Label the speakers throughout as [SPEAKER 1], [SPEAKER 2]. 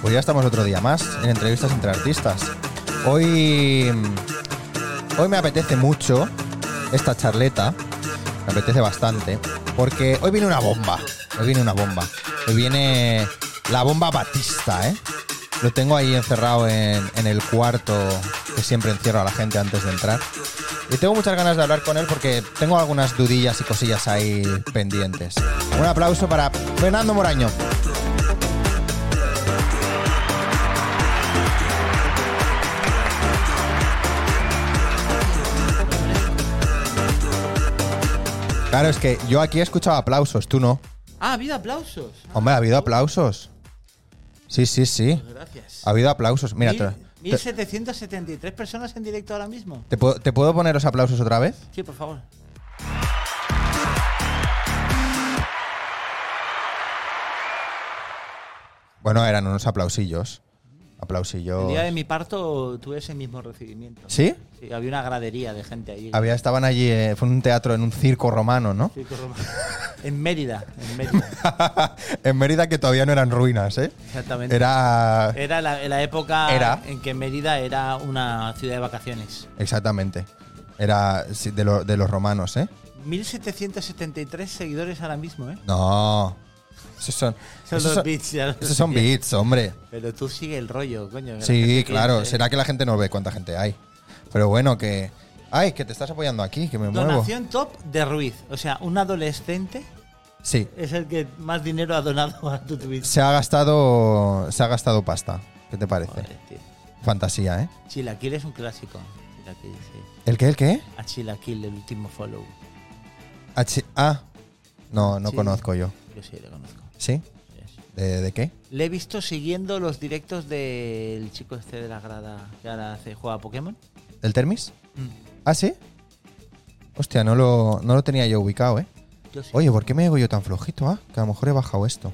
[SPEAKER 1] Pues ya estamos otro día más en entrevistas entre artistas. Hoy, hoy me apetece mucho esta charleta, me apetece bastante, porque hoy viene una bomba, hoy viene una bomba, hoy viene la bomba Batista, ¿eh? Lo tengo ahí encerrado en, en el cuarto que siempre encierro a la gente antes de entrar. Y tengo muchas ganas de hablar con él porque tengo algunas dudillas y cosillas ahí pendientes. Un aplauso para Fernando Moraño. Claro, es que yo aquí he escuchado aplausos, tú no.
[SPEAKER 2] Ah, ha habido aplausos.
[SPEAKER 1] Hombre, ha habido aplausos. Sí, sí, sí.
[SPEAKER 2] Gracias.
[SPEAKER 1] Ha habido aplausos. Mira, te,
[SPEAKER 2] Mil- 1773 personas en directo ahora mismo.
[SPEAKER 1] te puedo, ¿te puedo poner los aplausos otra vez?
[SPEAKER 2] Sí, por favor.
[SPEAKER 1] Bueno, eran unos aplausillos.
[SPEAKER 2] El
[SPEAKER 1] Aplausillos.
[SPEAKER 2] día de mi parto tuve ese mismo recibimiento.
[SPEAKER 1] ¿Sí?
[SPEAKER 2] Sí, había una gradería de gente allí.
[SPEAKER 1] Había, estaban allí, eh, fue un teatro en un circo romano, ¿no?
[SPEAKER 2] Sí, corro- en Mérida, en Mérida.
[SPEAKER 1] en Mérida que todavía no eran ruinas, ¿eh?
[SPEAKER 2] Exactamente.
[SPEAKER 1] Era...
[SPEAKER 2] Era la, la época
[SPEAKER 1] Era.
[SPEAKER 2] en que Mérida era una ciudad de vacaciones.
[SPEAKER 1] Exactamente. Era sí, de, lo- de los romanos, ¿eh?
[SPEAKER 2] 1773 seguidores ahora mismo, ¿eh?
[SPEAKER 1] No. Esos son...
[SPEAKER 2] Son
[SPEAKER 1] esos
[SPEAKER 2] los
[SPEAKER 1] son-
[SPEAKER 2] bits, ya lo
[SPEAKER 1] Esos son
[SPEAKER 2] decía.
[SPEAKER 1] beats, hombre.
[SPEAKER 2] Pero tú sigue el rollo, coño. que la
[SPEAKER 1] Sí,
[SPEAKER 2] gente
[SPEAKER 1] claro.
[SPEAKER 2] piense.
[SPEAKER 1] Será que la gente no ve cuánta gente hay. Pero bueno, que. Ay, que te estás apoyando aquí, que me muevo.
[SPEAKER 2] Donación top de Ruiz. O sea, un adolescente
[SPEAKER 1] Sí.
[SPEAKER 2] es el que más dinero ha donado a tu Twitch.
[SPEAKER 1] Se ha gastado. Se ha gastado pasta. ¿Qué te parece?
[SPEAKER 2] Joder, tío.
[SPEAKER 1] Fantasía, ¿eh?
[SPEAKER 2] Chilaquil es un clásico. Chilaquil, sí.
[SPEAKER 1] ¿El qué? ¿El qué?
[SPEAKER 2] A Chilaquil, el último follow.
[SPEAKER 1] Ah, chi- Ah. No, no
[SPEAKER 2] Sí.
[SPEAKER 1] conozco yo.
[SPEAKER 2] Yo sí le conozco.
[SPEAKER 1] ¿Sí?
[SPEAKER 2] Sí.
[SPEAKER 1] ¿De, de qué?
[SPEAKER 2] Le he visto siguiendo los directos del chico este de la grada que ahora hace juega a Pokémon.
[SPEAKER 1] ¿Del Termis? ¿Ah, sí? Hostia, no lo, no lo tenía yo ubicado, ¿eh?
[SPEAKER 2] Yo sí.
[SPEAKER 1] Oye, ¿por qué me hago yo tan flojito? Ah, que a lo mejor he bajado esto.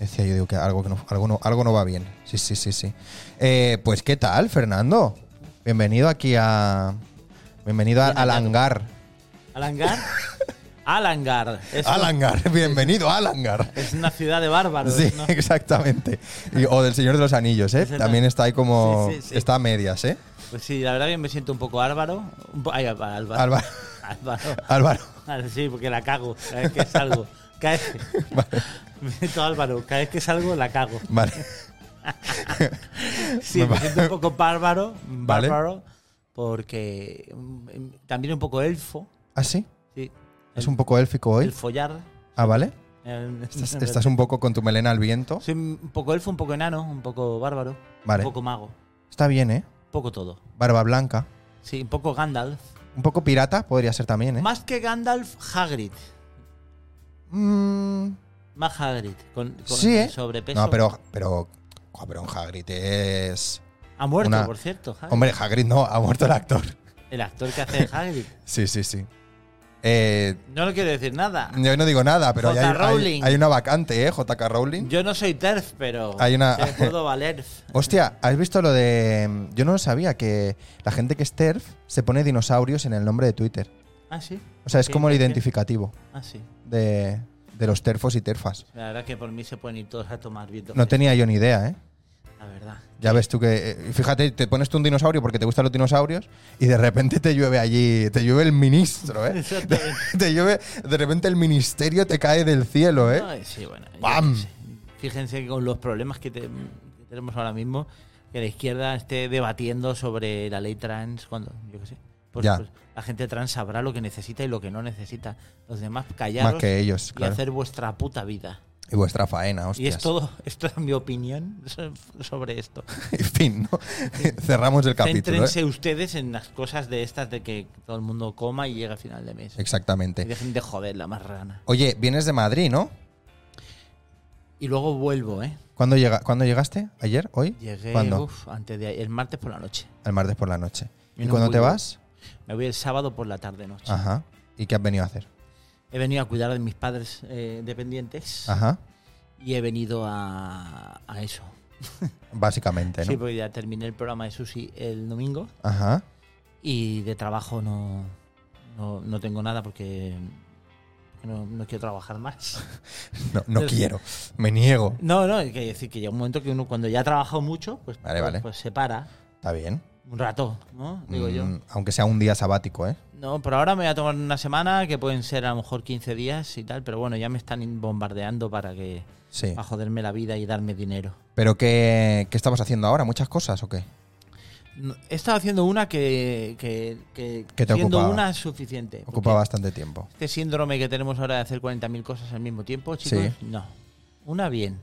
[SPEAKER 1] Decía yo, digo que algo, que no, algo, no, algo no va bien. Sí, sí, sí, sí. Eh, pues, ¿qué tal, Fernando? Bienvenido aquí a. Bienvenido a-
[SPEAKER 2] Bien
[SPEAKER 1] al
[SPEAKER 2] hallado.
[SPEAKER 1] hangar.
[SPEAKER 2] Alangar. Alangar. Es,
[SPEAKER 1] Al hangar, bienvenido al hangar.
[SPEAKER 2] es una ciudad de bárbaros.
[SPEAKER 1] Sí,
[SPEAKER 2] ¿no? exactamente.
[SPEAKER 1] exactamente. Y- o del Señor de los Anillos, ¿eh?
[SPEAKER 2] Exactamente.
[SPEAKER 1] También está ahí como.
[SPEAKER 2] Sí, sí, sí.
[SPEAKER 1] Está a medias, ¿eh?
[SPEAKER 2] Pues sí, la verdad que me siento un poco árbaro. Un po- ay, Álvaro.
[SPEAKER 1] Álvaro.
[SPEAKER 2] Álvaro.
[SPEAKER 1] Álvaro.
[SPEAKER 2] Ah, Sí, porque la cago. Cada vez que salgo. Cada vez que- Me siento Álvaro. Cada vez que salgo la cago.
[SPEAKER 1] Vale.
[SPEAKER 2] Sí,
[SPEAKER 1] Me
[SPEAKER 2] me
[SPEAKER 1] va-
[SPEAKER 2] siento un poco bárbaro.
[SPEAKER 1] Vale.
[SPEAKER 2] Bárbaro. Porque mm, también un poco elfo.
[SPEAKER 1] ¿Ah, sí?
[SPEAKER 2] Sí.
[SPEAKER 1] Es un poco élfico hoy.
[SPEAKER 2] El follar.
[SPEAKER 1] Ah, vale.
[SPEAKER 2] Eh,
[SPEAKER 1] Estás, estás un poco con tu melena al viento.
[SPEAKER 2] Soy un poco elfo, un poco enano, un poco bárbaro.
[SPEAKER 1] Vale.
[SPEAKER 2] Un poco mago.
[SPEAKER 1] Está bien, ¿eh?
[SPEAKER 2] Un poco todo.
[SPEAKER 1] Barba blanca.
[SPEAKER 2] Sí, un poco Gandalf.
[SPEAKER 1] Un poco pirata podría ser también, ¿eh?
[SPEAKER 2] Más que Gandalf, Hagrid.
[SPEAKER 1] Mm,
[SPEAKER 2] Más Hagrid. Con, con
[SPEAKER 1] sí, ¿eh?
[SPEAKER 2] sobrepeso.
[SPEAKER 1] No, pero, pero, jo, pero un Hagrid es...
[SPEAKER 2] Ha muerto,
[SPEAKER 1] una-
[SPEAKER 2] por cierto. Hagrid.
[SPEAKER 1] Hombre, Hagrid no, ha muerto el actor.
[SPEAKER 2] El actor que hace de Hagrid.
[SPEAKER 1] Sí, sí, sí. Eh,
[SPEAKER 2] No le quiero decir nada.
[SPEAKER 1] yo no digo nada, pero
[SPEAKER 2] J.K.
[SPEAKER 1] hay, hay-
[SPEAKER 2] Rowling.
[SPEAKER 1] hay una vacante, ¿eh? JK Rowling.
[SPEAKER 2] Yo no soy TERF, pero
[SPEAKER 1] Hay una-
[SPEAKER 2] te puedo valer.
[SPEAKER 1] Hostia, ¿has visto lo de...? Yo no lo sabía, que la gente que es TERF se pone dinosaurios en el nombre de Twitter.
[SPEAKER 2] Ah, sí.
[SPEAKER 1] O sea, es
[SPEAKER 2] Sí,
[SPEAKER 1] como el
[SPEAKER 2] sí, sí.
[SPEAKER 1] identificativo
[SPEAKER 2] Ah, sí.
[SPEAKER 1] de, de los terfos y terfas.
[SPEAKER 2] La verdad que por mí se pueden ir todos a tomar viento.
[SPEAKER 1] No
[SPEAKER 2] fresco,
[SPEAKER 1] tenía yo ni idea, ¿eh?
[SPEAKER 2] La verdad.
[SPEAKER 1] Ya ves tú que, eh, fíjate, te pones tú un dinosaurio porque te gustan los dinosaurios y de repente te llueve allí, te llueve el ministro, ¿eh?
[SPEAKER 2] Exactamente.
[SPEAKER 1] te llueve, de repente el ministerio te cae del cielo, ¿eh?
[SPEAKER 2] Ay, sí, bueno. yo
[SPEAKER 1] ¡Pam!
[SPEAKER 2] qué sé. Fíjense que con los problemas que, te- que tenemos ahora mismo, que la izquierda esté debatiendo sobre la ley trans, cuando, yo qué sé. Pues,
[SPEAKER 1] Ya.
[SPEAKER 2] pues la gente trans sabrá lo que necesita y lo que no necesita. Los demás
[SPEAKER 1] Más
[SPEAKER 2] callaros
[SPEAKER 1] que ellos,
[SPEAKER 2] y
[SPEAKER 1] claro.
[SPEAKER 2] hacer vuestra puta vida.
[SPEAKER 1] Y vuestra faena, hostias.
[SPEAKER 2] Y es todo, esto es mi opinión so- sobre esto.
[SPEAKER 1] En fin, ¿no? Cerramos el capítulo,
[SPEAKER 2] Céntrense
[SPEAKER 1] ¿eh?
[SPEAKER 2] ustedes en las cosas de estas de que todo el mundo coma y llega a final de mes. Y
[SPEAKER 1] Exactamente.
[SPEAKER 2] dejen de joder la marrana.
[SPEAKER 1] Oye, vienes de Madrid, ¿no?
[SPEAKER 2] Y luego vuelvo, ¿eh?
[SPEAKER 1] ¿Cuándo, llega, ¿cuándo llegaste? ¿Ayer? ¿Hoy?
[SPEAKER 2] Llegué
[SPEAKER 1] ¿Cuándo?
[SPEAKER 2] uf, antes de ayer, el martes por la noche.
[SPEAKER 1] El martes por la noche.
[SPEAKER 2] Y
[SPEAKER 1] ¿Y
[SPEAKER 2] no
[SPEAKER 1] cuándo
[SPEAKER 2] voy
[SPEAKER 1] te
[SPEAKER 2] yo.
[SPEAKER 1] vas?
[SPEAKER 2] Me voy el sábado por la tarde noche.
[SPEAKER 1] Ajá. ¿Y qué has venido a hacer?
[SPEAKER 2] He venido a cuidar de mis padres eh, dependientes
[SPEAKER 1] Ajá.
[SPEAKER 2] y he venido a, a eso.
[SPEAKER 1] Básicamente,
[SPEAKER 2] Sí, pues.
[SPEAKER 1] ¿no?
[SPEAKER 2] porque ya terminé el programa de Susi el domingo
[SPEAKER 1] Ajá.
[SPEAKER 2] y de trabajo no, no, no tengo nada porque que no, no quiero trabajar más.
[SPEAKER 1] No, no
[SPEAKER 2] Pero-
[SPEAKER 1] quiero. Me niego.
[SPEAKER 2] No, no, hay que decir que llega un momento que uno cuando ya ha trabajado mucho, pues,
[SPEAKER 1] Vale,
[SPEAKER 2] pues,
[SPEAKER 1] vale.
[SPEAKER 2] pues se para
[SPEAKER 1] Está bien.
[SPEAKER 2] un rato, ¿no? Digo yo.
[SPEAKER 1] Mm, Aunque sea un día sabático, ¿eh?
[SPEAKER 2] No, pero ahora me voy a tomar una semana, que pueden ser a lo mejor 15 días y tal, pero bueno, ya me están bombardeando para que
[SPEAKER 1] Sí.
[SPEAKER 2] para joderme la vida y darme dinero.
[SPEAKER 1] ¿Pero qué, qué estamos haciendo ahora? ¿Muchas cosas o qué?
[SPEAKER 2] No, He estado haciendo una que, que, que
[SPEAKER 1] Que te
[SPEAKER 2] siendo
[SPEAKER 1] ocupaba.
[SPEAKER 2] una es suficiente. porque
[SPEAKER 1] Ocupa bastante tiempo.
[SPEAKER 2] Este síndrome que tenemos ahora de hacer 40.000 cosas al mismo tiempo, chicos, no. Una bien.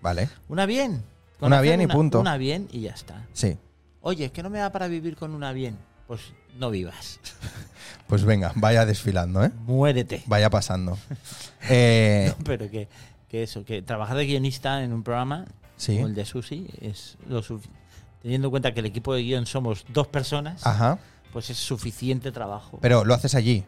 [SPEAKER 1] Vale.
[SPEAKER 2] Una bien.
[SPEAKER 1] Una
[SPEAKER 2] hacer
[SPEAKER 1] bien y punto.
[SPEAKER 2] Una bien y ya está.
[SPEAKER 1] Sí.
[SPEAKER 2] Oye, es que no me da para vivir con una bien. Pues no vivas.
[SPEAKER 1] Pues venga, vaya desfilando, ¿eh?
[SPEAKER 2] Muérete.
[SPEAKER 1] Vaya pasando. Eh,
[SPEAKER 2] Pero que, que eso, que trabajar de guionista en un programa
[SPEAKER 1] Sí.
[SPEAKER 2] como el de Susi es lo sufi- Teniendo en cuenta que el equipo de guión somos dos personas,
[SPEAKER 1] Ajá.
[SPEAKER 2] pues es suficiente trabajo.
[SPEAKER 1] Ah. Pero lo haces allí.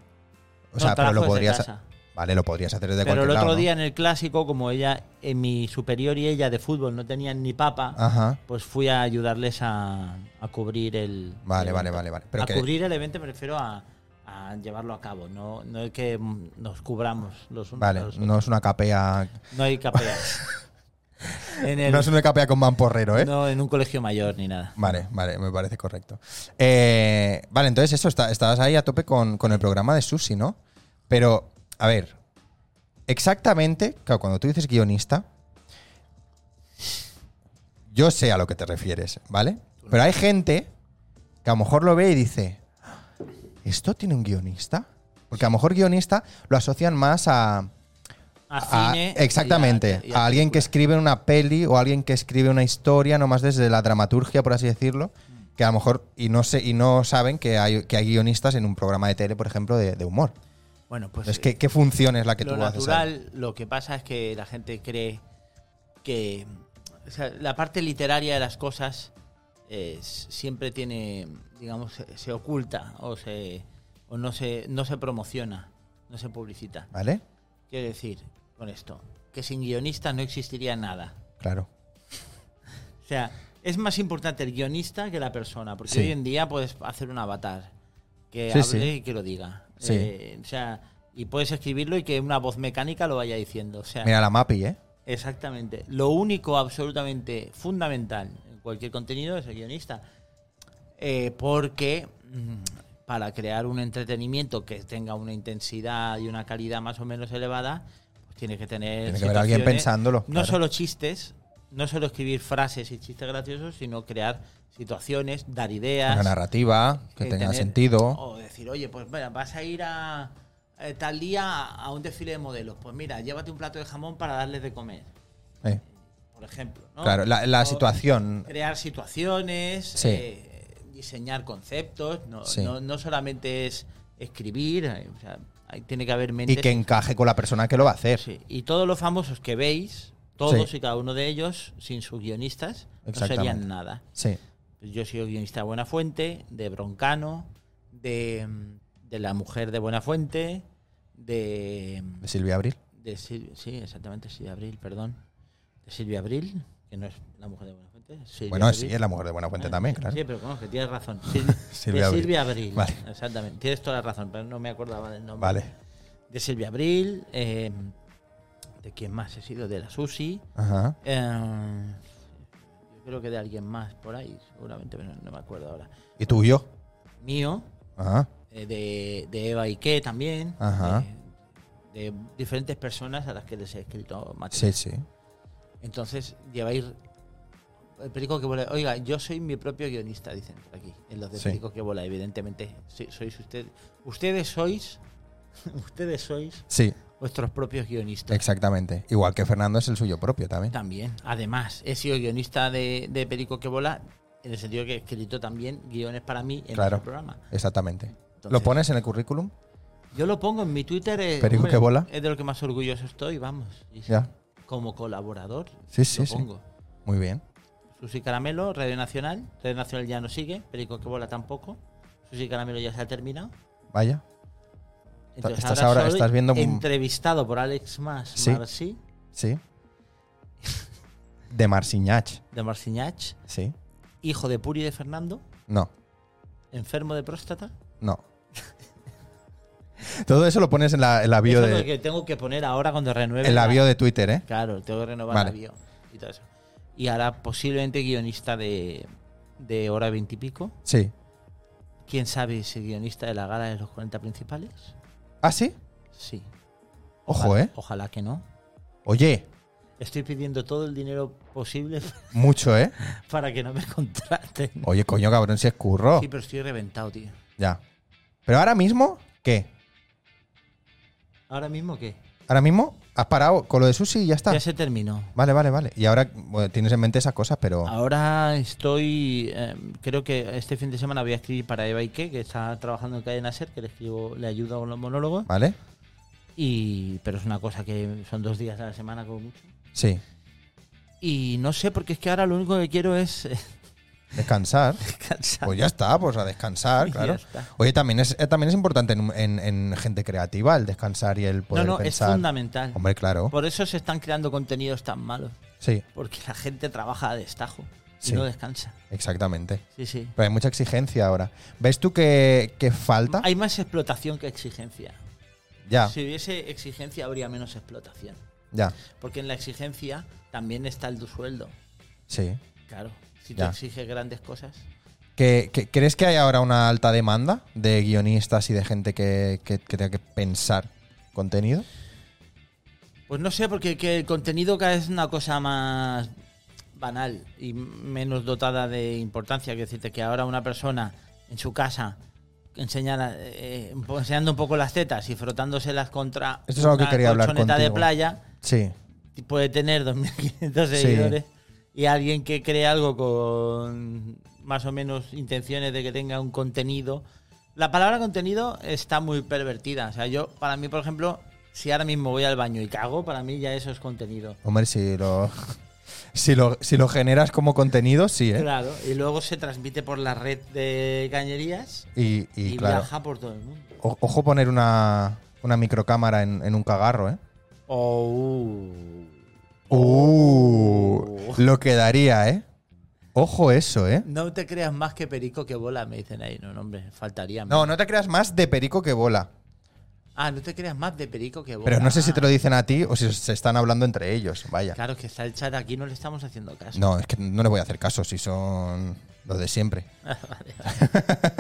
[SPEAKER 1] O
[SPEAKER 2] No,
[SPEAKER 1] sea, pero
[SPEAKER 2] trabajo
[SPEAKER 1] lo
[SPEAKER 2] desde
[SPEAKER 1] podrías.
[SPEAKER 2] casa.
[SPEAKER 1] Vale, lo podrías hacer desde
[SPEAKER 2] Pero
[SPEAKER 1] cualquier
[SPEAKER 2] el otro
[SPEAKER 1] lado, ¿no?
[SPEAKER 2] día en el clásico, como ella, en mi superior y ella de fútbol no tenían ni papa,
[SPEAKER 1] Ajá.
[SPEAKER 2] pues fui a ayudarles a, a cubrir el.
[SPEAKER 1] Vale,
[SPEAKER 2] el
[SPEAKER 1] vale,
[SPEAKER 2] evento.
[SPEAKER 1] vale, vale. Pero
[SPEAKER 2] a
[SPEAKER 1] que-
[SPEAKER 2] cubrir el evento me refiero a, a llevarlo a cabo, no, no es que mm, nos cubramos los unos. a
[SPEAKER 1] Vale,
[SPEAKER 2] los
[SPEAKER 1] no es una capea.
[SPEAKER 2] otros. No hay capeas. en el-
[SPEAKER 1] No es una capea con mamporrero, ¿eh?
[SPEAKER 2] no, en un colegio mayor ni nada.
[SPEAKER 1] Vale, vale, me parece correcto. Eh, vale, entonces eso, está, estabas ahí a tope con, con el programa de Susi, ¿no? Pero, a ver, exactamente, claro, cuando tú dices guionista, yo sé a lo que te refieres, ¿vale? Pero hay gente que a lo mejor lo ve y dice, ¿esto tiene un guionista? Porque a lo mejor guionista lo asocian más a...
[SPEAKER 2] A
[SPEAKER 1] a-
[SPEAKER 2] cine.
[SPEAKER 1] Ah, exactamente, Ah,
[SPEAKER 2] y y
[SPEAKER 1] a, alguien que escribe una peli o alguien que escribe una historia, nomás desde la dramaturgia, por así decirlo, que a lo mejor y no sé, y no saben que hay, que hay guionistas en un programa de tele, por ejemplo, de, de humor.
[SPEAKER 2] Bueno, pues.
[SPEAKER 1] Entonces, ¿qué, qué función es la que
[SPEAKER 2] lo
[SPEAKER 1] tú haces? ahí?
[SPEAKER 2] natural, lo que pasa es que la gente cree que o sea, la parte literaria de las cosas eh, s- siempre tiene, digamos, se, se oculta o se o no se no se promociona, no se publicita.
[SPEAKER 1] ¿Vale?
[SPEAKER 2] Quiero decir con esto que sin guionistas no existiría nada.
[SPEAKER 1] Claro.
[SPEAKER 2] O sea, es más importante el guionista que la persona, porque
[SPEAKER 1] Sí.
[SPEAKER 2] hoy en día puedes hacer un avatar que
[SPEAKER 1] Sí,
[SPEAKER 2] hable
[SPEAKER 1] sí.
[SPEAKER 2] y que lo diga.
[SPEAKER 1] Sí.
[SPEAKER 2] Eh, o sea, y puedes escribirlo y que una voz mecánica lo vaya diciendo. O sea,
[SPEAKER 1] Mira la MAPI, ¿eh?
[SPEAKER 2] Exactamente. Lo único absolutamente fundamental en cualquier contenido es el guionista. Eh, porque mm, para crear un entretenimiento que tenga una intensidad y una calidad más o menos elevada, pues tiene que tener.
[SPEAKER 1] Tiene que haber alguien
[SPEAKER 2] situaciones,
[SPEAKER 1] pensándolo,
[SPEAKER 2] No
[SPEAKER 1] claro.
[SPEAKER 2] solo chistes, no solo escribir frases y chistes graciosos, sino crear situaciones, dar ideas.
[SPEAKER 1] Una narrativa que
[SPEAKER 2] eh,
[SPEAKER 1] tenga
[SPEAKER 2] tener-
[SPEAKER 1] sentido.
[SPEAKER 2] O decir, oye, pues mira, vas a ir a eh, tal día a un desfile de modelos. Pues mira, llévate un plato de jamón para darles de comer
[SPEAKER 1] eh,
[SPEAKER 2] por ejemplo. ¿no?
[SPEAKER 1] Claro, la, la
[SPEAKER 2] O
[SPEAKER 1] situación.
[SPEAKER 2] Crear situaciones,
[SPEAKER 1] Sí.
[SPEAKER 2] eh, diseñar conceptos, no,
[SPEAKER 1] Sí.
[SPEAKER 2] no, no solamente es escribir, eh, o sea, ahí tiene que haber mente.
[SPEAKER 1] Y que encaje con la persona que lo va a hacer.
[SPEAKER 2] y todos los famosos que veis, todos
[SPEAKER 1] Sí.
[SPEAKER 2] y cada uno de ellos, sin sus guionistas, no
[SPEAKER 1] Exactamente.
[SPEAKER 2] serían nada. Pues
[SPEAKER 1] Sí.
[SPEAKER 2] Yo he sido guionista de Buenafuente, de Broncano, de, mm, de La Mujer de Buenafuente, de... mm,
[SPEAKER 1] De Silvia Abril.
[SPEAKER 2] de Sil- sí, exactamente, Silvia Abril, perdón. De Silvia Abril, que no es la mujer de Buenafuente. Silvia
[SPEAKER 1] Bueno,
[SPEAKER 2] Abril.
[SPEAKER 1] sí, es la mujer de Buenafuente
[SPEAKER 2] Ah,
[SPEAKER 1] también,
[SPEAKER 2] sí,
[SPEAKER 1] claro.
[SPEAKER 2] Sí, pero bueno, que tienes razón. Sil-
[SPEAKER 1] Silvia
[SPEAKER 2] de
[SPEAKER 1] Abril.
[SPEAKER 2] Silvia Abril.
[SPEAKER 1] Vale.
[SPEAKER 2] Exactamente, tienes toda la razón, pero no me acordaba del nombre.
[SPEAKER 1] Vale.
[SPEAKER 2] De Silvia Abril, eh, ¿de quién más he sido? De la Susi.
[SPEAKER 1] Ajá.
[SPEAKER 2] eh, yo creo que de alguien más por ahí, seguramente, pero no me acuerdo ahora.
[SPEAKER 1] Y tú y yo.
[SPEAKER 2] Mío,
[SPEAKER 1] Ajá.
[SPEAKER 2] eh, de, de Eva Ike también.
[SPEAKER 1] Ajá.
[SPEAKER 2] eh, de diferentes personas a las que les he escrito material.
[SPEAKER 1] Sí, sí.
[SPEAKER 2] Entonces lleváis el perico que vuela. Oiga, yo soy mi propio guionista, dicen por aquí, en los de
[SPEAKER 1] Sí.
[SPEAKER 2] perico que vuela, evidentemente. Sí, sois usted, ustedes sois, ustedes sois
[SPEAKER 1] Sí.
[SPEAKER 2] vuestros propios guionistas.
[SPEAKER 1] Exactamente. Igual que Fernando es el suyo propio también.
[SPEAKER 2] También. Además, he sido guionista de, de Perico que vola en el sentido que he escrito también guiones para mí en
[SPEAKER 1] Claro.
[SPEAKER 2] el programa.
[SPEAKER 1] Exactamente. ¿Lo
[SPEAKER 2] Entonces-
[SPEAKER 1] pones en el currículum?
[SPEAKER 2] Yo lo pongo en mi Twitter. eh,
[SPEAKER 1] Perico que vola.
[SPEAKER 2] Es de lo que más orgulloso estoy, vamos. Y
[SPEAKER 1] Ya.
[SPEAKER 2] Como colaborador.
[SPEAKER 1] Sí, sí,
[SPEAKER 2] lo
[SPEAKER 1] sí.
[SPEAKER 2] pongo.
[SPEAKER 1] Muy bien.
[SPEAKER 2] Susi Caramelo, Radio Nacional. Radio Nacional ya no sigue, Perico que bola tampoco. Susi Caramelo ya se ha terminado.
[SPEAKER 1] Vaya. estás
[SPEAKER 2] ahora
[SPEAKER 1] ahora-
[SPEAKER 2] soy
[SPEAKER 1] estás viendo un-
[SPEAKER 2] entrevistado por Alex Mas
[SPEAKER 1] Sí.
[SPEAKER 2] Marci,
[SPEAKER 1] Sí. De Marciñach.
[SPEAKER 2] de Marciñach,
[SPEAKER 1] Sí.
[SPEAKER 2] hijo de Puri de Fernando,
[SPEAKER 1] No.
[SPEAKER 2] enfermo de próstata.
[SPEAKER 1] No. Todo eso lo pones en la, en la bio
[SPEAKER 2] Eso es lo
[SPEAKER 1] de,
[SPEAKER 2] que tengo que poner ahora cuando renueve.
[SPEAKER 1] en la
[SPEAKER 2] la-
[SPEAKER 1] bio de Twitter, ¿eh?
[SPEAKER 2] Claro, tengo que renovar
[SPEAKER 1] Vale.
[SPEAKER 2] la bio y todo eso. Y ahora posiblemente guionista de, de hora veintipico.
[SPEAKER 1] Sí.
[SPEAKER 2] ¿Quién sabe si guionista de la gala de los 40 principales?
[SPEAKER 1] ¿Ah, sí?
[SPEAKER 2] Sí.
[SPEAKER 1] Ojo,
[SPEAKER 2] Ojalá-
[SPEAKER 1] ¿eh?
[SPEAKER 2] Ojalá que no.
[SPEAKER 1] Oye,
[SPEAKER 2] Estoy pidiendo todo el dinero posible
[SPEAKER 1] mucho, ¿eh?
[SPEAKER 2] para que no me contraten.
[SPEAKER 1] Oye, coño, cabrón, si es curro.
[SPEAKER 2] Sí, pero estoy reventado, tío.
[SPEAKER 1] Ya. Pero ahora mismo, ¿qué?
[SPEAKER 2] ¿Ahora mismo qué?
[SPEAKER 1] Ahora mismo has parado con lo de sushi y ya está.
[SPEAKER 2] Ya se terminó.
[SPEAKER 1] Vale, vale, vale. Y ahora bueno, tienes en mente esas cosas, pero.
[SPEAKER 2] Ah. Ahora estoy. eh, creo que este fin de semana voy a escribir para Eva Ike, que está trabajando en Cadena Ser, que le escribo, le ayudo con los monólogos.
[SPEAKER 1] ¿Vale?
[SPEAKER 2] Y, pero es una cosa que son dos días a la semana, como mucho.
[SPEAKER 1] Sí.
[SPEAKER 2] Y no sé, porque es que ahora lo único que quiero es eh,
[SPEAKER 1] Descansar.
[SPEAKER 2] descansar.
[SPEAKER 1] Pues ya está, pues a descansar,
[SPEAKER 2] Y ya
[SPEAKER 1] claro.
[SPEAKER 2] está.
[SPEAKER 1] Oye, también es, eh, también es importante en, en- en gente creativa el descansar y el
[SPEAKER 2] No,
[SPEAKER 1] poder
[SPEAKER 2] no,
[SPEAKER 1] pensar.
[SPEAKER 2] es fundamental.
[SPEAKER 1] Hombre, claro.
[SPEAKER 2] Por eso se están creando contenidos tan malos.
[SPEAKER 1] Sí,
[SPEAKER 2] Porque la gente trabaja a destajo y
[SPEAKER 1] Sí.
[SPEAKER 2] no descansa.
[SPEAKER 1] exactamente.
[SPEAKER 2] Sí, sí.
[SPEAKER 1] Pero hay mucha exigencia ahora. ¿Ves tú que, que falta?
[SPEAKER 2] Hay más explotación que exigencia.
[SPEAKER 1] ya,
[SPEAKER 2] Si hubiese exigencia, habría menos explotación.
[SPEAKER 1] ya.
[SPEAKER 2] Porque en la exigencia también está el tu sueldo.
[SPEAKER 1] Sí.
[SPEAKER 2] Claro. Si te
[SPEAKER 1] Ya.
[SPEAKER 2] exiges grandes cosas.
[SPEAKER 1] ¿Que, que- crees que hay ahora una alta demanda de guionistas y de gente que, que- que tenga que pensar contenido?
[SPEAKER 2] Pues no sé, porque que el contenido cada vez es una cosa más banal y menos dotada de importancia. Quiero decirte que ahora una persona en su casa enseñara, eh, un po- enseñando un poco las tetas y frotándoselas contra
[SPEAKER 1] Esto es algo que
[SPEAKER 2] una
[SPEAKER 1] quería hablar
[SPEAKER 2] colchoneta de
[SPEAKER 1] contigo.
[SPEAKER 2] playa
[SPEAKER 1] Sí,
[SPEAKER 2] y puede tener 2.500
[SPEAKER 1] Sí.
[SPEAKER 2] seguidores. Y alguien que cree algo con más o menos intenciones de que tenga un contenido. La palabra contenido está muy pervertida. O sea, yo, para mí, por ejemplo, si ahora mismo voy al baño y cago, para mí ya eso es contenido.
[SPEAKER 1] hombre, si lo, si lo, si lo generas como contenido, sí, ¿eh?
[SPEAKER 2] Claro. Y luego se transmite por la red de cañerías
[SPEAKER 1] Y, y,
[SPEAKER 2] y,
[SPEAKER 1] claro,
[SPEAKER 2] viaja por todo el mundo.
[SPEAKER 1] o- ojo poner una, una microcámara en, en un cagarro, ¿eh?
[SPEAKER 2] Oh, uh. Oh.
[SPEAKER 1] Uh, lo quedaría, ¿eh? Ojo eso, ¿eh?
[SPEAKER 2] No te creas más que perico que bola, me dicen ahí. No, no, hombre, faltaría.
[SPEAKER 1] No, no te creas más de perico que bola.
[SPEAKER 2] Ah, no te creas más de perico que bola.
[SPEAKER 1] Pero no sé si
[SPEAKER 2] Ah.
[SPEAKER 1] te lo dicen a ti o si se están hablando entre ellos, vaya.
[SPEAKER 2] Claro, que está el chat aquí, no le estamos haciendo caso.
[SPEAKER 1] No, es que no le voy a hacer caso si son los de siempre.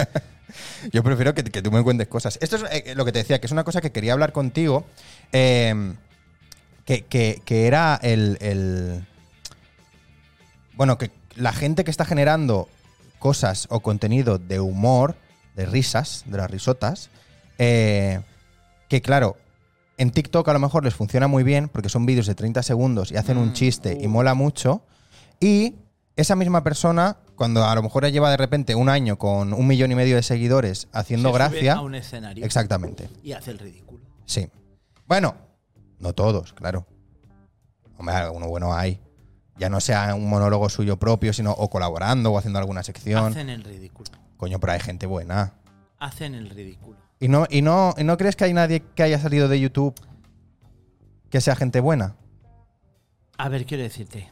[SPEAKER 1] Yo prefiero que, que tú me cuentes cosas. Esto es eh, lo que te decía, que es una cosa que quería hablar contigo, eh, que, que- que era el, el- Bueno, que la gente que está generando cosas o contenido de humor, de risas, de las risotas, eh, que claro, en TikTok a lo mejor les funciona muy bien porque son vídeos de 30 segundos y hacen un chiste y mola mucho. Y esa misma persona, cuando a lo mejor lleva de repente un año con un millón y medio de seguidores haciendo
[SPEAKER 2] Se sube
[SPEAKER 1] gracia.
[SPEAKER 2] A un escenario.
[SPEAKER 1] Exactamente,
[SPEAKER 2] Y hace el ridículo.
[SPEAKER 1] sí. Bueno, no todos, claro. Hombre, alguno bueno hay. Ya no sea un monólogo suyo propio, sino o colaborando o haciendo alguna sección.
[SPEAKER 2] Hacen el ridículo.
[SPEAKER 1] Coño, pero hay gente buena.
[SPEAKER 2] Hacen el ridículo.
[SPEAKER 1] ¿Y no, y, no, ¿Y no crees que hay nadie que haya salido de YouTube que sea gente buena?
[SPEAKER 2] A ver, quiero decirte.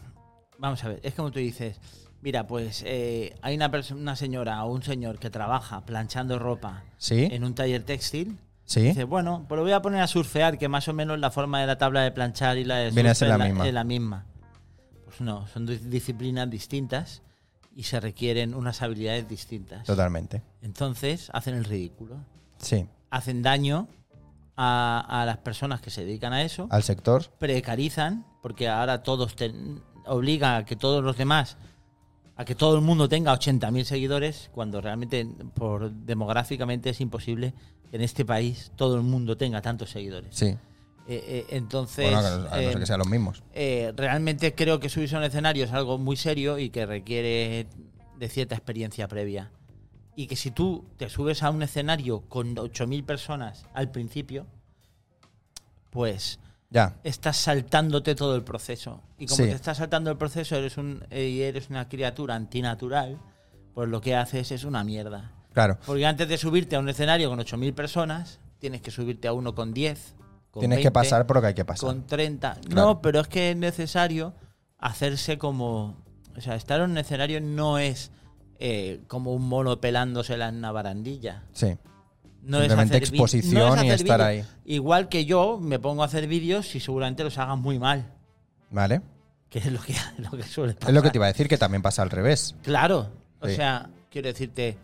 [SPEAKER 2] Vamos a ver, es como tú dices. Mira, pues eh, hay una, perso- una señora o un señor que trabaja planchando ropa
[SPEAKER 1] Sí.
[SPEAKER 2] en un taller textil.
[SPEAKER 1] Sí.
[SPEAKER 2] Dice, bueno, pues lo voy a poner a surfear, que más o menos la forma de la tabla de planchar y la de
[SPEAKER 1] Viene a ser
[SPEAKER 2] surf es
[SPEAKER 1] la misma.
[SPEAKER 2] es la misma. Pues no, son dis- disciplinas distintas y se requieren unas habilidades distintas.
[SPEAKER 1] Totalmente.
[SPEAKER 2] Entonces hacen el ridículo.
[SPEAKER 1] Sí.
[SPEAKER 2] Hacen daño a, a las personas que se dedican a eso.
[SPEAKER 1] Al sector.
[SPEAKER 2] Precarizan, porque ahora todos ten- obliga a que todos los demás, a que todo el mundo tenga 80.000 seguidores, cuando realmente por demográficamente es imposible que en este país todo el mundo tenga tantos seguidores.
[SPEAKER 1] Sí.
[SPEAKER 2] Eh, eh, entonces,
[SPEAKER 1] Bueno, a no- a no ser
[SPEAKER 2] eh,
[SPEAKER 1] que sean los mismos.
[SPEAKER 2] eh, realmente creo que subirse a un escenario es algo muy serio y que requiere de cierta experiencia previa. Y que si tú te subes a un escenario con 8.000 personas al principio, pues
[SPEAKER 1] Ya.
[SPEAKER 2] estás saltándote todo el proceso. Y como
[SPEAKER 1] Sí.
[SPEAKER 2] te estás saltando el proceso eres un, eh, y eres una criatura antinatural, pues lo que haces es una mierda.
[SPEAKER 1] Claro.
[SPEAKER 2] Porque antes de subirte a un escenario con 8.000 personas, tienes que subirte a uno con 10. Con
[SPEAKER 1] Tienes que
[SPEAKER 2] 20,
[SPEAKER 1] pasar por lo que hay que pasar.
[SPEAKER 2] con 30.
[SPEAKER 1] Claro.
[SPEAKER 2] No, pero es que es necesario hacerse como. O sea, estar en un escenario no es eh, como un mono pelándose en una barandilla.
[SPEAKER 1] Sí.
[SPEAKER 2] No es
[SPEAKER 1] Simplemente
[SPEAKER 2] hacer vi-
[SPEAKER 1] exposición
[SPEAKER 2] no es
[SPEAKER 1] y
[SPEAKER 2] hacer
[SPEAKER 1] estar
[SPEAKER 2] vídeos.
[SPEAKER 1] ahí.
[SPEAKER 2] Igual que yo me pongo a hacer vídeos y seguramente los hagan muy mal,
[SPEAKER 1] ¿Vale?
[SPEAKER 2] que es lo que, lo que suele pasar.
[SPEAKER 1] Es lo que te iba a decir, que también pasa al revés.
[SPEAKER 2] Claro, o
[SPEAKER 1] Sí.
[SPEAKER 2] sea, quiero decirte,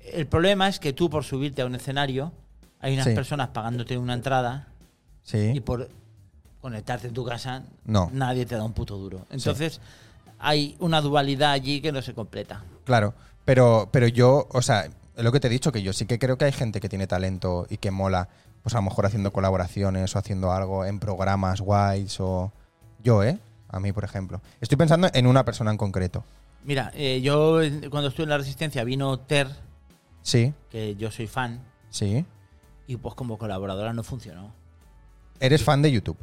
[SPEAKER 2] el problema es que tú por subirte a un escenario, hay unas
[SPEAKER 1] Sí.
[SPEAKER 2] personas pagándote una entrada y
[SPEAKER 1] Sí.
[SPEAKER 2] por conectarte en tu casa
[SPEAKER 1] No.
[SPEAKER 2] nadie te da un puto duro. Entonces hay una dualidad allí que no se completa.
[SPEAKER 1] Claro. Pero, pero yo, o sea, es lo que te he dicho, que yo sí que creo que hay gente que tiene talento y que mola, pues a lo mejor haciendo colaboraciones o haciendo algo en programas guays o. Yo, ¿eh? A mí, por ejemplo. Estoy pensando en una persona en concreto.
[SPEAKER 2] Mira, eh, yo eh, cuando estuve en la Resistencia vino Ter,
[SPEAKER 1] Sí,
[SPEAKER 2] que yo soy fan,
[SPEAKER 1] sí.
[SPEAKER 2] y pues como colaboradora no funcionó.
[SPEAKER 1] Eres fan de YouTube.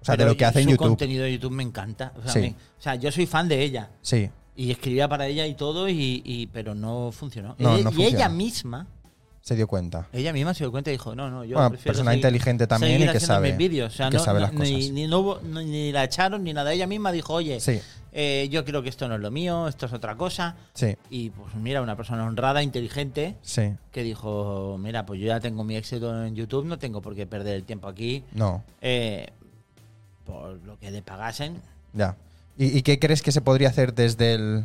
[SPEAKER 1] O sea,
[SPEAKER 2] Pero
[SPEAKER 1] de lo que hace en
[SPEAKER 2] su
[SPEAKER 1] YouTube.
[SPEAKER 2] contenido de YouTube me encanta. O sea,
[SPEAKER 1] Sí.
[SPEAKER 2] me- o sea, yo soy fan de ella.
[SPEAKER 1] Sí.
[SPEAKER 2] Y escribía para ella y todo, y, y- pero no funcionó.
[SPEAKER 1] No,
[SPEAKER 2] y
[SPEAKER 1] no
[SPEAKER 2] y
[SPEAKER 1] funciona.
[SPEAKER 2] ella misma,
[SPEAKER 1] Se dio cuenta.
[SPEAKER 2] ella misma se dio cuenta y dijo, no, no, yo
[SPEAKER 1] Bueno,
[SPEAKER 2] prefiero
[SPEAKER 1] persona
[SPEAKER 2] seguir-
[SPEAKER 1] inteligente también
[SPEAKER 2] seguir
[SPEAKER 1] y que
[SPEAKER 2] haciendo
[SPEAKER 1] sabe-
[SPEAKER 2] mis vídeos. O sea,
[SPEAKER 1] y que
[SPEAKER 2] no-
[SPEAKER 1] sabe
[SPEAKER 2] no-
[SPEAKER 1] las
[SPEAKER 2] ni,
[SPEAKER 1] cosas.
[SPEAKER 2] ni no hubo- no- ni la echaron ni nada. Ella misma dijo, oye,
[SPEAKER 1] Sí.
[SPEAKER 2] eh, yo creo que esto no es lo mío, esto es otra cosa.
[SPEAKER 1] Sí,
[SPEAKER 2] Y pues mira, una persona honrada, inteligente,
[SPEAKER 1] sí.
[SPEAKER 2] que dijo, mira, pues yo ya tengo mi éxito en YouTube, no tengo por qué perder el tiempo aquí.
[SPEAKER 1] No,
[SPEAKER 2] eh, por lo que le pagasen,
[SPEAKER 1] ya. ¿Y, y qué crees que se podría hacer desde el.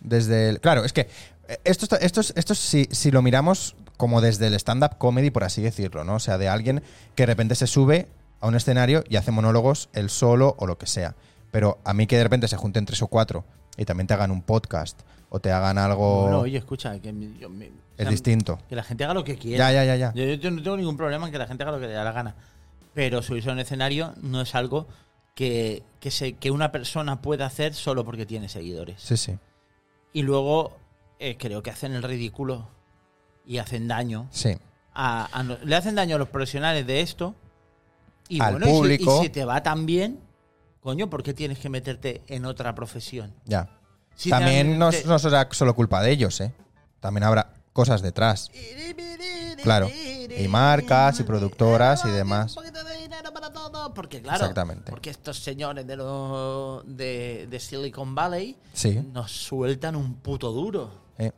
[SPEAKER 1] Desde el. Claro, es que eh, esto, está- esto, es- esto es si, si lo miramos como desde el stand-up comedy, por así decirlo, ¿no? O sea, de alguien que de repente se sube a un escenario y hace monólogos él solo o lo que sea. Pero a mí que de repente se junten tres o cuatro y también te hagan un podcast o te hagan algo.
[SPEAKER 2] Bueno, oye, escucha, que, me- yo me- o
[SPEAKER 1] es
[SPEAKER 2] sea,
[SPEAKER 1] distinto.
[SPEAKER 2] que la gente haga lo que quiera.
[SPEAKER 1] Ya, ya, ya, ya.
[SPEAKER 2] Yo, yo no tengo ningún problema en que la gente haga lo que le da la gana. Pero subirse a un escenario no es algo que, que, se, que una persona pueda hacer solo porque tiene seguidores.
[SPEAKER 1] Sí, sí.
[SPEAKER 2] Y luego eh, creo que hacen el ridículo y hacen daño.
[SPEAKER 1] Sí.
[SPEAKER 2] a- a no- le hacen daño a los profesionales de esto. Y
[SPEAKER 1] Al
[SPEAKER 2] bueno, y si-
[SPEAKER 1] público.
[SPEAKER 2] y si te va tan bien, coño, ¿por qué tienes que meterte en otra profesión?
[SPEAKER 1] Ya.
[SPEAKER 2] Si
[SPEAKER 1] También no,
[SPEAKER 2] realmente-
[SPEAKER 1] no será solo culpa de ellos, ¿eh? También habrá cosas detrás. Claro. Y marcas, y productoras, y demás.
[SPEAKER 2] Un poquito de dinero para todo, Porque, claro,
[SPEAKER 1] Exactamente.
[SPEAKER 2] Porque estos señores de, los de, de Silicon Valley
[SPEAKER 1] Sí.
[SPEAKER 2] nos sueltan un puto duro.
[SPEAKER 1] ¿eh?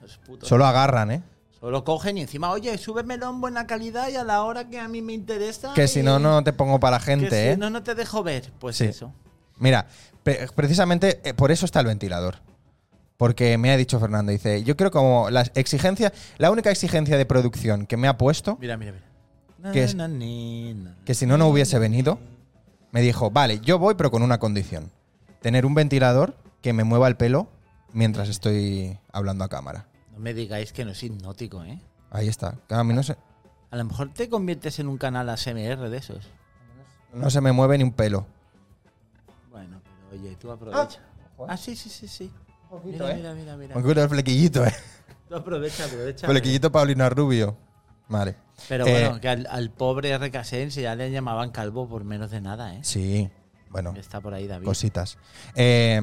[SPEAKER 2] Los putos-
[SPEAKER 1] Solo agarran, ¿eh?
[SPEAKER 2] solo cogen y encima, oye, súbemelo en buena calidad y a la hora que a mí me interesa.
[SPEAKER 1] Que si
[SPEAKER 2] y-
[SPEAKER 1] no, no te pongo para la gente,
[SPEAKER 2] que
[SPEAKER 1] ¿eh?
[SPEAKER 2] si no, no te dejo ver. Pues
[SPEAKER 1] Sí.
[SPEAKER 2] eso.
[SPEAKER 1] Mira, pre- precisamente eh, por eso está el ventilador. Porque me ha dicho Fernando, dice, yo creo como la exigencia, la única exigencia de producción que me ha puesto,
[SPEAKER 2] Mira, mira, mira.
[SPEAKER 1] Que es-
[SPEAKER 2] Na, na, ni, na.
[SPEAKER 1] que si no, no hubiese venido, me dijo, vale, yo voy, pero con una condición. Tener un ventilador que me mueva el pelo mientras estoy hablando a cámara.
[SPEAKER 2] No me digáis que no es hipnótico, ¿eh?
[SPEAKER 1] Ahí está. A mí no se,
[SPEAKER 2] A lo mejor te conviertes en un canal ASMR de esos.
[SPEAKER 1] no se me mueve ni un pelo.
[SPEAKER 2] Bueno, pero oye, tú aprovecha. Ah, sí, sí, sí, sí. Mira,
[SPEAKER 1] ¿eh?
[SPEAKER 2] mira, mira, mira.
[SPEAKER 1] Me acuerdo el flequillito, ¿eh?
[SPEAKER 2] Tú aprovecha, aprovecha.
[SPEAKER 1] Flequillito Paulina Rubio. Vale.
[SPEAKER 2] Pero
[SPEAKER 1] Eh,
[SPEAKER 2] bueno, que al, al pobre RKSense ya le llamaban calvo por menos de nada, ¿eh?
[SPEAKER 1] Sí, Pues bueno,
[SPEAKER 2] Está por ahí David.
[SPEAKER 1] cositas. Eh,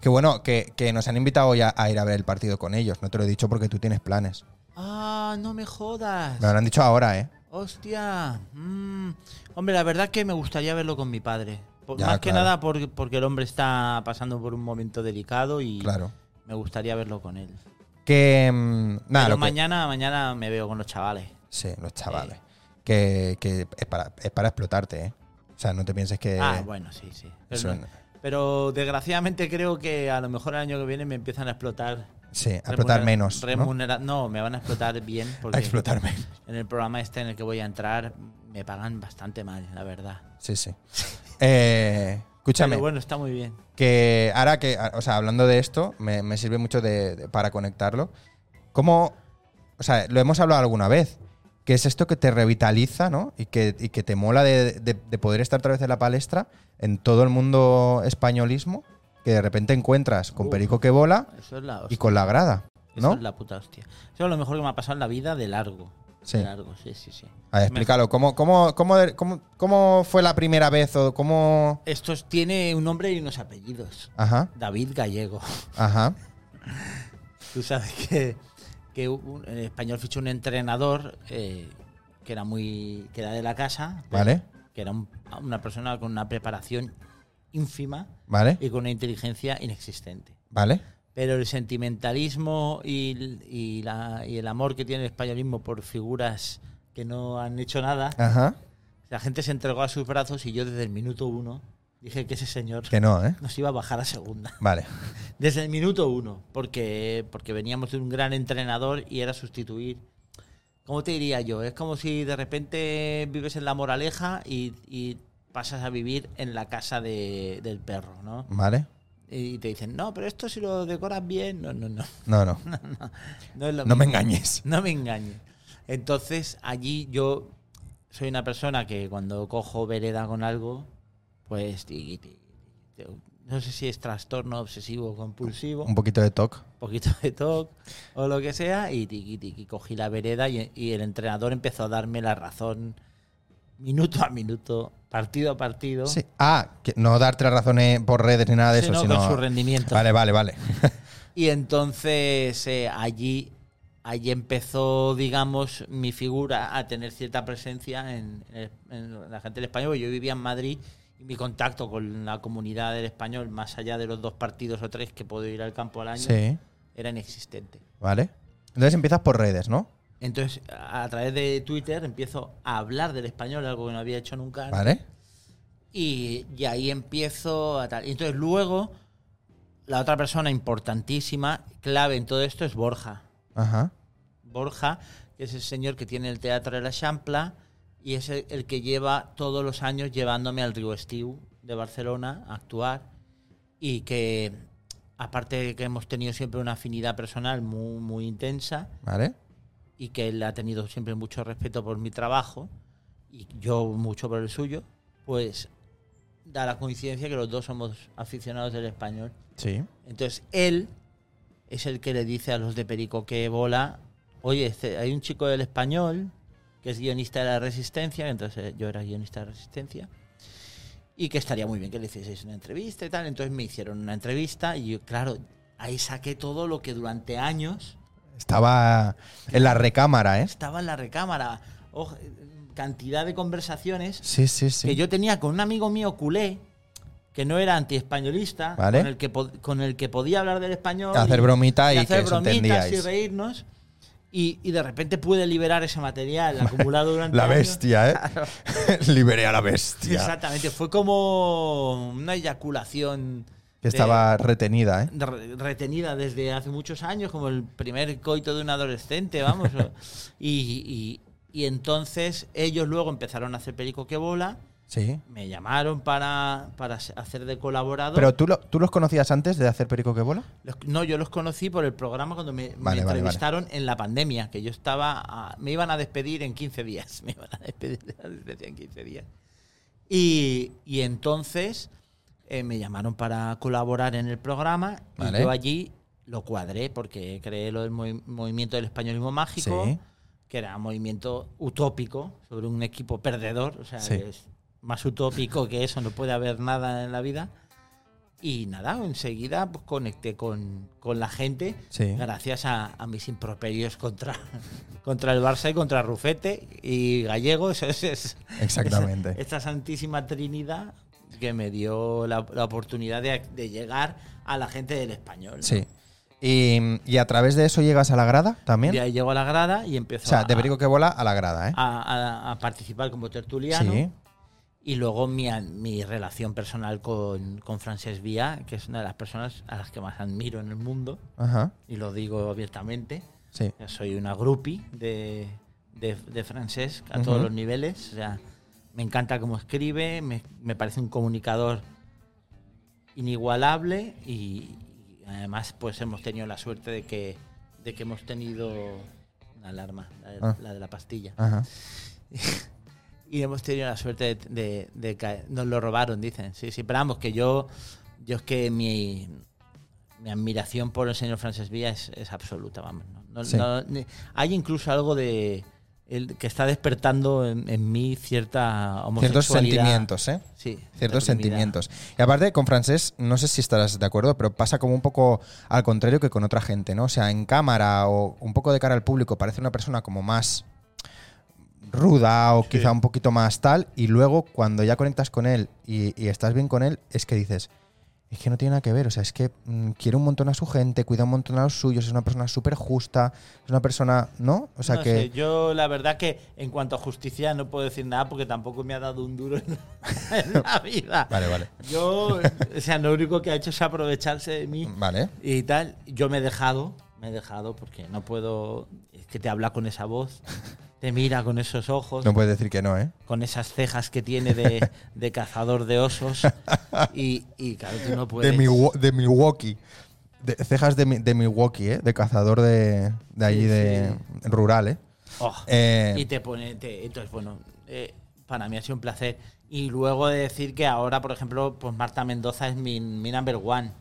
[SPEAKER 1] que bueno, que, que nos han invitado hoy a, a ir a ver el partido con ellos. No te lo he dicho porque tú tienes planes.
[SPEAKER 2] Ah, no me jodas.
[SPEAKER 1] Me lo han dicho ahora, ¿eh?
[SPEAKER 2] Hostia. Mm. Hombre, la verdad que me gustaría verlo con mi padre. Por-
[SPEAKER 1] Ya,
[SPEAKER 2] más que
[SPEAKER 1] claro.
[SPEAKER 2] nada por- porque el hombre está pasando por un momento delicado y
[SPEAKER 1] Claro.
[SPEAKER 2] me gustaría verlo con él.
[SPEAKER 1] Que. mm, nada,
[SPEAKER 2] Pero
[SPEAKER 1] lo que-
[SPEAKER 2] mañana, mañana me veo con los chavales.
[SPEAKER 1] Sí, los chavales. Que, que es, para, es para explotarte, ¿eh? O sea, no te pienses que.
[SPEAKER 2] ah, bueno, sí, sí. Pero,
[SPEAKER 1] eso
[SPEAKER 2] no-
[SPEAKER 1] no-
[SPEAKER 2] pero desgraciadamente creo que a lo mejor el año que viene me empiezan a explotar.
[SPEAKER 1] Sí, a explotar
[SPEAKER 2] remunera-
[SPEAKER 1] menos. ¿no?
[SPEAKER 2] remunera- ¿no? me van a explotar bien. Porque
[SPEAKER 1] A explotar menos.
[SPEAKER 2] En el programa este en el que voy a entrar me pagan bastante mal, la verdad.
[SPEAKER 1] Sí, sí. Eh, escúchame.
[SPEAKER 2] Pero bueno, está muy bien.
[SPEAKER 1] Que ahora que, o sea, hablando de esto, me, me sirve mucho de- de- para conectarlo. ¿Cómo, o sea, lo hemos hablado alguna vez, que es esto que te revitaliza, ¿no? Y que, y que te mola de, de- de poder estar otra vez en la palestra, en todo el mundo españolismo, que de repente encuentras con
[SPEAKER 2] Uf.
[SPEAKER 1] Perico que bola
[SPEAKER 2] Eso es la
[SPEAKER 1] y
[SPEAKER 2] hostia.
[SPEAKER 1] con la grada,
[SPEAKER 2] Eso
[SPEAKER 1] ¿no?
[SPEAKER 2] es la puta hostia. Eso es lo mejor que me ha pasado en la vida de largo.
[SPEAKER 1] Sí.
[SPEAKER 2] De largo, sí, sí, sí.
[SPEAKER 1] A ver,
[SPEAKER 2] Me-
[SPEAKER 1] explícalo, ¿cómo, cómo, cómo, cómo- cómo fue la primera vez o cómo...
[SPEAKER 2] Esto es- tiene un nombre y unos apellidos.
[SPEAKER 1] Ajá,
[SPEAKER 2] David Gallego.
[SPEAKER 1] ajá,
[SPEAKER 2] Tú sabes que, que un- el español fichó un entrenador eh, que era muy que era de la casa, pero
[SPEAKER 1] Vale.
[SPEAKER 2] que era un- una persona con una preparación ínfima
[SPEAKER 1] vale,
[SPEAKER 2] y con una inteligencia inexistente.
[SPEAKER 1] vale,
[SPEAKER 2] pero el sentimentalismo y, l- y la- y el amor que tiene el españolismo por figuras que no han hecho nada,
[SPEAKER 1] Ajá.
[SPEAKER 2] la gente se entregó a sus brazos y yo desde el minuto uno dije que ese señor
[SPEAKER 1] Que no, ¿eh?
[SPEAKER 2] nos iba a bajar a segunda.
[SPEAKER 1] Vale.
[SPEAKER 2] Desde el minuto uno, porque, porque veníamos de un gran entrenador y era sustituir. ¿Cómo te diría yo? Es como si de repente vives en la moraleja y, y pasas a vivir en la casa de- del perro, ¿no?
[SPEAKER 1] Vale.
[SPEAKER 2] Y te dicen, no, pero esto si lo decoras bien, no, no, no.
[SPEAKER 1] No, no.
[SPEAKER 2] No, es lo
[SPEAKER 1] No me
[SPEAKER 2] mismo.
[SPEAKER 1] engañes.
[SPEAKER 2] No me engañes. Entonces, allí yo soy una persona que cuando cojo vereda con algo, pues ti- ti- ti- no sé si es trastorno obsesivo compulsivo,
[SPEAKER 1] Un
[SPEAKER 2] un
[SPEAKER 1] poquito de toc.
[SPEAKER 2] poquito de TOC o lo que sea, y tiqui, tiqui, cogí la vereda y, y el entrenador empezó a darme la razón minuto a minuto, partido a partido,
[SPEAKER 1] Sí. Ah, que no darte las razones por redes ni nada de eso,
[SPEAKER 2] sino
[SPEAKER 1] sino.
[SPEAKER 2] con su rendimiento.
[SPEAKER 1] Vale, vale, vale.
[SPEAKER 2] Y entonces eh, allí, allí empezó, digamos, mi figura a tener cierta presencia en, en- en la gente del español. porque Yo vivía en Madrid y mi contacto con la comunidad del español, más allá de los dos partidos o tres que puedo ir al campo al año,
[SPEAKER 1] Sí.
[SPEAKER 2] era inexistente.
[SPEAKER 1] Vale. Entonces empiezas por redes, ¿no?
[SPEAKER 2] Entonces, a a través de Twitter empiezo a hablar del español, algo que no había hecho nunca. antes.
[SPEAKER 1] Vale.
[SPEAKER 2] Y, y ahí empiezo a tal. Y entonces luego, la otra persona importantísima, clave en todo esto, es Borja.
[SPEAKER 1] Ajá.
[SPEAKER 2] Borja, que es el señor que tiene el Teatro de la Champla y es el, el que lleva todos los años llevándome al Río Estiu de Barcelona a actuar y que aparte de que hemos tenido siempre una afinidad personal muy, muy intensa
[SPEAKER 1] Vale.
[SPEAKER 2] y que él ha tenido siempre mucho respeto por mi trabajo y yo mucho por el suyo, pues da la coincidencia que los dos somos aficionados del español.
[SPEAKER 1] Sí.
[SPEAKER 2] Entonces él es el que le dice a los de Perico que bola, oye, este- hay un chico del español que es guionista de la Resistencia, entonces eh, yo era guionista de la Resistencia, y que estaría muy bien que le hicieseis una entrevista y tal. Entonces me hicieron una entrevista y yo, claro, ahí saqué todo lo que durante años
[SPEAKER 1] Estaba en la recámara, ¿eh?
[SPEAKER 2] estaba en la recámara. Oj- cantidad de conversaciones
[SPEAKER 1] Sí, sí, sí.
[SPEAKER 2] que yo tenía con un amigo mío culé que no era antiespañolista,
[SPEAKER 1] Vale.
[SPEAKER 2] con, el que po- con el que podía hablar del español.
[SPEAKER 1] Hacer bromita y que os
[SPEAKER 2] bromitas y
[SPEAKER 1] entendíais.
[SPEAKER 2] reírnos. Y, y de repente pude liberar ese material acumulado durante
[SPEAKER 1] La
[SPEAKER 2] años.
[SPEAKER 1] bestia, ¿eh? Liberé a la bestia.
[SPEAKER 2] Exactamente, fue como una eyaculación
[SPEAKER 1] Que
[SPEAKER 2] de-
[SPEAKER 1] estaba retenida, ¿eh?
[SPEAKER 2] re- retenida desde hace muchos años, como el primer coito de un adolescente, vamos. o- y, y- y entonces ellos luego empezaron a hacer Perico que bola,
[SPEAKER 1] Sí.
[SPEAKER 2] me llamaron para, para se- hacer de colaborador.
[SPEAKER 1] Pero tú, lo- tú los conocías antes de hacer Perico que bola?
[SPEAKER 2] Los- no, yo los conocí por el programa cuando me, me
[SPEAKER 1] Vale, vale, vale.
[SPEAKER 2] entrevistaron en la pandemia, que yo estaba. a- me iban a despedir en 15 días. Me iban a despedir de la residencia en 15 días. Y, y entonces eh, me llamaron para colaborar en el programa
[SPEAKER 1] Vale.
[SPEAKER 2] y yo allí lo cuadré porque creé lo del movi- movimiento del españolismo mágico,
[SPEAKER 1] Sí.
[SPEAKER 2] que era un movimiento utópico sobre un equipo perdedor, o sea,
[SPEAKER 1] Sí.
[SPEAKER 2] que es más utópico que eso, no puede haber nada en la vida. Y nada, enseguida pues, conecté con, con la gente
[SPEAKER 1] Sí.
[SPEAKER 2] gracias a, a mis improperios contra, contra el Barça y contra Rufete y Gallego. Eso es, es-
[SPEAKER 1] Exactamente.
[SPEAKER 2] esa- esta santísima trinidad que me dio la, la oportunidad de, de llegar a la gente del español. ¿no?
[SPEAKER 1] Sí. Y, y a través de eso llegas a la grada también.
[SPEAKER 2] De ahí llego a la grada y empiezo
[SPEAKER 1] o sea,
[SPEAKER 2] a,
[SPEAKER 1] de Perico que bola a la grada, ¿eh?
[SPEAKER 2] a- a- a participar como tertuliano.
[SPEAKER 1] Sí.
[SPEAKER 2] Y luego mi, a- mi relación personal con, con Francesc Vía, que es una de las personas a las que más admiro en el mundo,
[SPEAKER 1] Ajá.
[SPEAKER 2] y lo digo abiertamente.
[SPEAKER 1] Sí.
[SPEAKER 2] Yo Soy una groupie de, de, de Francesc a todos
[SPEAKER 1] Ujú.
[SPEAKER 2] los niveles. O sea, me encanta cómo escribe, me, me parece un comunicador inigualable y, y además pues hemos tenido la suerte de que, de que hemos tenido una alarma, la de,
[SPEAKER 1] Ah.
[SPEAKER 2] la, de la pastilla.
[SPEAKER 1] Ajá.
[SPEAKER 2] Y hemos tenido la suerte de, de- de que nos lo robaron, dicen. Sí, sí, pero vamos, que yo, yo es que mi, mi admiración por el señor Frances Villa es, es absoluta, vamos. ¿no? No-
[SPEAKER 1] Sí.
[SPEAKER 2] no- ni- hay incluso algo de el, que está despertando en, en mí cierta homosexualidad.
[SPEAKER 1] Ciertos sentimientos, ¿eh?
[SPEAKER 2] Sí,
[SPEAKER 1] Ciertos
[SPEAKER 2] reprimida.
[SPEAKER 1] sentimientos. Y aparte, con francés, no sé si estarás de acuerdo, pero pasa como un poco al contrario que con otra gente, ¿no? O sea, en cámara o un poco de cara al público parece una persona como más ruda o quizá un poquito más tal, y luego cuando ya conectas con él y, y estás bien con él, es que dices, es que no tiene nada que ver. O sea, es que mm, quiere un montón a su gente, cuida un montón a los suyos, es una persona súper justa, es una persona, ¿no? O sea
[SPEAKER 2] No
[SPEAKER 1] que...
[SPEAKER 2] sé, yo la verdad que en cuanto a justicia no puedo decir nada porque tampoco me ha dado un duro en la, en la vida.
[SPEAKER 1] Vale, vale.
[SPEAKER 2] Yo, o sea, lo único que ha hecho es aprovecharse de mí
[SPEAKER 1] Vale.
[SPEAKER 2] y tal. Yo me he dejado, me he dejado porque no puedo. Es que te habla con esa voz, te mira con esos ojos,
[SPEAKER 1] No puedes decir que no, ¿eh?
[SPEAKER 2] con esas cejas que tiene de, de cazador de osos. Y, y claro, tú no puedes.
[SPEAKER 1] De, Milwa- de Milwaukee. De, cejas de, mi- de Milwaukee, ¿eh? De cazador de, de allí,
[SPEAKER 2] Sí,
[SPEAKER 1] de rural, ¿eh?
[SPEAKER 2] Oh.
[SPEAKER 1] Eh,
[SPEAKER 2] Y te pone. te- entonces, bueno, eh, para mí ha sido un placer. Y luego de decir que ahora, por ejemplo, pues Marta Mendoza es mi, mi number one.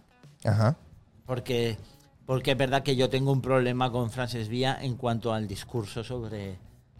[SPEAKER 1] Ajá.
[SPEAKER 2] Porque, porque es verdad que yo tengo un problema con Frances Vía en cuanto al discurso sobre,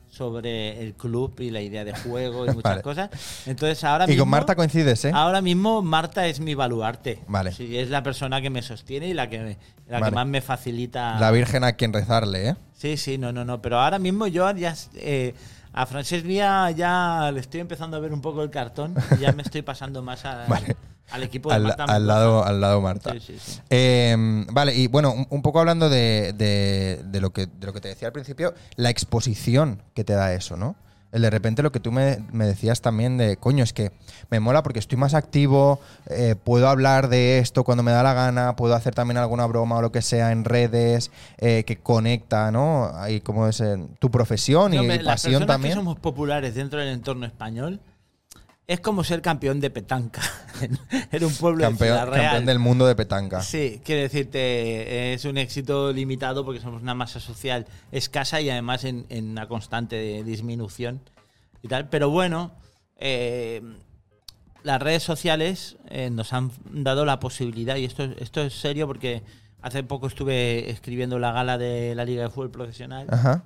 [SPEAKER 2] sobre el club y la idea de juego y muchas
[SPEAKER 1] Vale.
[SPEAKER 2] cosas. Entonces ahora
[SPEAKER 1] y
[SPEAKER 2] mismo.
[SPEAKER 1] con Marta coincides, ¿eh?
[SPEAKER 2] Ahora mismo Marta es mi baluarte.
[SPEAKER 1] Vale.
[SPEAKER 2] Sí, es la persona que me sostiene y la que, me- la
[SPEAKER 1] Vale.
[SPEAKER 2] que más me facilita.
[SPEAKER 1] La Virgen a quien rezarle, ¿eh?
[SPEAKER 2] Sí, sí, no, no, no. Pero ahora mismo yo ya. eh, a Francesc Vía ya le estoy empezando a ver un poco el cartón. y ya me estoy pasando más a-
[SPEAKER 1] Vale.
[SPEAKER 2] al equipo de
[SPEAKER 1] Al,
[SPEAKER 2] Marta
[SPEAKER 1] al
[SPEAKER 2] Mendoza.
[SPEAKER 1] lado, al lado Marta.
[SPEAKER 2] Sí, sí, sí.
[SPEAKER 1] Eh, vale, y bueno, un, un poco hablando de, de- de lo que, de lo que te decía al principio, la exposición que te da eso, ¿no? El de repente lo que tú me, me decías también de, coño, es que me mola porque estoy más activo, eh, puedo hablar de esto cuando me da la gana, puedo hacer también alguna broma o lo que sea en redes, eh, que conecta, ¿no? Ahí como es eh, tu profesión y,
[SPEAKER 2] No, me-
[SPEAKER 1] y
[SPEAKER 2] las
[SPEAKER 1] pasión
[SPEAKER 2] personas
[SPEAKER 1] también.
[SPEAKER 2] que somos populares dentro del entorno español es como ser campeón de petanca en, en un pueblo de
[SPEAKER 1] campeón,
[SPEAKER 2] Ciudad Real.
[SPEAKER 1] campeón del mundo de petanca.
[SPEAKER 2] Sí, quiero decirte, es un éxito limitado porque somos una masa social escasa y además en, en una constante de disminución y tal. Pero bueno, eh, las redes sociales eh, nos han dado la posibilidad, y esto, esto es serio porque hace poco estuve escribiendo la gala de la Liga de Fútbol Profesional
[SPEAKER 1] Ajá.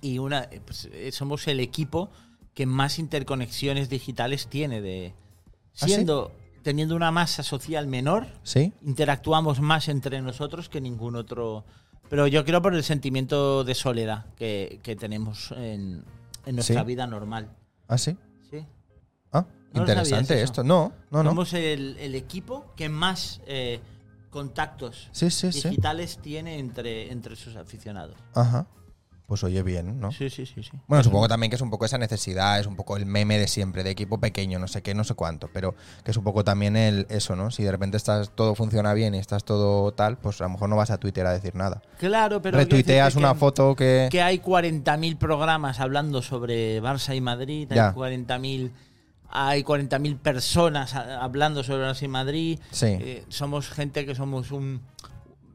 [SPEAKER 2] y una eh, pues, eh, somos el equipo que más interconexiones digitales tiene de
[SPEAKER 1] ¿Ah, sí?
[SPEAKER 2] siendo teniendo una masa social menor
[SPEAKER 1] ¿Sí?
[SPEAKER 2] interactuamos más entre nosotros que ningún otro pero yo creo por el sentimiento de soledad que, que tenemos en, en nuestra
[SPEAKER 1] ¿Sí?
[SPEAKER 2] vida normal
[SPEAKER 1] ¿Ah, sí?
[SPEAKER 2] ¿sí?
[SPEAKER 1] Ah,
[SPEAKER 2] No lo
[SPEAKER 1] interesante
[SPEAKER 2] sabías eso.
[SPEAKER 1] esto. No, no, no.
[SPEAKER 2] somos el, el equipo que más eh, contactos
[SPEAKER 1] Sí, sí, sí.
[SPEAKER 2] digitales tiene entre, entre sus aficionados
[SPEAKER 1] Ajá. Pues oye bien, ¿no?
[SPEAKER 2] sí sí sí sí
[SPEAKER 1] Bueno, supongo también que es un poco esa necesidad, es un poco el meme de siempre, de equipo pequeño, no sé qué, no sé cuánto, pero que es un poco también el eso, ¿no? Si de repente estás todo funciona bien y estás todo tal, pues a lo mejor no vas a Twitter a decir nada.
[SPEAKER 2] claro pero quiero
[SPEAKER 1] Retuiteas
[SPEAKER 2] decirte
[SPEAKER 1] una
[SPEAKER 2] que-
[SPEAKER 1] foto que,
[SPEAKER 2] que hay 40.000 programas hablando sobre Barça y Madrid,
[SPEAKER 1] Ya.
[SPEAKER 2] hay 40.000 hay 40.000 personas a- hablando sobre Barça y Madrid.
[SPEAKER 1] Sí.
[SPEAKER 2] Eh, somos gente que somos un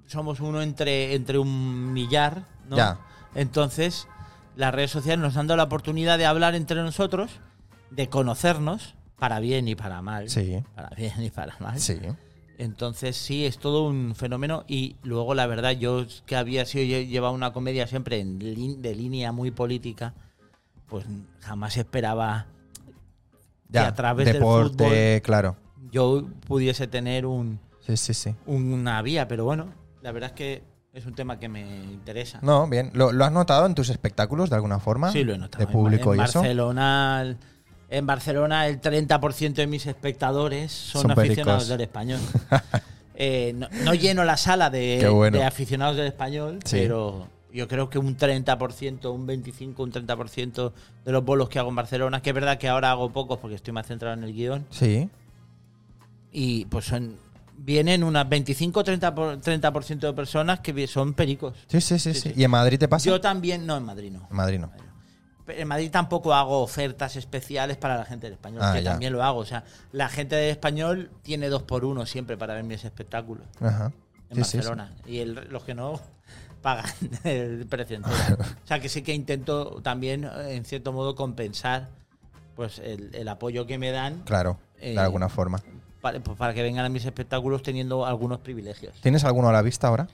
[SPEAKER 2] somos uno entre entre un millar, ¿no?
[SPEAKER 1] Ya.
[SPEAKER 2] Entonces, las redes sociales nos han dado la oportunidad de hablar entre nosotros, de conocernos para bien y para mal.
[SPEAKER 1] Sí.
[SPEAKER 2] Para bien y para mal.
[SPEAKER 1] Sí.
[SPEAKER 2] Entonces sí, es todo un fenómeno y luego la verdad yo que había sido lle- llevaba una comedia siempre en lin- de línea muy política, pues jamás esperaba
[SPEAKER 1] Ya,
[SPEAKER 2] que a través del
[SPEAKER 1] deporte,
[SPEAKER 2] fútbol-
[SPEAKER 1] claro.
[SPEAKER 2] yo pudiese tener un,
[SPEAKER 1] Sí, sí, sí.
[SPEAKER 2] una vía, pero bueno, la verdad es que es un tema que me interesa.
[SPEAKER 1] No, bien. ¿Lo, lo has notado en tus espectáculos de alguna forma?
[SPEAKER 2] Sí, lo he notado.
[SPEAKER 1] De público
[SPEAKER 2] en,
[SPEAKER 1] y
[SPEAKER 2] Bar- en
[SPEAKER 1] eso.
[SPEAKER 2] Barcelona, el- en Barcelona el 30% de mis espectadores son,
[SPEAKER 1] Son
[SPEAKER 2] aficionados
[SPEAKER 1] pericos.
[SPEAKER 2] del español. Eh, no, no lleno la sala de,
[SPEAKER 1] Qué bueno.
[SPEAKER 2] de aficionados del español,
[SPEAKER 1] Sí.
[SPEAKER 2] pero yo creo que un 30%, un 25%, un 30% de los bolos que hago en Barcelona, que es verdad que ahora hago pocos porque estoy más centrado en el guión,
[SPEAKER 1] Sí.
[SPEAKER 2] y pues son vienen unas 25 30 por- 30% de personas que vi- son pericos.
[SPEAKER 1] Sí, sí, ¿Ah, sí, sí,
[SPEAKER 2] Sí, sí.
[SPEAKER 1] ¿Y en Madrid te pasa?
[SPEAKER 2] Yo también, no en Madrid no.
[SPEAKER 1] en Madrid no.
[SPEAKER 2] En Madrid tampoco hago ofertas especiales para la gente del español,
[SPEAKER 1] Ah,
[SPEAKER 2] que
[SPEAKER 1] ya.
[SPEAKER 2] también lo hago. O sea, la gente del español tiene dos por uno siempre para ver mis espectáculos
[SPEAKER 1] Ajá.
[SPEAKER 2] en
[SPEAKER 1] Sí, sí, sí.
[SPEAKER 2] Barcelona. Y el- los que no pagan el precio entero. O sea, que sí que intento también, eh, en cierto modo, compensar pues el, el apoyo que me dan
[SPEAKER 1] Claro, de
[SPEAKER 2] Eh,
[SPEAKER 1] alguna forma.
[SPEAKER 2] para, pues, para que vengan a mis espectáculos teniendo algunos privilegios.
[SPEAKER 1] ¿Tienes alguno a la vista ahora?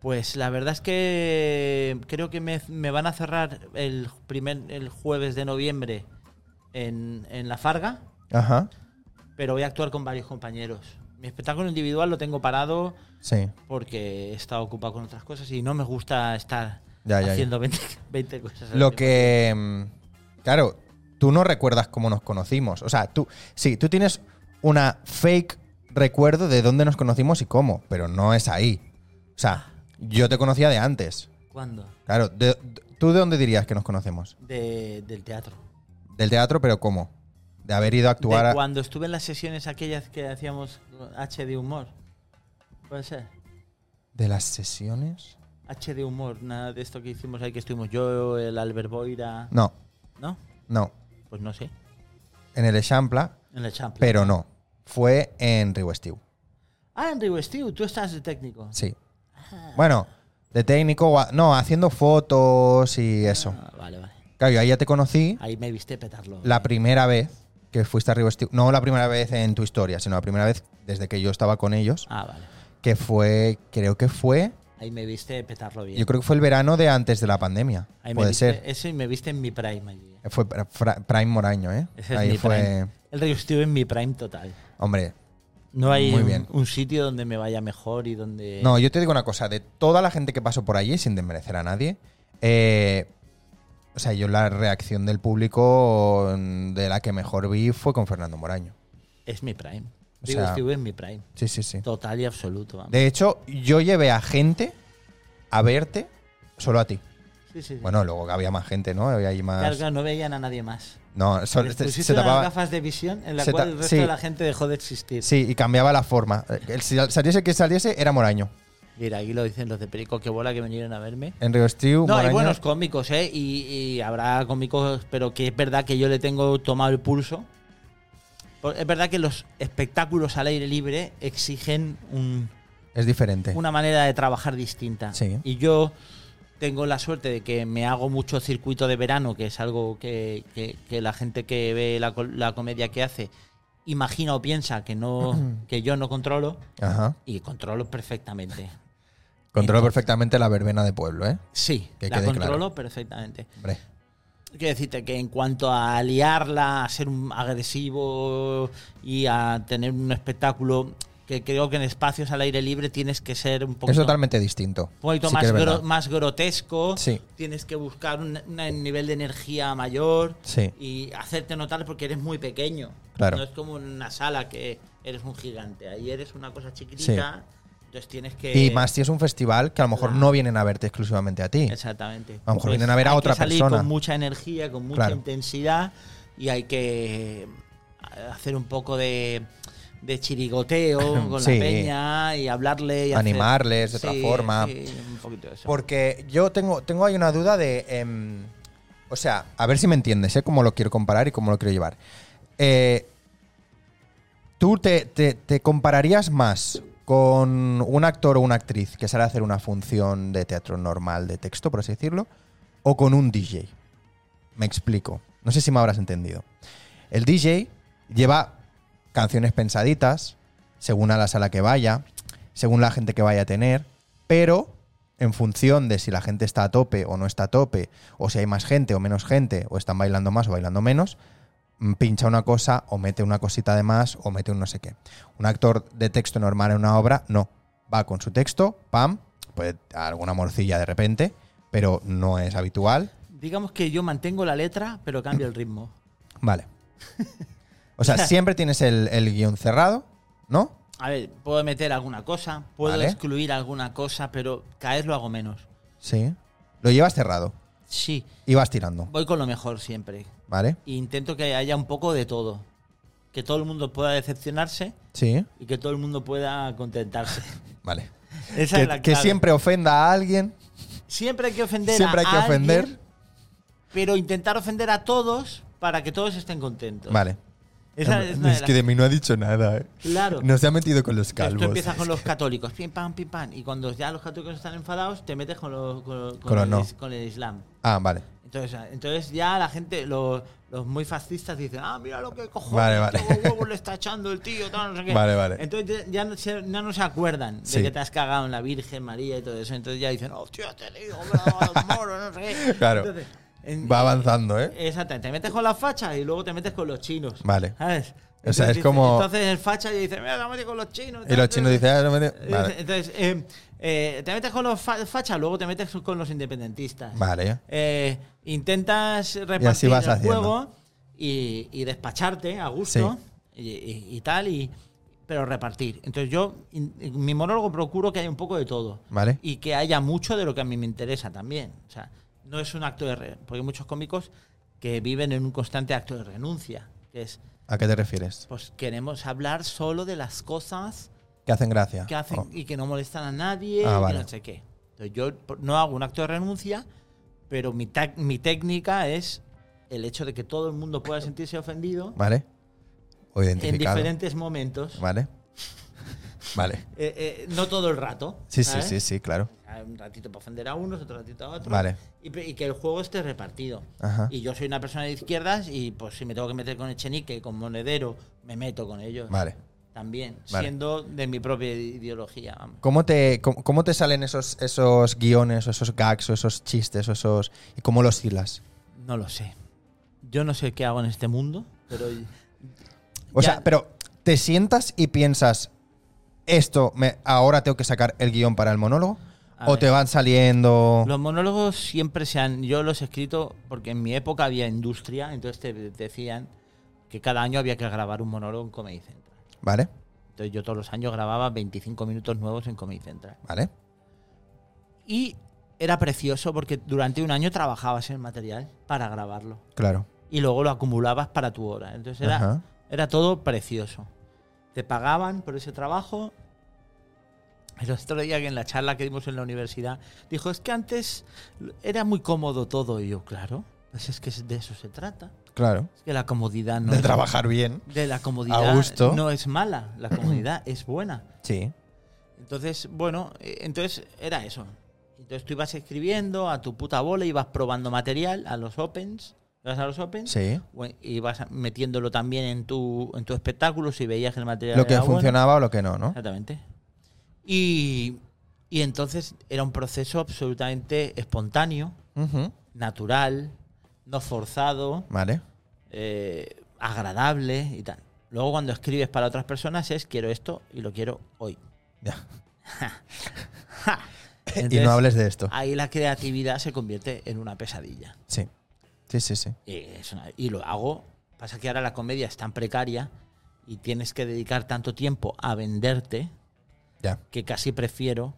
[SPEAKER 2] Pues la verdad es que creo que me, me van a cerrar el primer el jueves de noviembre en, en La Farga,
[SPEAKER 1] Ajá.
[SPEAKER 2] pero voy a actuar con varios compañeros. Mi espectáculo individual lo tengo parado
[SPEAKER 1] Sí.
[SPEAKER 2] porque he estado ocupado con otras cosas y no me gusta estar
[SPEAKER 1] Ya, ya, ya.
[SPEAKER 2] haciendo 20, 20 cosas. al
[SPEAKER 1] Lo
[SPEAKER 2] tiempo.
[SPEAKER 1] que. mm, Claro, tú no recuerdas cómo nos conocimos. O sea, tú. Sí, tú tienes una fake recuerdo de dónde nos conocimos y cómo, pero no es ahí. O sea, yo te conocía de antes.
[SPEAKER 2] ¿Cuándo?
[SPEAKER 1] Claro, de- de- ¿tú de dónde dirías que nos conocemos?
[SPEAKER 2] De- del teatro.
[SPEAKER 1] Del teatro, pero ¿cómo? De haber ido a actuar.
[SPEAKER 2] De
[SPEAKER 1] a-
[SPEAKER 2] cuando estuve en las sesiones aquellas que hacíamos H de humor. Puede ser.
[SPEAKER 1] ¿De las sesiones?
[SPEAKER 2] H de humor, nada de esto que hicimos ahí, que estuvimos yo, el Albert Boira.
[SPEAKER 1] No,
[SPEAKER 2] ¿No?
[SPEAKER 1] no.
[SPEAKER 2] Pues no sé.
[SPEAKER 1] En el Echampla,
[SPEAKER 2] En la Champions.
[SPEAKER 1] pero no. Fue en Río Estiu.
[SPEAKER 2] Ah, en Río Estiu, tú estás de técnico.
[SPEAKER 1] Sí. Bueno, de técnico, gua- no, haciendo fotos y eso.
[SPEAKER 2] Ah, vale, vale.
[SPEAKER 1] Claro, yo ahí ya te conocí
[SPEAKER 2] Ahí me viste petarlo.
[SPEAKER 1] la primera vez que fuiste a Río Estiu. No la primera vez en tu historia, sino la primera vez desde que yo estaba con ellos,
[SPEAKER 2] Ah, vale.
[SPEAKER 1] que fue, creo que fue,
[SPEAKER 2] Ahí me viste petarlo bien.
[SPEAKER 1] yo creo que fue el verano de antes de la pandemia.
[SPEAKER 2] Ahí me eh.
[SPEAKER 1] Puede
[SPEAKER 2] viste-
[SPEAKER 1] ser.
[SPEAKER 2] Eso y me viste en mi prime allí.
[SPEAKER 1] Fue pra- fra- Prime Moraño, ¿eh?
[SPEAKER 2] Ese es
[SPEAKER 1] Ahí
[SPEAKER 2] mi
[SPEAKER 1] fue,
[SPEAKER 2] prime. El Río Estiu en mi prime total.
[SPEAKER 1] hombre.
[SPEAKER 2] No hay
[SPEAKER 1] Muy
[SPEAKER 2] un-
[SPEAKER 1] bien.
[SPEAKER 2] Un, sitio donde me vaya mejor y donde.
[SPEAKER 1] No, yo te digo una cosa, de toda la gente que pasó por allí, sin desmerecer a nadie, eh, o sea, yo la reacción del público mm, de la que mejor vi fue con Fernando Moraño.
[SPEAKER 2] Es mi prime.
[SPEAKER 1] O
[SPEAKER 2] Río
[SPEAKER 1] sea-
[SPEAKER 2] Estiu en mi prime.
[SPEAKER 1] Sí, sí, sí.
[SPEAKER 2] Total y absoluto. vamos.
[SPEAKER 1] De hecho, yo llevé a gente a verte solo a ti.
[SPEAKER 2] Sí, sí, sí.
[SPEAKER 1] Bueno, luego había más gente, ¿no? Había ahí más.
[SPEAKER 2] Claro, claro, no veían a nadie más.
[SPEAKER 1] No, solo,
[SPEAKER 2] Les
[SPEAKER 1] se,
[SPEAKER 2] pusiste
[SPEAKER 1] se
[SPEAKER 2] unas
[SPEAKER 1] tapaba.
[SPEAKER 2] gafas de visión en la
[SPEAKER 1] se
[SPEAKER 2] cual
[SPEAKER 1] ta-
[SPEAKER 2] el resto
[SPEAKER 1] sí.
[SPEAKER 2] de la gente dejó de existir.
[SPEAKER 1] Sí, y cambiaba la forma. Eh, El, si saliese el que saliese era Moraño.
[SPEAKER 2] Mira, aquí lo dicen los de Perico, que bola que vinieron a verme.
[SPEAKER 1] En Río Estiu,
[SPEAKER 2] No, hay
[SPEAKER 1] Moraño-
[SPEAKER 2] buenos cómicos, ¿eh? Y, y habrá cómicos, pero que es verdad que yo le tengo tomado el pulso. Por- Es verdad que los espectáculos al aire libre exigen un,
[SPEAKER 1] es diferente.
[SPEAKER 2] una manera de trabajar distinta.
[SPEAKER 1] Sí.
[SPEAKER 2] Y yo tengo la suerte de que me hago mucho circuito de verano, que es algo que, que- que la gente que ve la, co- la comedia que hace imagina o piensa que, no, que yo no controlo
[SPEAKER 1] Ajá.
[SPEAKER 2] y controlo perfectamente.
[SPEAKER 1] Controlo perfectamente la verbena de pueblo, ¿eh?
[SPEAKER 2] Sí,
[SPEAKER 1] Que
[SPEAKER 2] la
[SPEAKER 1] quede claro.
[SPEAKER 2] controlo perfectamente.
[SPEAKER 1] Hombre.
[SPEAKER 2] Quiero decirte que en cuanto a liarla, a ser un agresivo y a tener un espectáculo que creo que en espacios al aire libre tienes que ser un
[SPEAKER 1] Es
[SPEAKER 2] poquito,
[SPEAKER 1] totalmente distinto.
[SPEAKER 2] un poquito
[SPEAKER 1] Sí que
[SPEAKER 2] más,
[SPEAKER 1] es
[SPEAKER 2] gro-
[SPEAKER 1] verdad.
[SPEAKER 2] más grotesco,
[SPEAKER 1] Sí.
[SPEAKER 2] tienes que buscar un, una- un nivel de energía mayor
[SPEAKER 1] Sí.
[SPEAKER 2] y hacerte notar porque eres muy pequeño.
[SPEAKER 1] Claro.
[SPEAKER 2] No es como una sala que eres un gigante, ahí eres una cosa chiquitita, entonces tienes que...
[SPEAKER 1] Y más si es un festival que a lo mejor no vienen a verte exclusivamente a ti.
[SPEAKER 2] Exactamente. Pues
[SPEAKER 1] A lo mejor vienen a ver a
[SPEAKER 2] hay que
[SPEAKER 1] otra
[SPEAKER 2] salir
[SPEAKER 1] persona.
[SPEAKER 2] Con mucha energía, con mucha
[SPEAKER 1] Claro.
[SPEAKER 2] intensidad y hay que eh, hacer un poco de, de chirigoteo con
[SPEAKER 1] Sí.
[SPEAKER 2] la peña y hablarle. Y hacer-
[SPEAKER 1] Animarles de otra forma.
[SPEAKER 2] sí, un poquito de eso.
[SPEAKER 1] Porque yo tengo, tengo ahí una duda de. em, o sea, a ver si me entiendes, ¿eh? Cómo lo quiero comparar y cómo lo quiero llevar. Eh, ¿Tú te, te- te compararías más con un actor o una actriz que sale a hacer una función de teatro normal, de texto, por así decirlo, o con un DJ? Me explico. No sé si me habrás entendido. El DJ lleva canciones pensaditas, según a la sala que vaya, según la gente que vaya a tener, pero en función de si la gente está a tope o no está a tope, o si hay más gente o menos gente, o están bailando más o bailando menos, mm, pincha una cosa o mete una cosita de más o mete un no sé qué. Un actor de texto normal en una obra, no. Va con su texto, pam, puede alguna morcilla de repente, pero no es habitual.
[SPEAKER 2] Digamos que yo mantengo la letra, pero cambio el ritmo.
[SPEAKER 1] Vale. O sea, siempre tienes el, el guión cerrado, ¿no?
[SPEAKER 2] A ver, puedo meter alguna cosa, puedo
[SPEAKER 1] Vale.
[SPEAKER 2] excluir alguna cosa, pero caer lo hago menos.
[SPEAKER 1] Sí. Lo llevas cerrado
[SPEAKER 2] Sí,
[SPEAKER 1] y vas tirando,
[SPEAKER 2] voy con lo mejor siempre.
[SPEAKER 1] ¿vale?
[SPEAKER 2] E intento que haya un poco de todo. Que todo el mundo pueda decepcionarse,
[SPEAKER 1] Sí.
[SPEAKER 2] y que todo el mundo pueda contentarse.
[SPEAKER 1] Vale.
[SPEAKER 2] Esa
[SPEAKER 1] Que,
[SPEAKER 2] es la
[SPEAKER 1] que
[SPEAKER 2] clave.
[SPEAKER 1] siempre ofenda a alguien,
[SPEAKER 2] Siempre hay que ofender
[SPEAKER 1] siempre
[SPEAKER 2] a
[SPEAKER 1] hay que ofender.
[SPEAKER 2] alguien, pero intentar ofender a todos para que todos estén contentos.
[SPEAKER 1] Vale.
[SPEAKER 2] Esa es una de las-
[SPEAKER 1] que de mí no ha dicho nada, ¿eh?
[SPEAKER 2] Claro.
[SPEAKER 1] Nos ha metido con los
[SPEAKER 2] Entonces
[SPEAKER 1] calvos.
[SPEAKER 2] Tú empiezas con los católicos, pim pam, pim pam, y cuando ya los católicos están enfadados, te metes con, los- con- con
[SPEAKER 1] Con los
[SPEAKER 2] el,
[SPEAKER 1] no.
[SPEAKER 2] is- con el Islam.
[SPEAKER 1] Ah, vale.
[SPEAKER 2] Entonces, a- entonces ya la gente, los, los muy fascistas dicen, ah, mira lo que cojones,
[SPEAKER 1] Vale, vale.
[SPEAKER 2] todos los huevos le está echando el tío, tal, no sé qué.
[SPEAKER 1] Vale, vale.
[SPEAKER 2] Entonces ya, ya no, se, ya no se acuerdan
[SPEAKER 1] Sí.
[SPEAKER 2] de que te has cagado en la Virgen María y todo eso. Entonces ya dicen, hostia, te digo, bravo, los moros, no sé qué.
[SPEAKER 1] Claro.
[SPEAKER 2] Entonces, en-
[SPEAKER 1] Va avanzando, ¿eh?
[SPEAKER 2] Exactamente, te metes con las fachas y luego te metes con los chinos.
[SPEAKER 1] Vale.
[SPEAKER 2] ¿Sabes?
[SPEAKER 1] O sea, es
[SPEAKER 2] dice-
[SPEAKER 1] como-
[SPEAKER 2] Entonces el facha ya dice, mira, te metes con los chinos.
[SPEAKER 1] Y
[SPEAKER 2] tal,
[SPEAKER 1] los
[SPEAKER 2] tal,
[SPEAKER 1] chinos
[SPEAKER 2] tal".
[SPEAKER 1] dicen, ah, no me-
[SPEAKER 2] Eh,
[SPEAKER 1] Vale.
[SPEAKER 2] Entonces, eh, eh, te metes con los fa- fachas, luego te metes con los independentistas.
[SPEAKER 1] Vale.
[SPEAKER 2] Eh, intentas repartir
[SPEAKER 1] vas
[SPEAKER 2] el
[SPEAKER 1] haciendo.
[SPEAKER 2] juego y, y despacharte a gusto y, y- y tal. Y, pero repartir. Entonces yo, in- en mi monólogo procuro que haya un poco de todo.
[SPEAKER 1] Vale.
[SPEAKER 2] Y que haya mucho de lo que a mí me interesa también. O sea, no es un acto de... re- porque hay muchos cómicos que viven en un constante acto de renuncia, que es,
[SPEAKER 1] ¿A qué te refieres?
[SPEAKER 2] pues queremos hablar solo de las cosas
[SPEAKER 1] Que hacen gracia.
[SPEAKER 2] que hacen
[SPEAKER 1] Oh,
[SPEAKER 2] y que no molestan a nadie
[SPEAKER 1] Ah,
[SPEAKER 2] y
[SPEAKER 1] vale.
[SPEAKER 2] no sé qué. Entonces, yo por- no hago un acto de renuncia, pero mi, tac- mi técnica es el hecho de que todo el mundo pueda sentirse ofendido
[SPEAKER 1] Vale. O
[SPEAKER 2] en
[SPEAKER 1] identificado.
[SPEAKER 2] diferentes momentos,
[SPEAKER 1] Vale. Vale.
[SPEAKER 2] eh, eh, no todo el rato.
[SPEAKER 1] Sí, sí,
[SPEAKER 2] ¿sabes?
[SPEAKER 1] sí, sí, claro.
[SPEAKER 2] Hay Un ratito para ofender a unos, otro ratito a otros.
[SPEAKER 1] Vale. Ah.
[SPEAKER 2] Y, pe- y que el juego esté repartido.
[SPEAKER 1] Ajá.
[SPEAKER 2] Y yo soy una persona de izquierdas y pues si me tengo que meter con Echenique, con Monedero, me meto con ellos.
[SPEAKER 1] Vale.
[SPEAKER 2] También,
[SPEAKER 1] Vale.
[SPEAKER 2] siendo de mi propia ideología. vamos.
[SPEAKER 1] ¿Cómo te, cómo, cómo te salen esos, esos guiones, o esos gags, o esos chistes, o esos. y cómo los hilas?
[SPEAKER 2] No lo sé. Yo no sé qué hago en este mundo, pero.
[SPEAKER 1] O
[SPEAKER 2] Ya-
[SPEAKER 1] sea, pero te sientas y piensas, esto, me, ahora tengo que sacar el guión para el monólogo,
[SPEAKER 2] A
[SPEAKER 1] o
[SPEAKER 2] ver.
[SPEAKER 1] te van saliendo.
[SPEAKER 2] Los monólogos siempre se han. Yo los he escrito porque en mi época había industria, entonces te decían que cada año había que grabar un monólogo en Comedy Central.
[SPEAKER 1] Vale,
[SPEAKER 2] Entonces yo todos los años grababa 25 minutos nuevos en Comedy Central.
[SPEAKER 1] vale.
[SPEAKER 2] Y era precioso porque durante un año trabajabas en el material para grabarlo.
[SPEAKER 1] Claro.
[SPEAKER 2] y luego lo acumulabas para tu hora. Entonces
[SPEAKER 1] Ajá.
[SPEAKER 2] era, era todo precioso. Te pagaban por ese trabajo. El otro día que en la charla que dimos en la universidad dijo, es que antes era muy cómodo todo. Y yo, claro, pues es que de eso se trata.
[SPEAKER 1] Claro.
[SPEAKER 2] Es que la comodidad no
[SPEAKER 1] de
[SPEAKER 2] es-
[SPEAKER 1] trabajar bien.
[SPEAKER 2] De la comodidad
[SPEAKER 1] A gusto.
[SPEAKER 2] no es mala, la comodidad es buena.
[SPEAKER 1] Sí.
[SPEAKER 2] Entonces, bueno, eh, entonces era eso. Entonces tú ibas escribiendo a tu puta bola, ibas probando material a los opens, ibas a los opens,
[SPEAKER 1] Sí.
[SPEAKER 2] o- y vas a- metiéndolo también en tu, en tu espectáculo si veías que el material
[SPEAKER 1] Lo que
[SPEAKER 2] era bueno.
[SPEAKER 1] funcionaba o lo que no, ¿no?
[SPEAKER 2] Exactamente. Y, y entonces era un proceso absolutamente espontáneo,
[SPEAKER 1] Ujú.
[SPEAKER 2] natural, no forzado,
[SPEAKER 1] Vale.
[SPEAKER 2] eh, agradable y tal. Luego cuando escribes para otras personas es quiero esto y lo quiero hoy.
[SPEAKER 1] Ya.
[SPEAKER 2] ¡Ja!
[SPEAKER 1] y
[SPEAKER 2] Entonces,
[SPEAKER 1] no hables de esto.
[SPEAKER 2] Ahí la creatividad se convierte en una pesadilla.
[SPEAKER 1] Sí. Sí, sí, sí.
[SPEAKER 2] Y, Eh, es una- y lo hago. Pasa que ahora la comedia es tan precaria y tienes que dedicar tanto tiempo a venderte
[SPEAKER 1] Ya.
[SPEAKER 2] que casi prefiero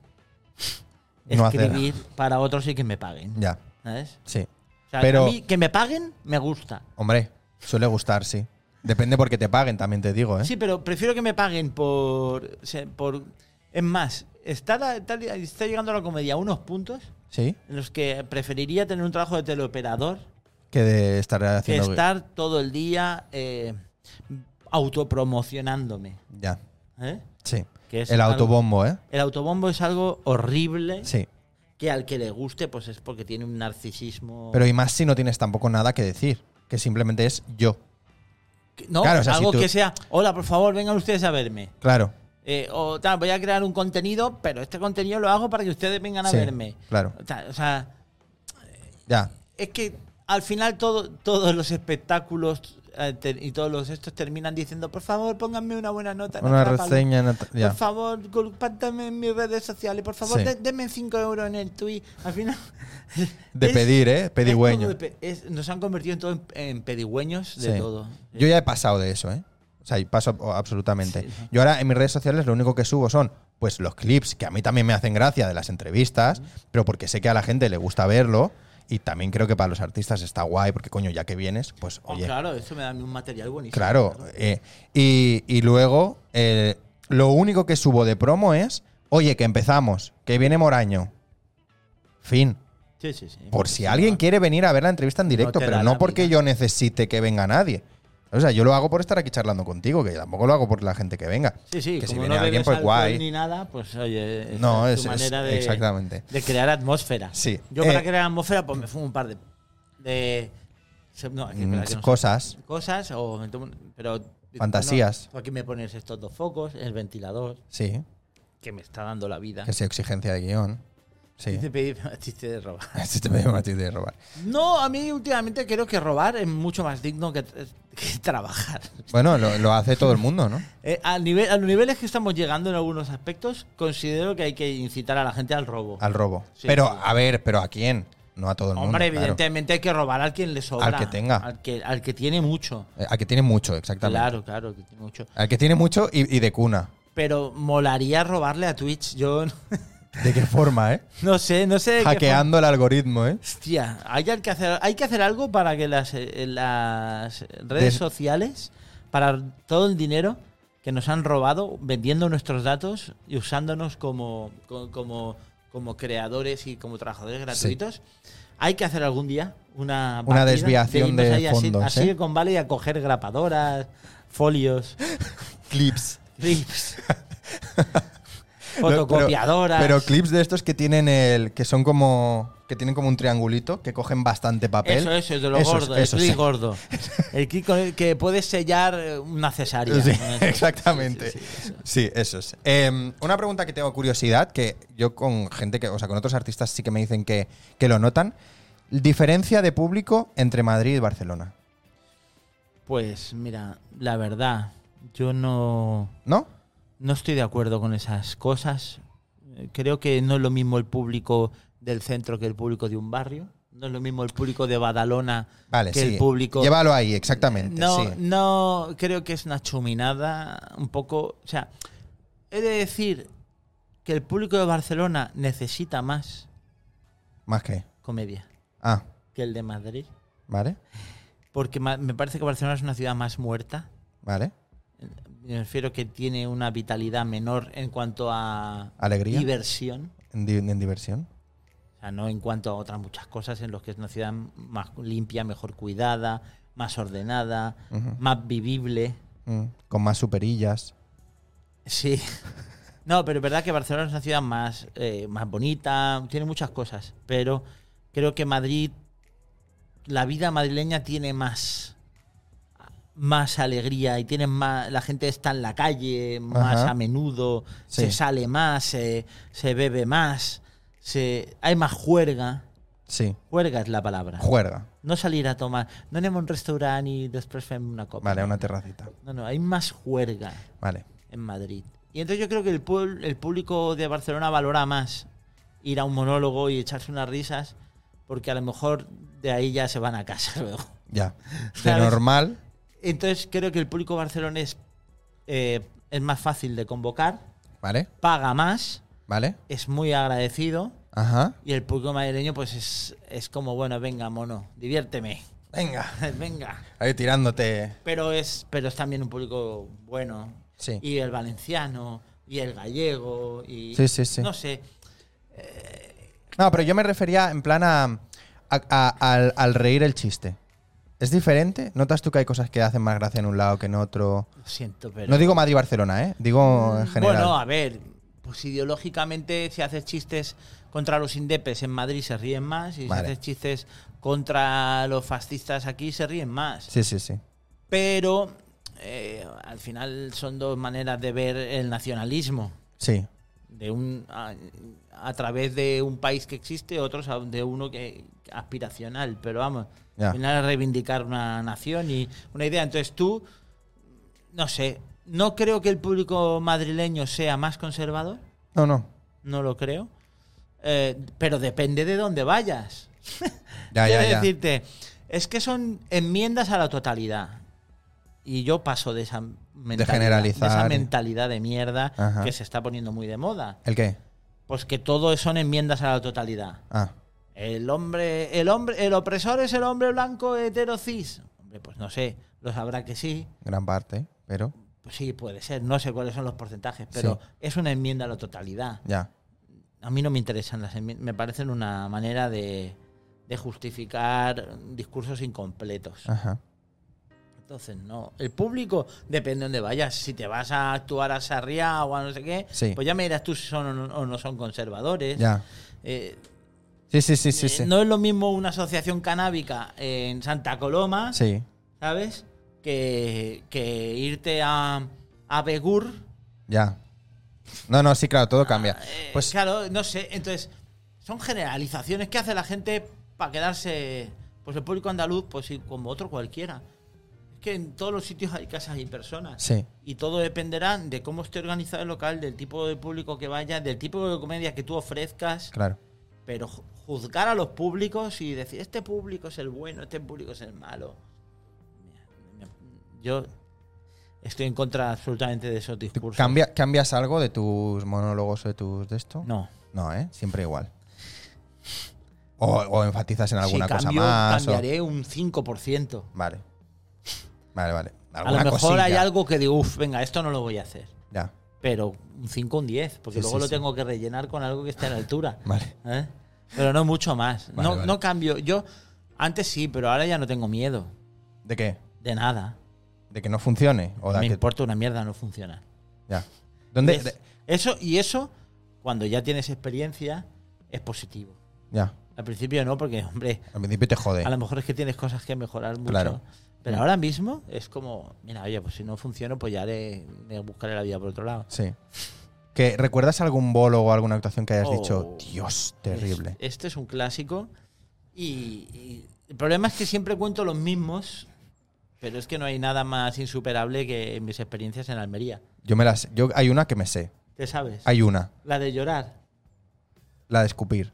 [SPEAKER 1] No hacer.
[SPEAKER 2] escribir para otros y que me paguen.
[SPEAKER 1] Ya.
[SPEAKER 2] ¿Sabes?
[SPEAKER 1] Sí.
[SPEAKER 2] O sea,
[SPEAKER 1] Pero-
[SPEAKER 2] a mí que me paguen me gusta.
[SPEAKER 1] Hombre, suele gustar, sí. Depende porque te paguen, también te digo, ¿eh?
[SPEAKER 2] Sí, pero prefiero que me paguen por. se- por es más, está, la- está- está llegando la comedia a unos puntos
[SPEAKER 1] Sí.
[SPEAKER 2] en los que preferiría tener un trabajo de teleoperador
[SPEAKER 1] Que de estar
[SPEAKER 2] que
[SPEAKER 1] haciendo.
[SPEAKER 2] estar todo el día eh, autopromocionándome.
[SPEAKER 1] Ya.
[SPEAKER 2] ¿eh?
[SPEAKER 1] Sí.
[SPEAKER 2] Que es
[SPEAKER 1] El
[SPEAKER 2] algo-
[SPEAKER 1] autobombo, ¿eh?
[SPEAKER 2] El autobombo es algo horrible
[SPEAKER 1] Sí.
[SPEAKER 2] que al que le guste pues es porque tiene un narcisismo.
[SPEAKER 1] Pero y más si no tienes tampoco nada que decir. Que simplemente es yo.
[SPEAKER 2] Que- no,
[SPEAKER 1] claro, o sea, si
[SPEAKER 2] algo
[SPEAKER 1] tú-
[SPEAKER 2] que sea, hola, por favor, vengan ustedes a verme.
[SPEAKER 1] Claro.
[SPEAKER 2] Eh, o tal, voy a crear un contenido, pero este contenido lo hago para que ustedes vengan a
[SPEAKER 1] Sí,
[SPEAKER 2] verme.
[SPEAKER 1] claro.
[SPEAKER 2] O sea, o sea,
[SPEAKER 1] Ya.
[SPEAKER 2] es que al final todo, todos los espectáculos eh, te- y todos los estos terminan diciendo, por favor, pónganme una buena nota. en
[SPEAKER 1] Una
[SPEAKER 2] Atrapalo".
[SPEAKER 1] reseña. no te- Ya.
[SPEAKER 2] Por favor, compártame en mis redes sociales. Por favor,
[SPEAKER 1] Sí.
[SPEAKER 2] de- denme 5 euros en el tweet. Al final.
[SPEAKER 1] De
[SPEAKER 2] es-
[SPEAKER 1] pedir, ¿eh?
[SPEAKER 2] es todo
[SPEAKER 1] Pedigüeño.
[SPEAKER 2] de pe- es- nos han convertido en, todo en, en pedigüeños de
[SPEAKER 1] Sí.
[SPEAKER 2] todo.
[SPEAKER 1] Yo ya he pasado de eso, ¿eh? O sea, y paso oh, absolutamente. Yo ahora en mis redes sociales lo único que subo son, pues, los clips, que a mí también me hacen gracia de las entrevistas, pero porque sé que a la gente le gusta verlo y también creo que para los artistas está guay, porque coño, ya que vienes, pues,
[SPEAKER 2] Oh,
[SPEAKER 1] oye,
[SPEAKER 2] claro, eso me da a mí un material buenísimo.
[SPEAKER 1] Claro. eh, y, y luego, eh, lo único que subo de promo es, oye, que empezamos, que viene Moraño. Fin.
[SPEAKER 2] Sí, sí, sí.
[SPEAKER 1] Por si alguien quiere venir a ver la entrevista en directo,
[SPEAKER 2] te
[SPEAKER 1] pero
[SPEAKER 2] da
[SPEAKER 1] no
[SPEAKER 2] la
[SPEAKER 1] porque
[SPEAKER 2] vida.
[SPEAKER 1] yo necesite que venga nadie. O sea, yo lo hago por estar aquí charlando contigo, que tampoco lo hago por la gente que venga.
[SPEAKER 2] Sí, sí,
[SPEAKER 1] que si
[SPEAKER 2] como
[SPEAKER 1] viene
[SPEAKER 2] no
[SPEAKER 1] alguien,
[SPEAKER 2] bebes
[SPEAKER 1] pues
[SPEAKER 2] alcohol
[SPEAKER 1] guay.
[SPEAKER 2] ni nada, pues oye. esa
[SPEAKER 1] No,
[SPEAKER 2] tu
[SPEAKER 1] es, es-
[SPEAKER 2] manera de,
[SPEAKER 1] exactamente.
[SPEAKER 2] de crear atmósfera.
[SPEAKER 1] Sí.
[SPEAKER 2] Yo para
[SPEAKER 1] Eh,
[SPEAKER 2] crear atmósfera, pues me fumo un par de. de se- no, aquí,
[SPEAKER 1] Mm,
[SPEAKER 2] espera, que no sé.
[SPEAKER 1] Cosas.
[SPEAKER 2] cosas o me tomo un- pero
[SPEAKER 1] Fantasías.
[SPEAKER 2] no, aquí me pones estos dos focos el ventilador
[SPEAKER 1] Sí.
[SPEAKER 2] que me está dando la vida
[SPEAKER 1] Que sea exigencia de guión. Sí.
[SPEAKER 2] Te pedí- chiste de robar
[SPEAKER 1] Este me llama a ti de robar.
[SPEAKER 2] no a mí últimamente creo que robar es mucho más digno que, que trabajar
[SPEAKER 1] Bueno, lo, lo hace todo el mundo, ¿no?
[SPEAKER 2] Eh, a, nivel, a los niveles que estamos llegando en algunos aspectos considero que hay que incitar a la gente al robo
[SPEAKER 1] Al robo.
[SPEAKER 2] Sí,
[SPEAKER 1] pero,
[SPEAKER 2] sí.
[SPEAKER 1] a ver, ¿pero a quién? no a todo el mundo.
[SPEAKER 2] Hombre,
[SPEAKER 1] claro.
[SPEAKER 2] evidentemente hay que robar al quien le sobra.
[SPEAKER 1] Al que tenga.
[SPEAKER 2] Al que, al que tiene mucho.
[SPEAKER 1] Eh, Al que tiene mucho, exactamente.
[SPEAKER 2] Claro, claro, al que tiene mucho.
[SPEAKER 1] Al que tiene mucho y, y de cuna.
[SPEAKER 2] Pero molaría robarle a Twitch. Yo no-
[SPEAKER 1] ¿De qué forma, eh?
[SPEAKER 2] no sé, no sé. de qué
[SPEAKER 1] Hackeando el algoritmo, eh.
[SPEAKER 2] forma- Hostia, hay al que hacer, hay que hacer algo para que las, eh, las redes
[SPEAKER 1] Des-
[SPEAKER 2] sociales, para todo el dinero que nos han robado vendiendo nuestros datos y usándonos como, co- como, como creadores y como trabajadores gratuitos, hay que hacer algún día una,
[SPEAKER 1] Una
[SPEAKER 2] partida
[SPEAKER 1] desviación
[SPEAKER 2] irnos
[SPEAKER 1] de
[SPEAKER 2] ahí así-
[SPEAKER 1] fondos,
[SPEAKER 2] Así,
[SPEAKER 1] ¿eh?
[SPEAKER 2] que con vale y a coger grapadoras, folios.
[SPEAKER 1] Clips.
[SPEAKER 2] clips,
[SPEAKER 1] No, pero-
[SPEAKER 2] fotocopiadoras.
[SPEAKER 1] Pero, clips de estos que tienen el. que son como. que tienen como un triangulito, que cogen bastante papel.
[SPEAKER 2] Eso, eso, es de lo
[SPEAKER 1] Esos,
[SPEAKER 2] gordo, el
[SPEAKER 1] esos,
[SPEAKER 2] clip
[SPEAKER 1] sí.
[SPEAKER 2] gordo. El clip con el que puedes sellar eh, una cesárea.
[SPEAKER 1] Sí,
[SPEAKER 2] ¿no? Eso.
[SPEAKER 1] exactamente.
[SPEAKER 2] Sí, sí, sí, eso.
[SPEAKER 1] Sí, esos. Eh, una pregunta que tengo curiosidad, que yo con gente que, o sea, con otros artistas sí que me dicen que, que lo notan. Diferencia de público entre Madrid y Barcelona,
[SPEAKER 2] Pues mira, la verdad, yo no,
[SPEAKER 1] ¿no?
[SPEAKER 2] no estoy de acuerdo con esas cosas. Eh, Creo que no es lo mismo el público del centro que el público de un barrio. No es lo mismo el público de Badalona
[SPEAKER 1] Vale,
[SPEAKER 2] que
[SPEAKER 1] sí.
[SPEAKER 2] el público
[SPEAKER 1] Llévalo ahí, exactamente.
[SPEAKER 2] No,
[SPEAKER 1] sí.
[SPEAKER 2] no, creo que es una chuminada un poco. O sea, he de decir que el público de Barcelona necesita más
[SPEAKER 1] Más que.
[SPEAKER 2] comedia
[SPEAKER 1] Ah,
[SPEAKER 2] que el de Madrid.
[SPEAKER 1] vale,
[SPEAKER 2] Porque ma- me parece que Barcelona es una ciudad más muerta.
[SPEAKER 1] vale.
[SPEAKER 2] Me refiero que tiene una vitalidad menor en cuanto a
[SPEAKER 1] Alegría.
[SPEAKER 2] diversión.
[SPEAKER 1] En, di- en diversión.
[SPEAKER 2] O sea, no en cuanto a otras muchas cosas en los que es una ciudad más limpia, mejor cuidada, más ordenada,
[SPEAKER 1] Ujú.
[SPEAKER 2] más vivible.
[SPEAKER 1] Mm, Con más superillas.
[SPEAKER 2] Sí. No, pero es verdad que Barcelona es una ciudad más, eh, más bonita, tiene muchas cosas, pero creo que Madrid, la vida madrileña tiene más, más alegría y tiene más, la gente está en la calle más
[SPEAKER 1] Ajá.
[SPEAKER 2] a menudo,
[SPEAKER 1] Sí.
[SPEAKER 2] se sale más, se, se bebe más, se, hay más juerga.
[SPEAKER 1] Sí.
[SPEAKER 2] Juerga es la palabra.
[SPEAKER 1] Juerga.
[SPEAKER 2] no salir a tomar, no anem a un restaurante y después fem una copa.
[SPEAKER 1] Vale, una terracita.
[SPEAKER 2] No, no, hay más juerga
[SPEAKER 1] Vale.
[SPEAKER 2] en Madrid. Y entonces yo creo que el, puebl- el público de Barcelona valora más ir a un monólogo y echarse unas risas, porque a lo mejor de ahí ya se van a casa luego.
[SPEAKER 1] Ya. De
[SPEAKER 2] ¿Sabes?
[SPEAKER 1] normal.
[SPEAKER 2] Entonces creo que el público barcelonés eh, es más fácil de convocar,
[SPEAKER 1] Vale,
[SPEAKER 2] paga más,
[SPEAKER 1] vale.
[SPEAKER 2] es muy agradecido,
[SPEAKER 1] Ajá.
[SPEAKER 2] y el público madrileño pues es, es como, bueno, venga, mono, diviérteme,
[SPEAKER 1] Venga.
[SPEAKER 2] venga.
[SPEAKER 1] Ahí tirándote.
[SPEAKER 2] Pero es, pero es también un público bueno,
[SPEAKER 1] Sí.
[SPEAKER 2] y el valenciano y el gallego y
[SPEAKER 1] Sí, sí, sí.
[SPEAKER 2] no sé
[SPEAKER 1] No, pero yo me refería en plan a, a- a- al, al reír el chiste. ¿Es diferente? ¿Notas tú que hay cosas que hacen más gracia en un lado que en otro?
[SPEAKER 2] lo siento pero Mm,
[SPEAKER 1] No digo Madrid-Barcelona, ¿eh? Digo en general.
[SPEAKER 2] bueno a ver pues ideológicamente si haces chistes contra los indepes en Madrid se ríen más y
[SPEAKER 1] Vale.
[SPEAKER 2] si haces chistes contra los fascistas aquí se ríen más
[SPEAKER 1] Sí, sí, sí.
[SPEAKER 2] pero eh, al final son dos maneras de ver el nacionalismo
[SPEAKER 1] Sí,
[SPEAKER 2] de un a, a través de un país que existe, otros a- de uno que aspiracional, pero vamos,
[SPEAKER 1] Ya.
[SPEAKER 2] al final es reivindicar una nación y una idea. Entonces tú, no sé, no creo que el público madrileño sea más conservador,
[SPEAKER 1] No, no.
[SPEAKER 2] no lo creo, eh, pero depende de dónde vayas.
[SPEAKER 1] Ya,
[SPEAKER 2] Quiero
[SPEAKER 1] ya, ya.
[SPEAKER 2] decirte, es que son enmiendas a la totalidad. Y yo paso de esa mentalidad,
[SPEAKER 1] generalizar.
[SPEAKER 2] de esa mentalidad de mierda
[SPEAKER 1] Ajá.
[SPEAKER 2] que se está poniendo muy de moda.
[SPEAKER 1] ¿El qué?
[SPEAKER 2] Pues que todo son enmiendas a la totalidad.
[SPEAKER 1] Ah,
[SPEAKER 2] El hombre, el hombre, el opresor es el hombre blanco heterocis. Hombre, pues no sé, lo sabrá que sí.
[SPEAKER 1] gran parte, pero
[SPEAKER 2] Pues sí, puede ser. No sé cuáles son los porcentajes, pero
[SPEAKER 1] Sí.
[SPEAKER 2] es una enmienda a la totalidad.
[SPEAKER 1] ya.
[SPEAKER 2] A mí no me interesan las enmiendas. Me parecen una manera de, de justificar discursos incompletos.
[SPEAKER 1] Ajá.
[SPEAKER 2] Entonces, no. El público depende de dónde vayas. Si te vas a actuar a Sarriá o a no sé qué,
[SPEAKER 1] Sí.
[SPEAKER 2] pues ya me dirás tú si son o no- o no son conservadores.
[SPEAKER 1] Ya.
[SPEAKER 2] Eh,
[SPEAKER 1] Sí, sí, sí, sí.
[SPEAKER 2] Eh,
[SPEAKER 1] Sí.
[SPEAKER 2] No es lo mismo una asociación canábica en Santa Coloma,
[SPEAKER 1] sí.
[SPEAKER 2] ¿sabes? Que, que irte a, a Begur.
[SPEAKER 1] Ya. No, no, sí, claro, todo cambia.
[SPEAKER 2] Eh,
[SPEAKER 1] Pues
[SPEAKER 2] claro, no sé. Entonces, son generalizaciones que hace la gente para quedarse. Pues el público andaluz, pues sí, como otro cualquiera. Es que en todos los sitios hay casas y personas.
[SPEAKER 1] sí,
[SPEAKER 2] Y todo dependerá de cómo esté organizado el local, del tipo de público que vaya, del tipo de comedia que tú ofrezcas.
[SPEAKER 1] claro.
[SPEAKER 2] Pero ju- juzgar a los públicos y decir, este público es el bueno, este público es el malo. Mira, me- Yo estoy en contra absolutamente de esos
[SPEAKER 1] ¿Tú
[SPEAKER 2] discursos.
[SPEAKER 1] cambia- ¿Cambias algo de tus monólogos o de tus de esto?
[SPEAKER 2] No.
[SPEAKER 1] No, ¿eh? Siempre igual. O, o enfatizas en alguna
[SPEAKER 2] si
[SPEAKER 1] cosa
[SPEAKER 2] cambio,
[SPEAKER 1] más. o-
[SPEAKER 2] cambiaré un 5%.
[SPEAKER 1] Vale. Vale, vale.
[SPEAKER 2] A
[SPEAKER 1] Alguna
[SPEAKER 2] lo mejor
[SPEAKER 1] cosilla.
[SPEAKER 2] hay algo que digo, uff, venga, esto no lo voy a hacer.
[SPEAKER 1] Ya.
[SPEAKER 2] Pero un 5 un 10, porque
[SPEAKER 1] Sí,
[SPEAKER 2] luego
[SPEAKER 1] sí,
[SPEAKER 2] lo
[SPEAKER 1] sí.
[SPEAKER 2] tengo que rellenar con algo que esté a la altura.
[SPEAKER 1] Vale.
[SPEAKER 2] ¿eh? Pero no mucho más.
[SPEAKER 1] Vale,
[SPEAKER 2] no,
[SPEAKER 1] vale.
[SPEAKER 2] no cambio. Yo antes sí, pero ahora ya no tengo miedo
[SPEAKER 1] ¿De qué?
[SPEAKER 2] de nada.
[SPEAKER 1] ¿De que no funcione? O de
[SPEAKER 2] Me
[SPEAKER 1] que-
[SPEAKER 2] importa una mierda, no funciona.
[SPEAKER 1] Ya. ¿Dónde?
[SPEAKER 2] ¿Ves?
[SPEAKER 1] de-
[SPEAKER 2] Eso, y eso, cuando ya tienes experiencia, es positivo.
[SPEAKER 1] ya.
[SPEAKER 2] Al principio no, porque, hombre,
[SPEAKER 1] Al principio te jode.
[SPEAKER 2] a lo mejor es que tienes cosas que mejorar mucho.
[SPEAKER 1] Claro.
[SPEAKER 2] Pero
[SPEAKER 1] Mm.
[SPEAKER 2] ahora mismo es como, mira, oye, pues si no funciona, pues ya haré- me buscaré la vida por otro lado.
[SPEAKER 1] Sí. ¿Que ¿Recuerdas algún bolo o alguna actuación que hayas
[SPEAKER 2] Oh.
[SPEAKER 1] dicho, Dios, terrible?
[SPEAKER 2] Este, este es un clásico. Y, y el problema es que siempre cuento los mismos, pero es que no hay nada más insuperable que mis experiencias en Almería.
[SPEAKER 1] Yo me las. Yo, hay una que me sé.
[SPEAKER 2] ¿Te sabes?
[SPEAKER 1] Hay una.
[SPEAKER 2] La de llorar,
[SPEAKER 1] La de escupir.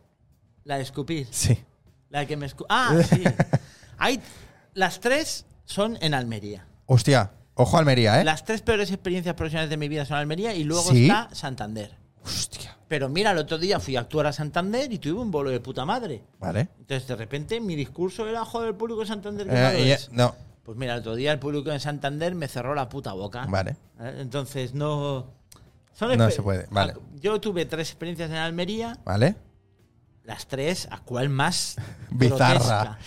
[SPEAKER 2] la de escupir,
[SPEAKER 1] Sí.
[SPEAKER 2] la de que me escu- Ah, sí. Hay, las tres son en Almería.
[SPEAKER 1] Hostia. Ojo Almería, ¿eh?
[SPEAKER 2] Las tres peores experiencias profesionales de mi vida son Almería y luego
[SPEAKER 1] ¿Sí?
[SPEAKER 2] está Santander.
[SPEAKER 1] Hostia.
[SPEAKER 2] Pero mira, el otro día fui a actuar a Santander y tuve un bolo de puta madre.
[SPEAKER 1] Vale.
[SPEAKER 2] Entonces, de repente, mi discurso era, joder, el público de Santander, ¿qué
[SPEAKER 1] Eh,
[SPEAKER 2] malo
[SPEAKER 1] y-
[SPEAKER 2] es?".
[SPEAKER 1] no.
[SPEAKER 2] Pues mira, el otro día el público en Santander me cerró la puta boca.
[SPEAKER 1] Vale.
[SPEAKER 2] Eh, Entonces no. son
[SPEAKER 1] No
[SPEAKER 2] exper-
[SPEAKER 1] se puede, vale.
[SPEAKER 2] Ah, Yo tuve tres experiencias en Almería,
[SPEAKER 1] Vale.
[SPEAKER 2] las tres, ¿a cuál más?
[SPEAKER 1] Bizarra.
[SPEAKER 2] grotesca?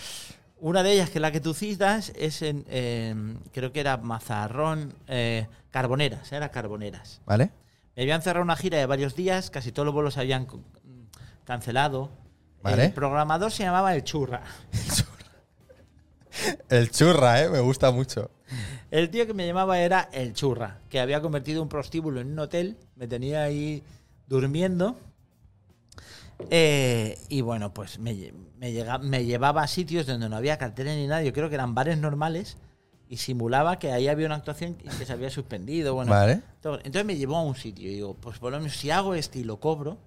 [SPEAKER 2] Una de ellas, que es la que tú citas, es en. eh, creo que era Mazarrón. eh, Carboneras, era Carboneras.
[SPEAKER 1] Vale.
[SPEAKER 2] Me habían cerrado una gira de varios días, casi todos los bolos se habían co- cancelado.
[SPEAKER 1] Vale.
[SPEAKER 2] El programador se llamaba El Churra.
[SPEAKER 1] El churra, ¿eh? Me gusta mucho.
[SPEAKER 2] El tío que me llamaba era el churra, que había convertido un prostíbulo en un hotel, me tenía ahí durmiendo. Eh, y bueno, pues me, lle- me llega- me llevaba a sitios donde no había carteles ni nada, yo creo que eran bares normales, y simulaba que ahí había una actuación y que se había suspendido. Bueno,
[SPEAKER 1] Vale.
[SPEAKER 2] todo. entonces me llevó a un sitio y digo, pues por lo menos si hago este y lo cobro,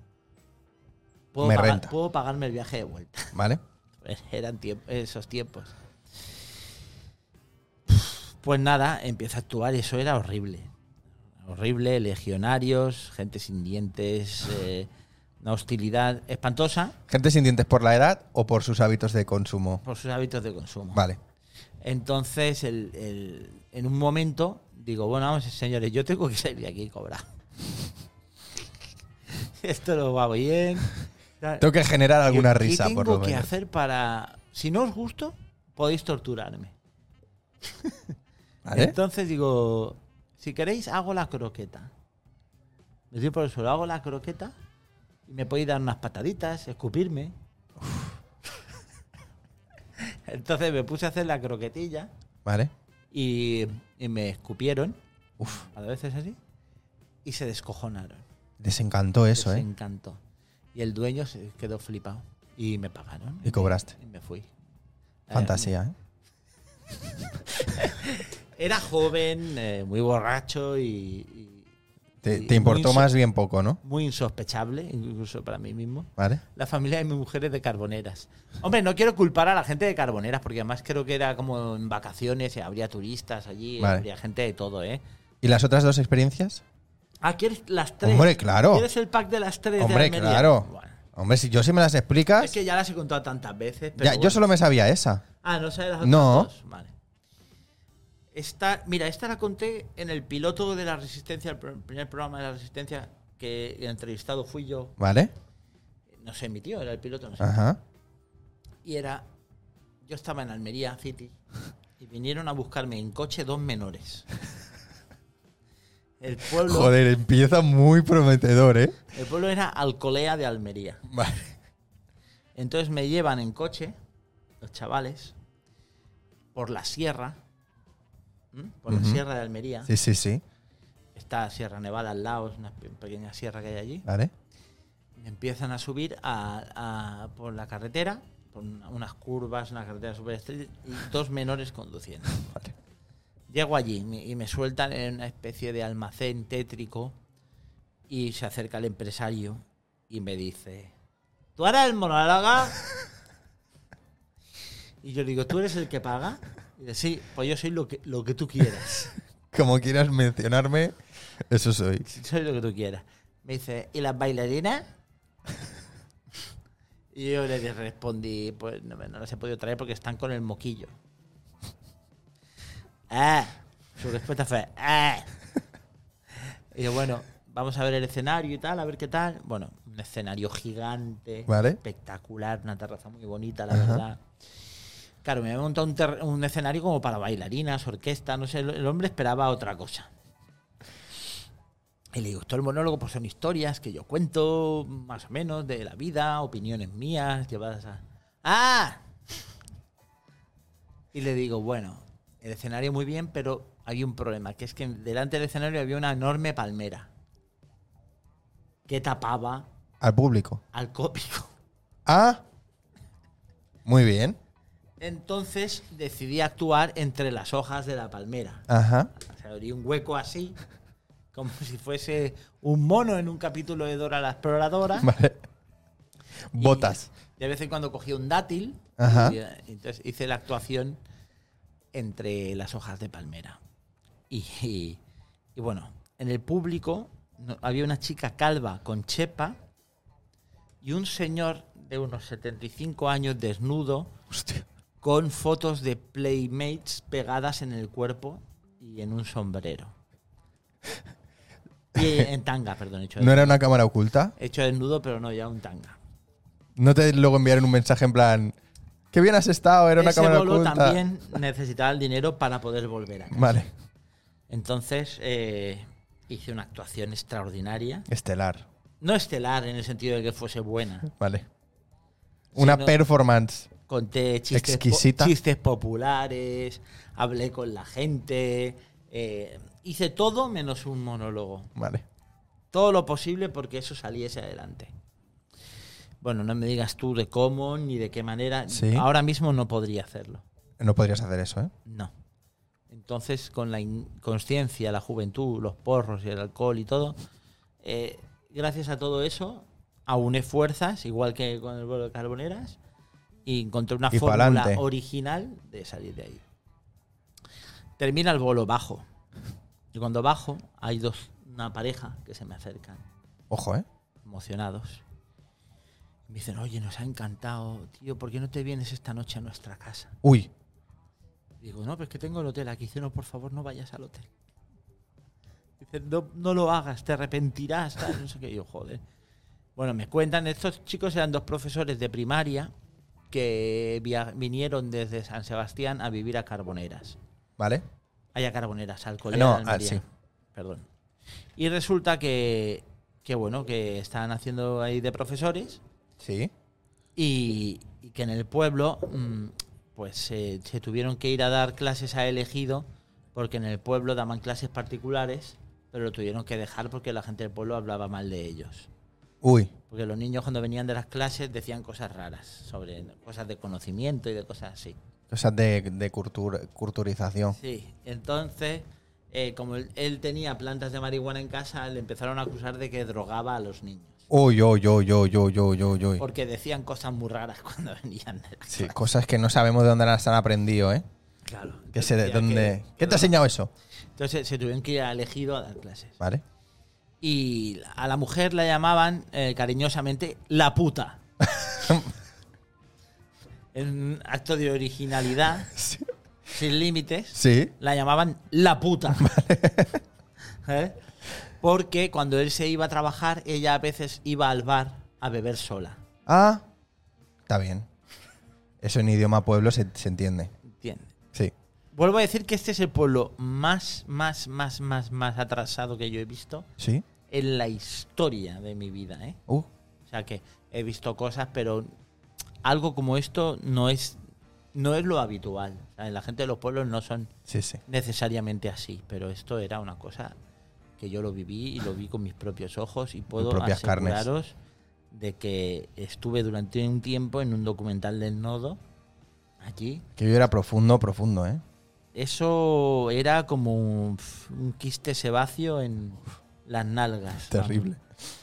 [SPEAKER 2] puedo,
[SPEAKER 1] Me
[SPEAKER 2] pagar-
[SPEAKER 1] renta.
[SPEAKER 2] puedo pagarme el viaje de vuelta.
[SPEAKER 1] Vale.
[SPEAKER 2] Eran tiemp- esos tiempos. Pues nada, empieza a actuar y eso era horrible. Horrible, legionarios, gente sin dientes, eh, una hostilidad espantosa
[SPEAKER 1] Gente sin dientes por la edad o por sus hábitos de consumo.
[SPEAKER 2] por sus hábitos de consumo.
[SPEAKER 1] Vale.
[SPEAKER 2] Entonces, el- el- en un momento, digo, bueno, vamos, señores, yo tengo que salir de aquí y cobrar. Esto no va bien.
[SPEAKER 1] Tengo que generar alguna
[SPEAKER 2] Yo, ¿qué
[SPEAKER 1] risa,
[SPEAKER 2] tengo
[SPEAKER 1] por lo
[SPEAKER 2] que
[SPEAKER 1] menos.
[SPEAKER 2] hacer para. Si no os gusto, podéis torturarme.
[SPEAKER 1] Vale.
[SPEAKER 2] Entonces digo, si queréis, hago la croqueta. Me digo por el suelo, hago la croqueta y me podéis dar unas pataditas, escupirme. Entonces me puse a hacer la croquetilla
[SPEAKER 1] Vale.
[SPEAKER 2] y, y me escupieron,
[SPEAKER 1] Uf,
[SPEAKER 2] a veces así, y se descojonaron.
[SPEAKER 1] les encantó eso,
[SPEAKER 2] Les
[SPEAKER 1] ¿eh?
[SPEAKER 2] encantó. Y el dueño se quedó flipado y me pagaron.
[SPEAKER 1] Y cobraste.
[SPEAKER 2] Y me fui.
[SPEAKER 1] Fantasía, ¿eh?
[SPEAKER 2] Era joven, eh, muy borracho y- y
[SPEAKER 1] Te,
[SPEAKER 2] y
[SPEAKER 1] te importó
[SPEAKER 2] muy
[SPEAKER 1] más bien poco, ¿no?
[SPEAKER 2] muy insospechable, incluso para mí mismo.
[SPEAKER 1] Vale.
[SPEAKER 2] La familia de mi mujer es de Carboneras. Hombre, no quiero culpar a la gente de Carboneras, porque además creo que era como en vacaciones, eh, habría turistas allí,
[SPEAKER 1] Vale.
[SPEAKER 2] habría gente de todo, ¿eh?
[SPEAKER 1] ¿Y las otras dos experiencias?
[SPEAKER 2] Ah, ¿quieres las tres?
[SPEAKER 1] Hombre, claro.
[SPEAKER 2] ¿Quieres el pack de las tres de
[SPEAKER 1] Hombre,
[SPEAKER 2] Almería?
[SPEAKER 1] claro.
[SPEAKER 2] Bueno,
[SPEAKER 1] Hombre, si yo si me las explicas,
[SPEAKER 2] es que ya las he contado tantas veces.
[SPEAKER 1] ya,
[SPEAKER 2] Pero
[SPEAKER 1] yo
[SPEAKER 2] bueno.
[SPEAKER 1] solo me sabía esa.
[SPEAKER 2] Ah, ¿no sabes las otras
[SPEAKER 1] No.
[SPEAKER 2] dos? Vale. Esta, mira, esta la conté en el piloto de la Resistencia, el pr- primer programa de la Resistencia que el entrevistado fui yo.
[SPEAKER 1] ¿Vale?
[SPEAKER 2] No sé, mi tío era el piloto, no sé.
[SPEAKER 1] Ajá.
[SPEAKER 2] Y era. Yo estaba en Almería City y vinieron a buscarme en coche dos menores. El pueblo,
[SPEAKER 1] Joder, empieza muy prometedor, ¿eh?
[SPEAKER 2] el pueblo era Alcolea de Almería.
[SPEAKER 1] Vale.
[SPEAKER 2] Entonces me llevan en coche, los chavales, por la sierra. ¿m? Por la
[SPEAKER 1] Ujú.
[SPEAKER 2] sierra de Almería.
[SPEAKER 1] Sí, sí, sí.
[SPEAKER 2] Está Sierra Nevada al lado, es una pe- pequeña sierra que hay allí.
[SPEAKER 1] Vale.
[SPEAKER 2] Me empiezan a subir a- a- por la carretera, por una- unas curvas, una carretera súper estrecha, y dos menores conduciendo.
[SPEAKER 1] Vale.
[SPEAKER 2] Llego allí y me- y me sueltan en una especie de almacén tétrico y se acerca el empresario y me dice, tú harás el monólogo. Y yo le digo, ¿tú eres el que paga? Y dice, sí, pues yo soy lo que, lo que tú quieras.
[SPEAKER 1] Como quieras mencionarme, eso soy.
[SPEAKER 2] Soy lo que tú quieras. Me dice, ¿y las bailarinas? Y yo le respondí, pues no, me- no las he podido traer porque están con el moquillo. Ah, su respuesta fue, ah. Y yo, bueno, vamos a ver el escenario y tal, a ver qué tal. Bueno, un escenario gigante,
[SPEAKER 1] Vale.
[SPEAKER 2] espectacular, una terraza muy bonita, la verdad. Claro, me había montado un, ter- un escenario como para bailarinas, orquesta, no sé, el- el hombre esperaba otra cosa. Y le digo, todo el monólogo pues son historias que yo cuento, más o menos, de la vida, opiniones mías, llevadas a... ¡Ah! Y le digo, bueno, el escenario muy bien, pero había un problema, que es que delante del escenario había una enorme palmera que tapaba
[SPEAKER 1] Al público.
[SPEAKER 2] al cópico.
[SPEAKER 1] Ah. Muy bien.
[SPEAKER 2] Entonces decidí actuar entre las hojas de la palmera.
[SPEAKER 1] Ajá.
[SPEAKER 2] O sea, abrí un hueco así, como si fuese un mono en un capítulo de Dora la Exploradora.
[SPEAKER 1] Vale. Botas.
[SPEAKER 2] Y de vez en cuando cogía un dátil.
[SPEAKER 1] Ajá.
[SPEAKER 2] y, eh, entonces hice la actuación entre las hojas de palmera. Y, y- y bueno, en el público no- había una chica calva con chepa y un señor de unos 75 años desnudo
[SPEAKER 1] Hostia.
[SPEAKER 2] con fotos de Playmates pegadas en el cuerpo y en un sombrero. Y en tanga, perdón, hecho,
[SPEAKER 1] ¿No era una cámara oculta?
[SPEAKER 2] hecho desnudo, pero no ya un tanga.
[SPEAKER 1] ¿No te luego enviaron un mensaje en plan. Qué bien has estado, era una
[SPEAKER 2] ese
[SPEAKER 1] cámara
[SPEAKER 2] bolo
[SPEAKER 1] oculta?
[SPEAKER 2] también necesitaba el dinero para poder volver a casa.
[SPEAKER 1] Vale.
[SPEAKER 2] Entonces eh, hice una actuación extraordinaria.
[SPEAKER 1] Estelar.
[SPEAKER 2] No estelar en el sentido de que fuese buena.
[SPEAKER 1] Vale. Una
[SPEAKER 2] no-
[SPEAKER 1] performance.
[SPEAKER 2] Conté chistes, po-
[SPEAKER 1] Exquisita.
[SPEAKER 2] chistes populares, hablé con la gente, eh, hice todo menos un monólogo.
[SPEAKER 1] Vale.
[SPEAKER 2] Todo lo posible porque eso saliese adelante. Bueno, no me digas tú de cómo ni de qué manera.
[SPEAKER 1] Sí.
[SPEAKER 2] Ahora mismo no podría hacerlo.
[SPEAKER 1] No podrías hacer eso, ¿eh?
[SPEAKER 2] No. Entonces, con la inconsciencia, la juventud, los porros y el alcohol y todo, eh, gracias a todo eso, auné fuerzas, igual que con el vuelo de carboneras, y encontré una
[SPEAKER 1] Y
[SPEAKER 2] fórmula
[SPEAKER 1] pa'lante.
[SPEAKER 2] original de salir de ahí. Termina el bolo bajo. Y cuando bajo, hay dos, una pareja que se me acercan
[SPEAKER 1] Ojo, ¿eh?
[SPEAKER 2] emocionados. Me dicen, oye, nos ha encantado, tío, ¿por qué no te vienes esta noche a nuestra casa?
[SPEAKER 1] Uy.
[SPEAKER 2] Digo, no, pero es que tengo el hotel aquí. Dice, no, por favor, no vayas al hotel. Dice, no, no lo hagas, te arrepentirás. tal, no sé qué. Yo, joder. Bueno, me cuentan, estos chicos eran dos profesores de primaria que via- vinieron desde San Sebastián a vivir a Carboneras.
[SPEAKER 1] Vale.
[SPEAKER 2] Hay a Carboneras, al colegio.
[SPEAKER 1] No,
[SPEAKER 2] de Almería.
[SPEAKER 1] ah, sí.
[SPEAKER 2] Perdón. Y resulta que, que, bueno, que estaban haciendo ahí de profesores
[SPEAKER 1] Sí.
[SPEAKER 2] y, y que en el pueblo mm, pues se- se tuvieron que ir a dar clases a elegido porque en el pueblo daban clases particulares pero lo tuvieron que dejar porque la gente del pueblo hablaba mal de ellos
[SPEAKER 1] Uy.
[SPEAKER 2] porque los niños cuando venían de las clases decían cosas raras sobre cosas de conocimiento y de cosas así
[SPEAKER 1] Cosas de, de cultur- culturización.
[SPEAKER 2] Sí, entonces, eh, como él, él tenía plantas de marihuana en casa, le empezaron a acusar de que drogaba a los niños.
[SPEAKER 1] Uy, uy, uy, uy, uy, uy, uy, uy.
[SPEAKER 2] Porque decían cosas muy raras cuando venían de la
[SPEAKER 1] Sí, cosas que no sabemos de dónde las han aprendido, ¿eh?
[SPEAKER 2] Claro.
[SPEAKER 1] Que sé de
[SPEAKER 2] Decía
[SPEAKER 1] dónde.
[SPEAKER 2] que-
[SPEAKER 1] ¿Qué te ha enseñado eso?
[SPEAKER 2] Entonces se tuvieron que ir a elegido a dar clases.
[SPEAKER 1] Vale.
[SPEAKER 2] Y a la mujer la llamaban eh, cariñosamente la puta. en un acto de originalidad, sin límites,
[SPEAKER 1] Sí.
[SPEAKER 2] la llamaban la puta. ¿Eh? Porque cuando él se iba a trabajar, ella a veces iba al bar a beber sola.
[SPEAKER 1] Ah. Está bien. Eso en idioma pueblo se, se entiende.
[SPEAKER 2] ¿Entiendes?
[SPEAKER 1] Sí.
[SPEAKER 2] Vuelvo a decir que este es el pueblo más, más, más, más, más atrasado que yo he visto
[SPEAKER 1] Sí.
[SPEAKER 2] en la historia de mi vida, ¿eh?
[SPEAKER 1] Uh.
[SPEAKER 2] O sea que he visto cosas, pero algo como esto no es, no es lo habitual. O sea, la gente de los pueblos no son
[SPEAKER 1] Sí, sí.
[SPEAKER 2] necesariamente así, pero esto era una cosa que yo lo viví y lo vi con mis propios ojos y puedo
[SPEAKER 1] propias carnes.
[SPEAKER 2] aseguraros de que estuve durante un tiempo en un documental del nodo allí.
[SPEAKER 1] Que yo era profundo, profundo, ¿eh?
[SPEAKER 2] Eso era como un, un quiste sebáceo en las nalgas. vamos.
[SPEAKER 1] Terrible.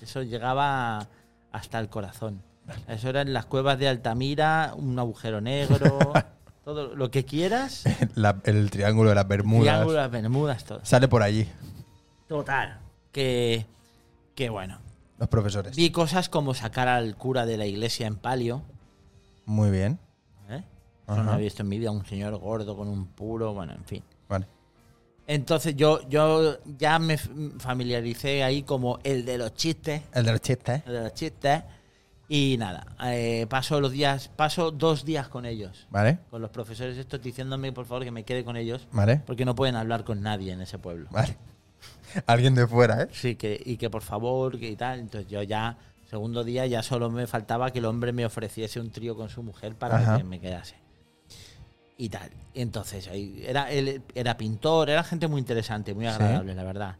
[SPEAKER 2] Eso llegaba hasta el corazón. Eso era en las cuevas de Altamira, un agujero negro, todo lo que quieras.
[SPEAKER 1] La- el triángulo de las Bermudas.
[SPEAKER 2] Triángulo, las Bermudas, todo.
[SPEAKER 1] Sale por allí,
[SPEAKER 2] Total. Que, que bueno.
[SPEAKER 1] los profesores.
[SPEAKER 2] Vi cosas como sacar al cura de la iglesia en palio.
[SPEAKER 1] Muy bien.
[SPEAKER 2] ¿eh? Eso no
[SPEAKER 1] Ajá.
[SPEAKER 2] había visto en mi vida. Un señor gordo con un puro, bueno, en fin.
[SPEAKER 1] Vale.
[SPEAKER 2] Entonces yo, yo ya me f- familiaricé ahí como el de los chistes.
[SPEAKER 1] El ¿eh? de los chistes.
[SPEAKER 2] El de los chistes. Y nada, eh, paso los días, paso dos días con ellos.
[SPEAKER 1] Vale,
[SPEAKER 2] Con los profesores estos diciéndome, por favor, que me quede con ellos.
[SPEAKER 1] vale,
[SPEAKER 2] Porque no pueden hablar con nadie en ese pueblo.
[SPEAKER 1] vale. Alguien de fuera, ¿eh?
[SPEAKER 2] Sí, que, y que por favor, que y tal. Entonces yo ya, segundo día, ya solo me faltaba que el hombre me ofreciese un trío con su mujer para
[SPEAKER 1] Ajá.
[SPEAKER 2] que me quedase. Y tal. Y entonces, ahí era, él era pintor, era gente muy interesante, muy agradable, la verdad.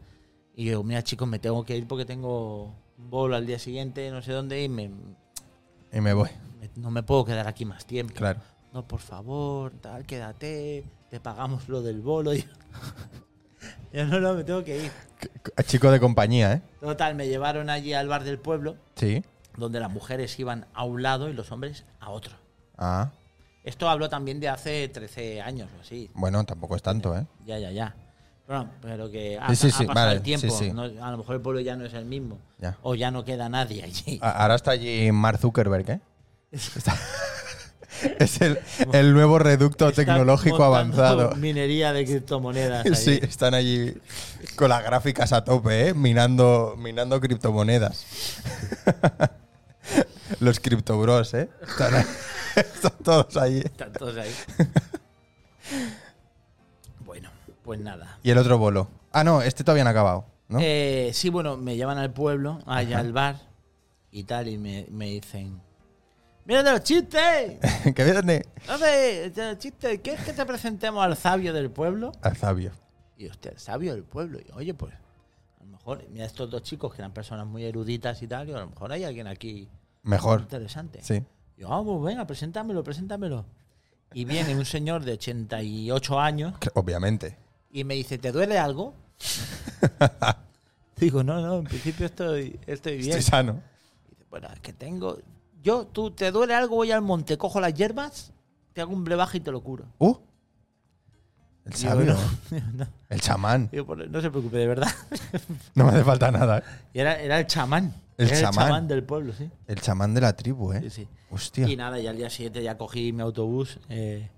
[SPEAKER 2] Y yo, mira chicos, me tengo que ir porque tengo un bolo al día siguiente, no sé dónde, y me, me-
[SPEAKER 1] Y me voy.
[SPEAKER 2] no me puedo quedar aquí más tiempo.
[SPEAKER 1] Claro.
[SPEAKER 2] No, por favor, tal, quédate, te pagamos lo del bolo. Y yo, yo no, no, me tengo que ir.
[SPEAKER 1] Chico de compañía, ¿eh?
[SPEAKER 2] Total, me llevaron allí al bar del pueblo,
[SPEAKER 1] Sí.
[SPEAKER 2] donde las mujeres iban a un lado y los hombres a otro.
[SPEAKER 1] Ah,
[SPEAKER 2] Esto hablo también de hace 13 años o así.
[SPEAKER 1] bueno, tampoco es tanto, ¿eh?
[SPEAKER 2] Ya, ya, ya. Bueno, pero que ha,
[SPEAKER 1] Sí, sí,
[SPEAKER 2] ha
[SPEAKER 1] sí,
[SPEAKER 2] pasado
[SPEAKER 1] vale,
[SPEAKER 2] el tiempo.
[SPEAKER 1] sí, sí.
[SPEAKER 2] no- a lo mejor el pueblo ya no es el mismo.
[SPEAKER 1] Ya.
[SPEAKER 2] O ya no queda nadie allí.
[SPEAKER 1] A- Ahora está allí Mark Zuckerberg, ¿eh? Está- es el, el nuevo reducto
[SPEAKER 2] Están
[SPEAKER 1] tecnológico
[SPEAKER 2] montando
[SPEAKER 1] avanzado.
[SPEAKER 2] Minería de criptomonedas. allí.
[SPEAKER 1] Sí, están allí con las gráficas a tope, ¿eh? Minando, minando criptomonedas. Los criptobros, ¿eh? Están, ahí- están todos allí.
[SPEAKER 2] Están todos ahí. bueno, pues nada.
[SPEAKER 1] Y el otro bolo. Ah, no, este todavía no ha acabado, ¿no?
[SPEAKER 2] Eh, sí, bueno, me llevan al pueblo, allá al bar y tal, y me, me dicen: ¡Mira de los chistes!
[SPEAKER 1] que viene
[SPEAKER 2] Hombre, de los chistes, ¿quieres que te presentemos al sabio del pueblo?
[SPEAKER 1] al sabio.
[SPEAKER 2] Y usted, sabio del pueblo. Y yo, oye, pues, a lo mejor, mira estos dos chicos que eran personas muy eruditas y tal, y a lo mejor hay alguien aquí
[SPEAKER 1] Mejor.
[SPEAKER 2] interesante.
[SPEAKER 1] Sí.
[SPEAKER 2] Y yo, vamos, venga, preséntamelo, preséntamelo. Y viene un señor de 88 años
[SPEAKER 1] Que- Obviamente.
[SPEAKER 2] y me dice, ¿te duele algo? Digo, no, no, en principio estoy, estoy bien.
[SPEAKER 1] Estoy sano.
[SPEAKER 2] Dice, Bueno, es que tengo. Yo, tú, ¿te duele algo? Voy al monte, cojo las hierbas, te hago un brebaje y te lo curo.
[SPEAKER 1] Uh. El
[SPEAKER 2] Digo,
[SPEAKER 1] sabio.
[SPEAKER 2] no, digo, no.
[SPEAKER 1] El chamán.
[SPEAKER 2] Digo, "Pues no se preocupe, de verdad.
[SPEAKER 1] No me hace falta nada.
[SPEAKER 2] Y era, era el chamán.
[SPEAKER 1] El
[SPEAKER 2] Era
[SPEAKER 1] chamán.
[SPEAKER 2] el chamán del pueblo, sí.
[SPEAKER 1] El chamán de la tribu, ¿eh?
[SPEAKER 2] Sí, sí.
[SPEAKER 1] Hostia.
[SPEAKER 2] Y nada, y al día siguiente ya cogí mi autobús eh,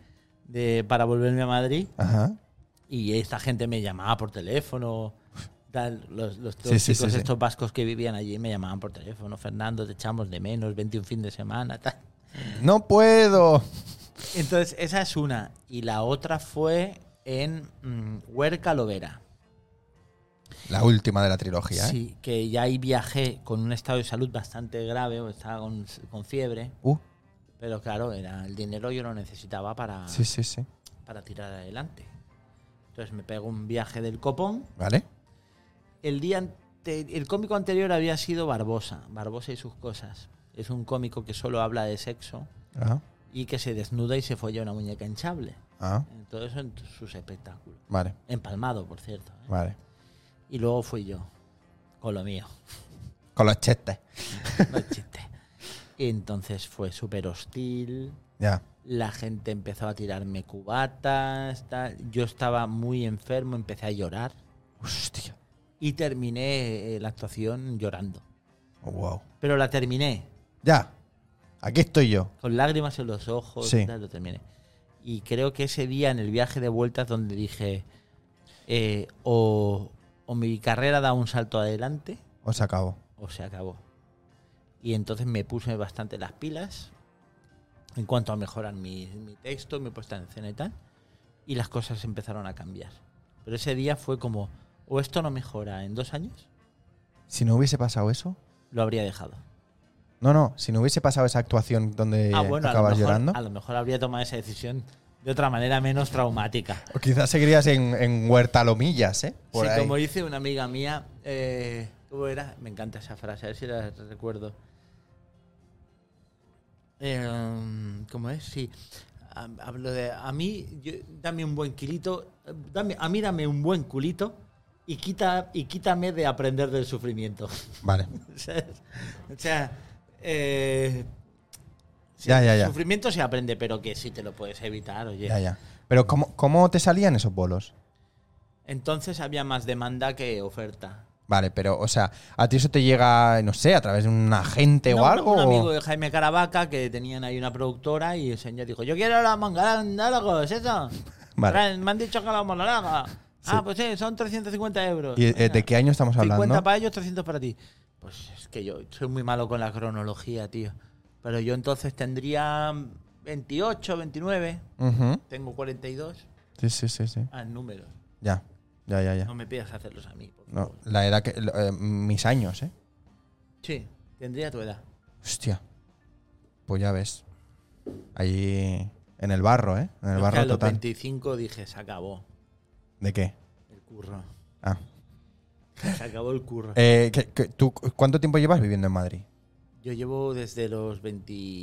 [SPEAKER 2] de, para volverme a Madrid.
[SPEAKER 1] Ajá.
[SPEAKER 2] Y esta gente me llamaba por teléfono. Tal, los los
[SPEAKER 1] Sí, sí,
[SPEAKER 2] chicos
[SPEAKER 1] sí, sí.
[SPEAKER 2] estos vascos que vivían allí me llamaban por teléfono. Fernando, te echamos de menos, vente un fin de semana, tal.
[SPEAKER 1] No puedo.
[SPEAKER 2] Entonces, esa es una. Y la otra fue en mm, Huerca Lovera.
[SPEAKER 1] La última de la trilogía, ¿eh?
[SPEAKER 2] Sí, que ya ahí viajé con un estado de salud bastante grave, o estaba con, con fiebre.
[SPEAKER 1] Uh.
[SPEAKER 2] Pero claro, era el dinero yo lo necesitaba para,
[SPEAKER 1] Sí, sí, sí.
[SPEAKER 2] para tirar adelante. Entonces me pego un viaje del copón.
[SPEAKER 1] ¿Vale?
[SPEAKER 2] El día ante- el cómico anterior había sido Barbosa, Barbosa y sus cosas. Es un cómico que solo habla de sexo
[SPEAKER 1] Ajá.
[SPEAKER 2] y que se desnuda y se folla una muñeca hinchable.
[SPEAKER 1] Ah,
[SPEAKER 2] En Todo eso en sus espectáculos.
[SPEAKER 1] vale,
[SPEAKER 2] Empalmado, por cierto. ¿eh?
[SPEAKER 1] vale.
[SPEAKER 2] Y luego fui yo, con lo mío.
[SPEAKER 1] Con los chistes.
[SPEAKER 2] No es chiste. Y entonces fue súper hostil.
[SPEAKER 1] Ya.
[SPEAKER 2] La gente empezó a tirarme cubatas. tal. Yo estaba muy enfermo, empecé a llorar.
[SPEAKER 1] Hostia.
[SPEAKER 2] Y terminé eh, la actuación llorando.
[SPEAKER 1] Oh, wow.
[SPEAKER 2] Pero la terminé.
[SPEAKER 1] Ya. Aquí estoy yo.
[SPEAKER 2] Con lágrimas en los ojos.
[SPEAKER 1] Sí.
[SPEAKER 2] tal, lo terminé. Y creo que ese día en el viaje de vueltas donde dije, eh, o, o mi carrera da un salto adelante
[SPEAKER 1] Os acabo.
[SPEAKER 2] o se acabó. Y entonces me puse bastante las pilas en cuanto a mejorar mi, mi texto, mi puesta en escena y tal. Y las cosas empezaron a cambiar. Pero ese día fue como, o esto no mejora en dos años,
[SPEAKER 1] Si no hubiese pasado eso.
[SPEAKER 2] lo habría dejado.
[SPEAKER 1] No, no. Si no hubiese pasado esa actuación donde
[SPEAKER 2] ah, bueno, a lo,
[SPEAKER 1] Eh, acabas
[SPEAKER 2] mejor,
[SPEAKER 1] llorando.
[SPEAKER 2] a lo mejor habría tomado esa decisión de otra manera menos traumática.
[SPEAKER 1] O quizás seguirías en, en Huertalomillas, ¿eh? Por
[SPEAKER 2] Sí,
[SPEAKER 1] ahí.
[SPEAKER 2] como dice una amiga mía, eh, ¿cómo era? Me encanta esa frase, a ver si la recuerdo. Eh, ¿Cómo es? Sí. Ah, Hablo de, a mí, yo- dame un buen kilito, eh, dame, a mí dame un buen culito y, quita, y quítame de aprender del sufrimiento.
[SPEAKER 1] Vale.
[SPEAKER 2] ¿Sabes? O sea, eh, Si
[SPEAKER 1] Ya, ya, ya.
[SPEAKER 2] Sufrimiento se aprende, pero que sí te lo puedes evitar, oye.
[SPEAKER 1] Ya, ya. Pero ¿cómo, cómo te salían esos bolos?
[SPEAKER 2] Entonces había más demanda que oferta.
[SPEAKER 1] Vale, pero, o sea, ¿a ti eso te llega, no sé, a través de un agente
[SPEAKER 2] No,
[SPEAKER 1] o
[SPEAKER 2] un-
[SPEAKER 1] algo?
[SPEAKER 2] Un amigo
[SPEAKER 1] o-
[SPEAKER 2] de Jaime Caravaca que tenían ahí una productora y el señor dijo, yo quiero la manga larga, ¿es eso?
[SPEAKER 1] Vale.
[SPEAKER 2] Traen- Me han dicho que la manga larga. Ah, pues sí, son 350 euros.
[SPEAKER 1] ¿Y, eh,
[SPEAKER 2] Venga.
[SPEAKER 1] ¿De qué año estamos
[SPEAKER 2] 50
[SPEAKER 1] hablando?
[SPEAKER 2] para ellos, 300 para ti. Pues es que yo soy muy malo con la cronología, tío. Pero yo entonces tendría 28, 29,
[SPEAKER 1] Ujú.
[SPEAKER 2] tengo 42.
[SPEAKER 1] Sí, sí, sí, sí.
[SPEAKER 2] Ah, números.
[SPEAKER 1] Ya, ya, ya, ya.
[SPEAKER 2] No me pidas hacerlos a mí. por
[SPEAKER 1] No,
[SPEAKER 2] favor.
[SPEAKER 1] la edad que. lo- eh, mis años, ¿eh?
[SPEAKER 2] Sí, tendría tu edad.
[SPEAKER 1] Hostia. Pues ya ves. Ahí. En el barro, ¿eh? En el
[SPEAKER 2] Yo que
[SPEAKER 1] barro
[SPEAKER 2] a los
[SPEAKER 1] total.
[SPEAKER 2] 25 dije, se acabó
[SPEAKER 1] ¿De qué?
[SPEAKER 2] el curro.
[SPEAKER 1] Ah.
[SPEAKER 2] Se acabó el curro.
[SPEAKER 1] Eh, ¿qué- qué- tú, ¿Cuánto tiempo llevas viviendo en Madrid?
[SPEAKER 2] Yo llevo desde los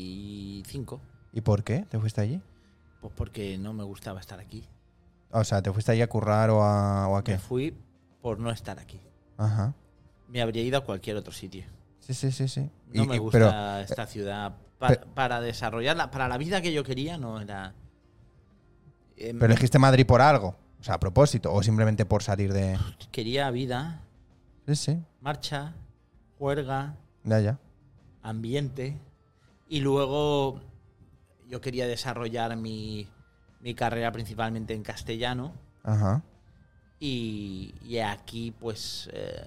[SPEAKER 2] 25,
[SPEAKER 1] ¿Y por qué te fuiste allí?
[SPEAKER 2] pues porque no me gustaba estar aquí.
[SPEAKER 1] O sea, ¿te fuiste allí a currar o a, o a
[SPEAKER 2] Me
[SPEAKER 1] qué?
[SPEAKER 2] fui por no estar aquí.
[SPEAKER 1] Ajá.
[SPEAKER 2] Me habría ido a cualquier otro sitio.
[SPEAKER 1] Sí, sí, sí, sí.
[SPEAKER 2] No
[SPEAKER 1] Y-
[SPEAKER 2] me
[SPEAKER 1] y-
[SPEAKER 2] gusta
[SPEAKER 1] pero, eh,
[SPEAKER 2] esta ciudad. Pa- Para, desarrollarla, para la vida que yo quería, no era. Eh,
[SPEAKER 1] pero elegiste Madrid por algo. O sea, a propósito. O simplemente por salir de.
[SPEAKER 2] Quería vida,
[SPEAKER 1] Sí, sí.
[SPEAKER 2] marcha, juerga,
[SPEAKER 1] Ya, ya.
[SPEAKER 2] ambiente. Y luego yo quería desarrollar mi, mi carrera principalmente en castellano.
[SPEAKER 1] Ajá.
[SPEAKER 2] Y, y aquí, pues. eh,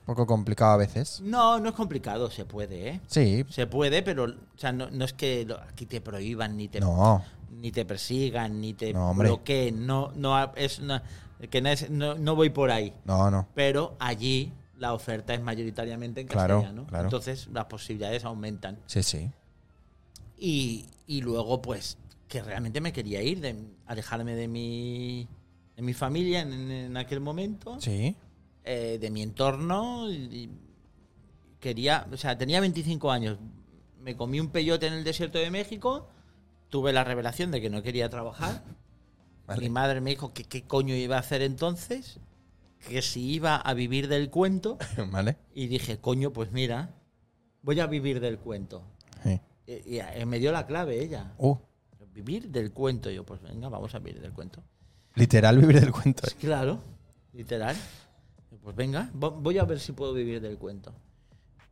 [SPEAKER 1] Un poco complicado a veces.
[SPEAKER 2] no, no es complicado, se puede, ¿eh?
[SPEAKER 1] Sí.
[SPEAKER 2] Se puede, pero o sea, no, no es que lo- aquí te prohíban ni te
[SPEAKER 1] No.
[SPEAKER 2] ni te persigan, ni te
[SPEAKER 1] No, hombre.
[SPEAKER 2] bloqueen. No, no, ha- es una- que no, es- no- no voy por ahí.
[SPEAKER 1] No, no.
[SPEAKER 2] Pero allí la oferta es mayoritariamente en
[SPEAKER 1] Claro,
[SPEAKER 2] castellano.
[SPEAKER 1] claro.
[SPEAKER 2] Entonces las posibilidades aumentan.
[SPEAKER 1] Sí, sí.
[SPEAKER 2] Y, y luego, pues, que realmente me quería ir, de, alejarme de mi, de mi familia en, en aquel momento,
[SPEAKER 1] Sí.
[SPEAKER 2] eh, de mi entorno. y- y quería, o sea, tenía 25 años. Me comí un peyote en el desierto de México. Tuve la revelación de que no quería trabajar. Mi
[SPEAKER 1] Vale.
[SPEAKER 2] madre me dijo que qué coño iba a hacer entonces, que si iba a vivir del cuento.
[SPEAKER 1] vale.
[SPEAKER 2] Y dije, coño, pues mira, voy a vivir del cuento.
[SPEAKER 1] Sí.
[SPEAKER 2] Y, y- y me dio la clave ella.
[SPEAKER 1] Uh,
[SPEAKER 2] Vivir del cuento. Yo, pues venga, vamos a vivir del cuento.
[SPEAKER 1] literal vivir del cuento. eh.
[SPEAKER 2] Pues claro, literal. Pues venga, vo- voy a ver si puedo vivir del cuento.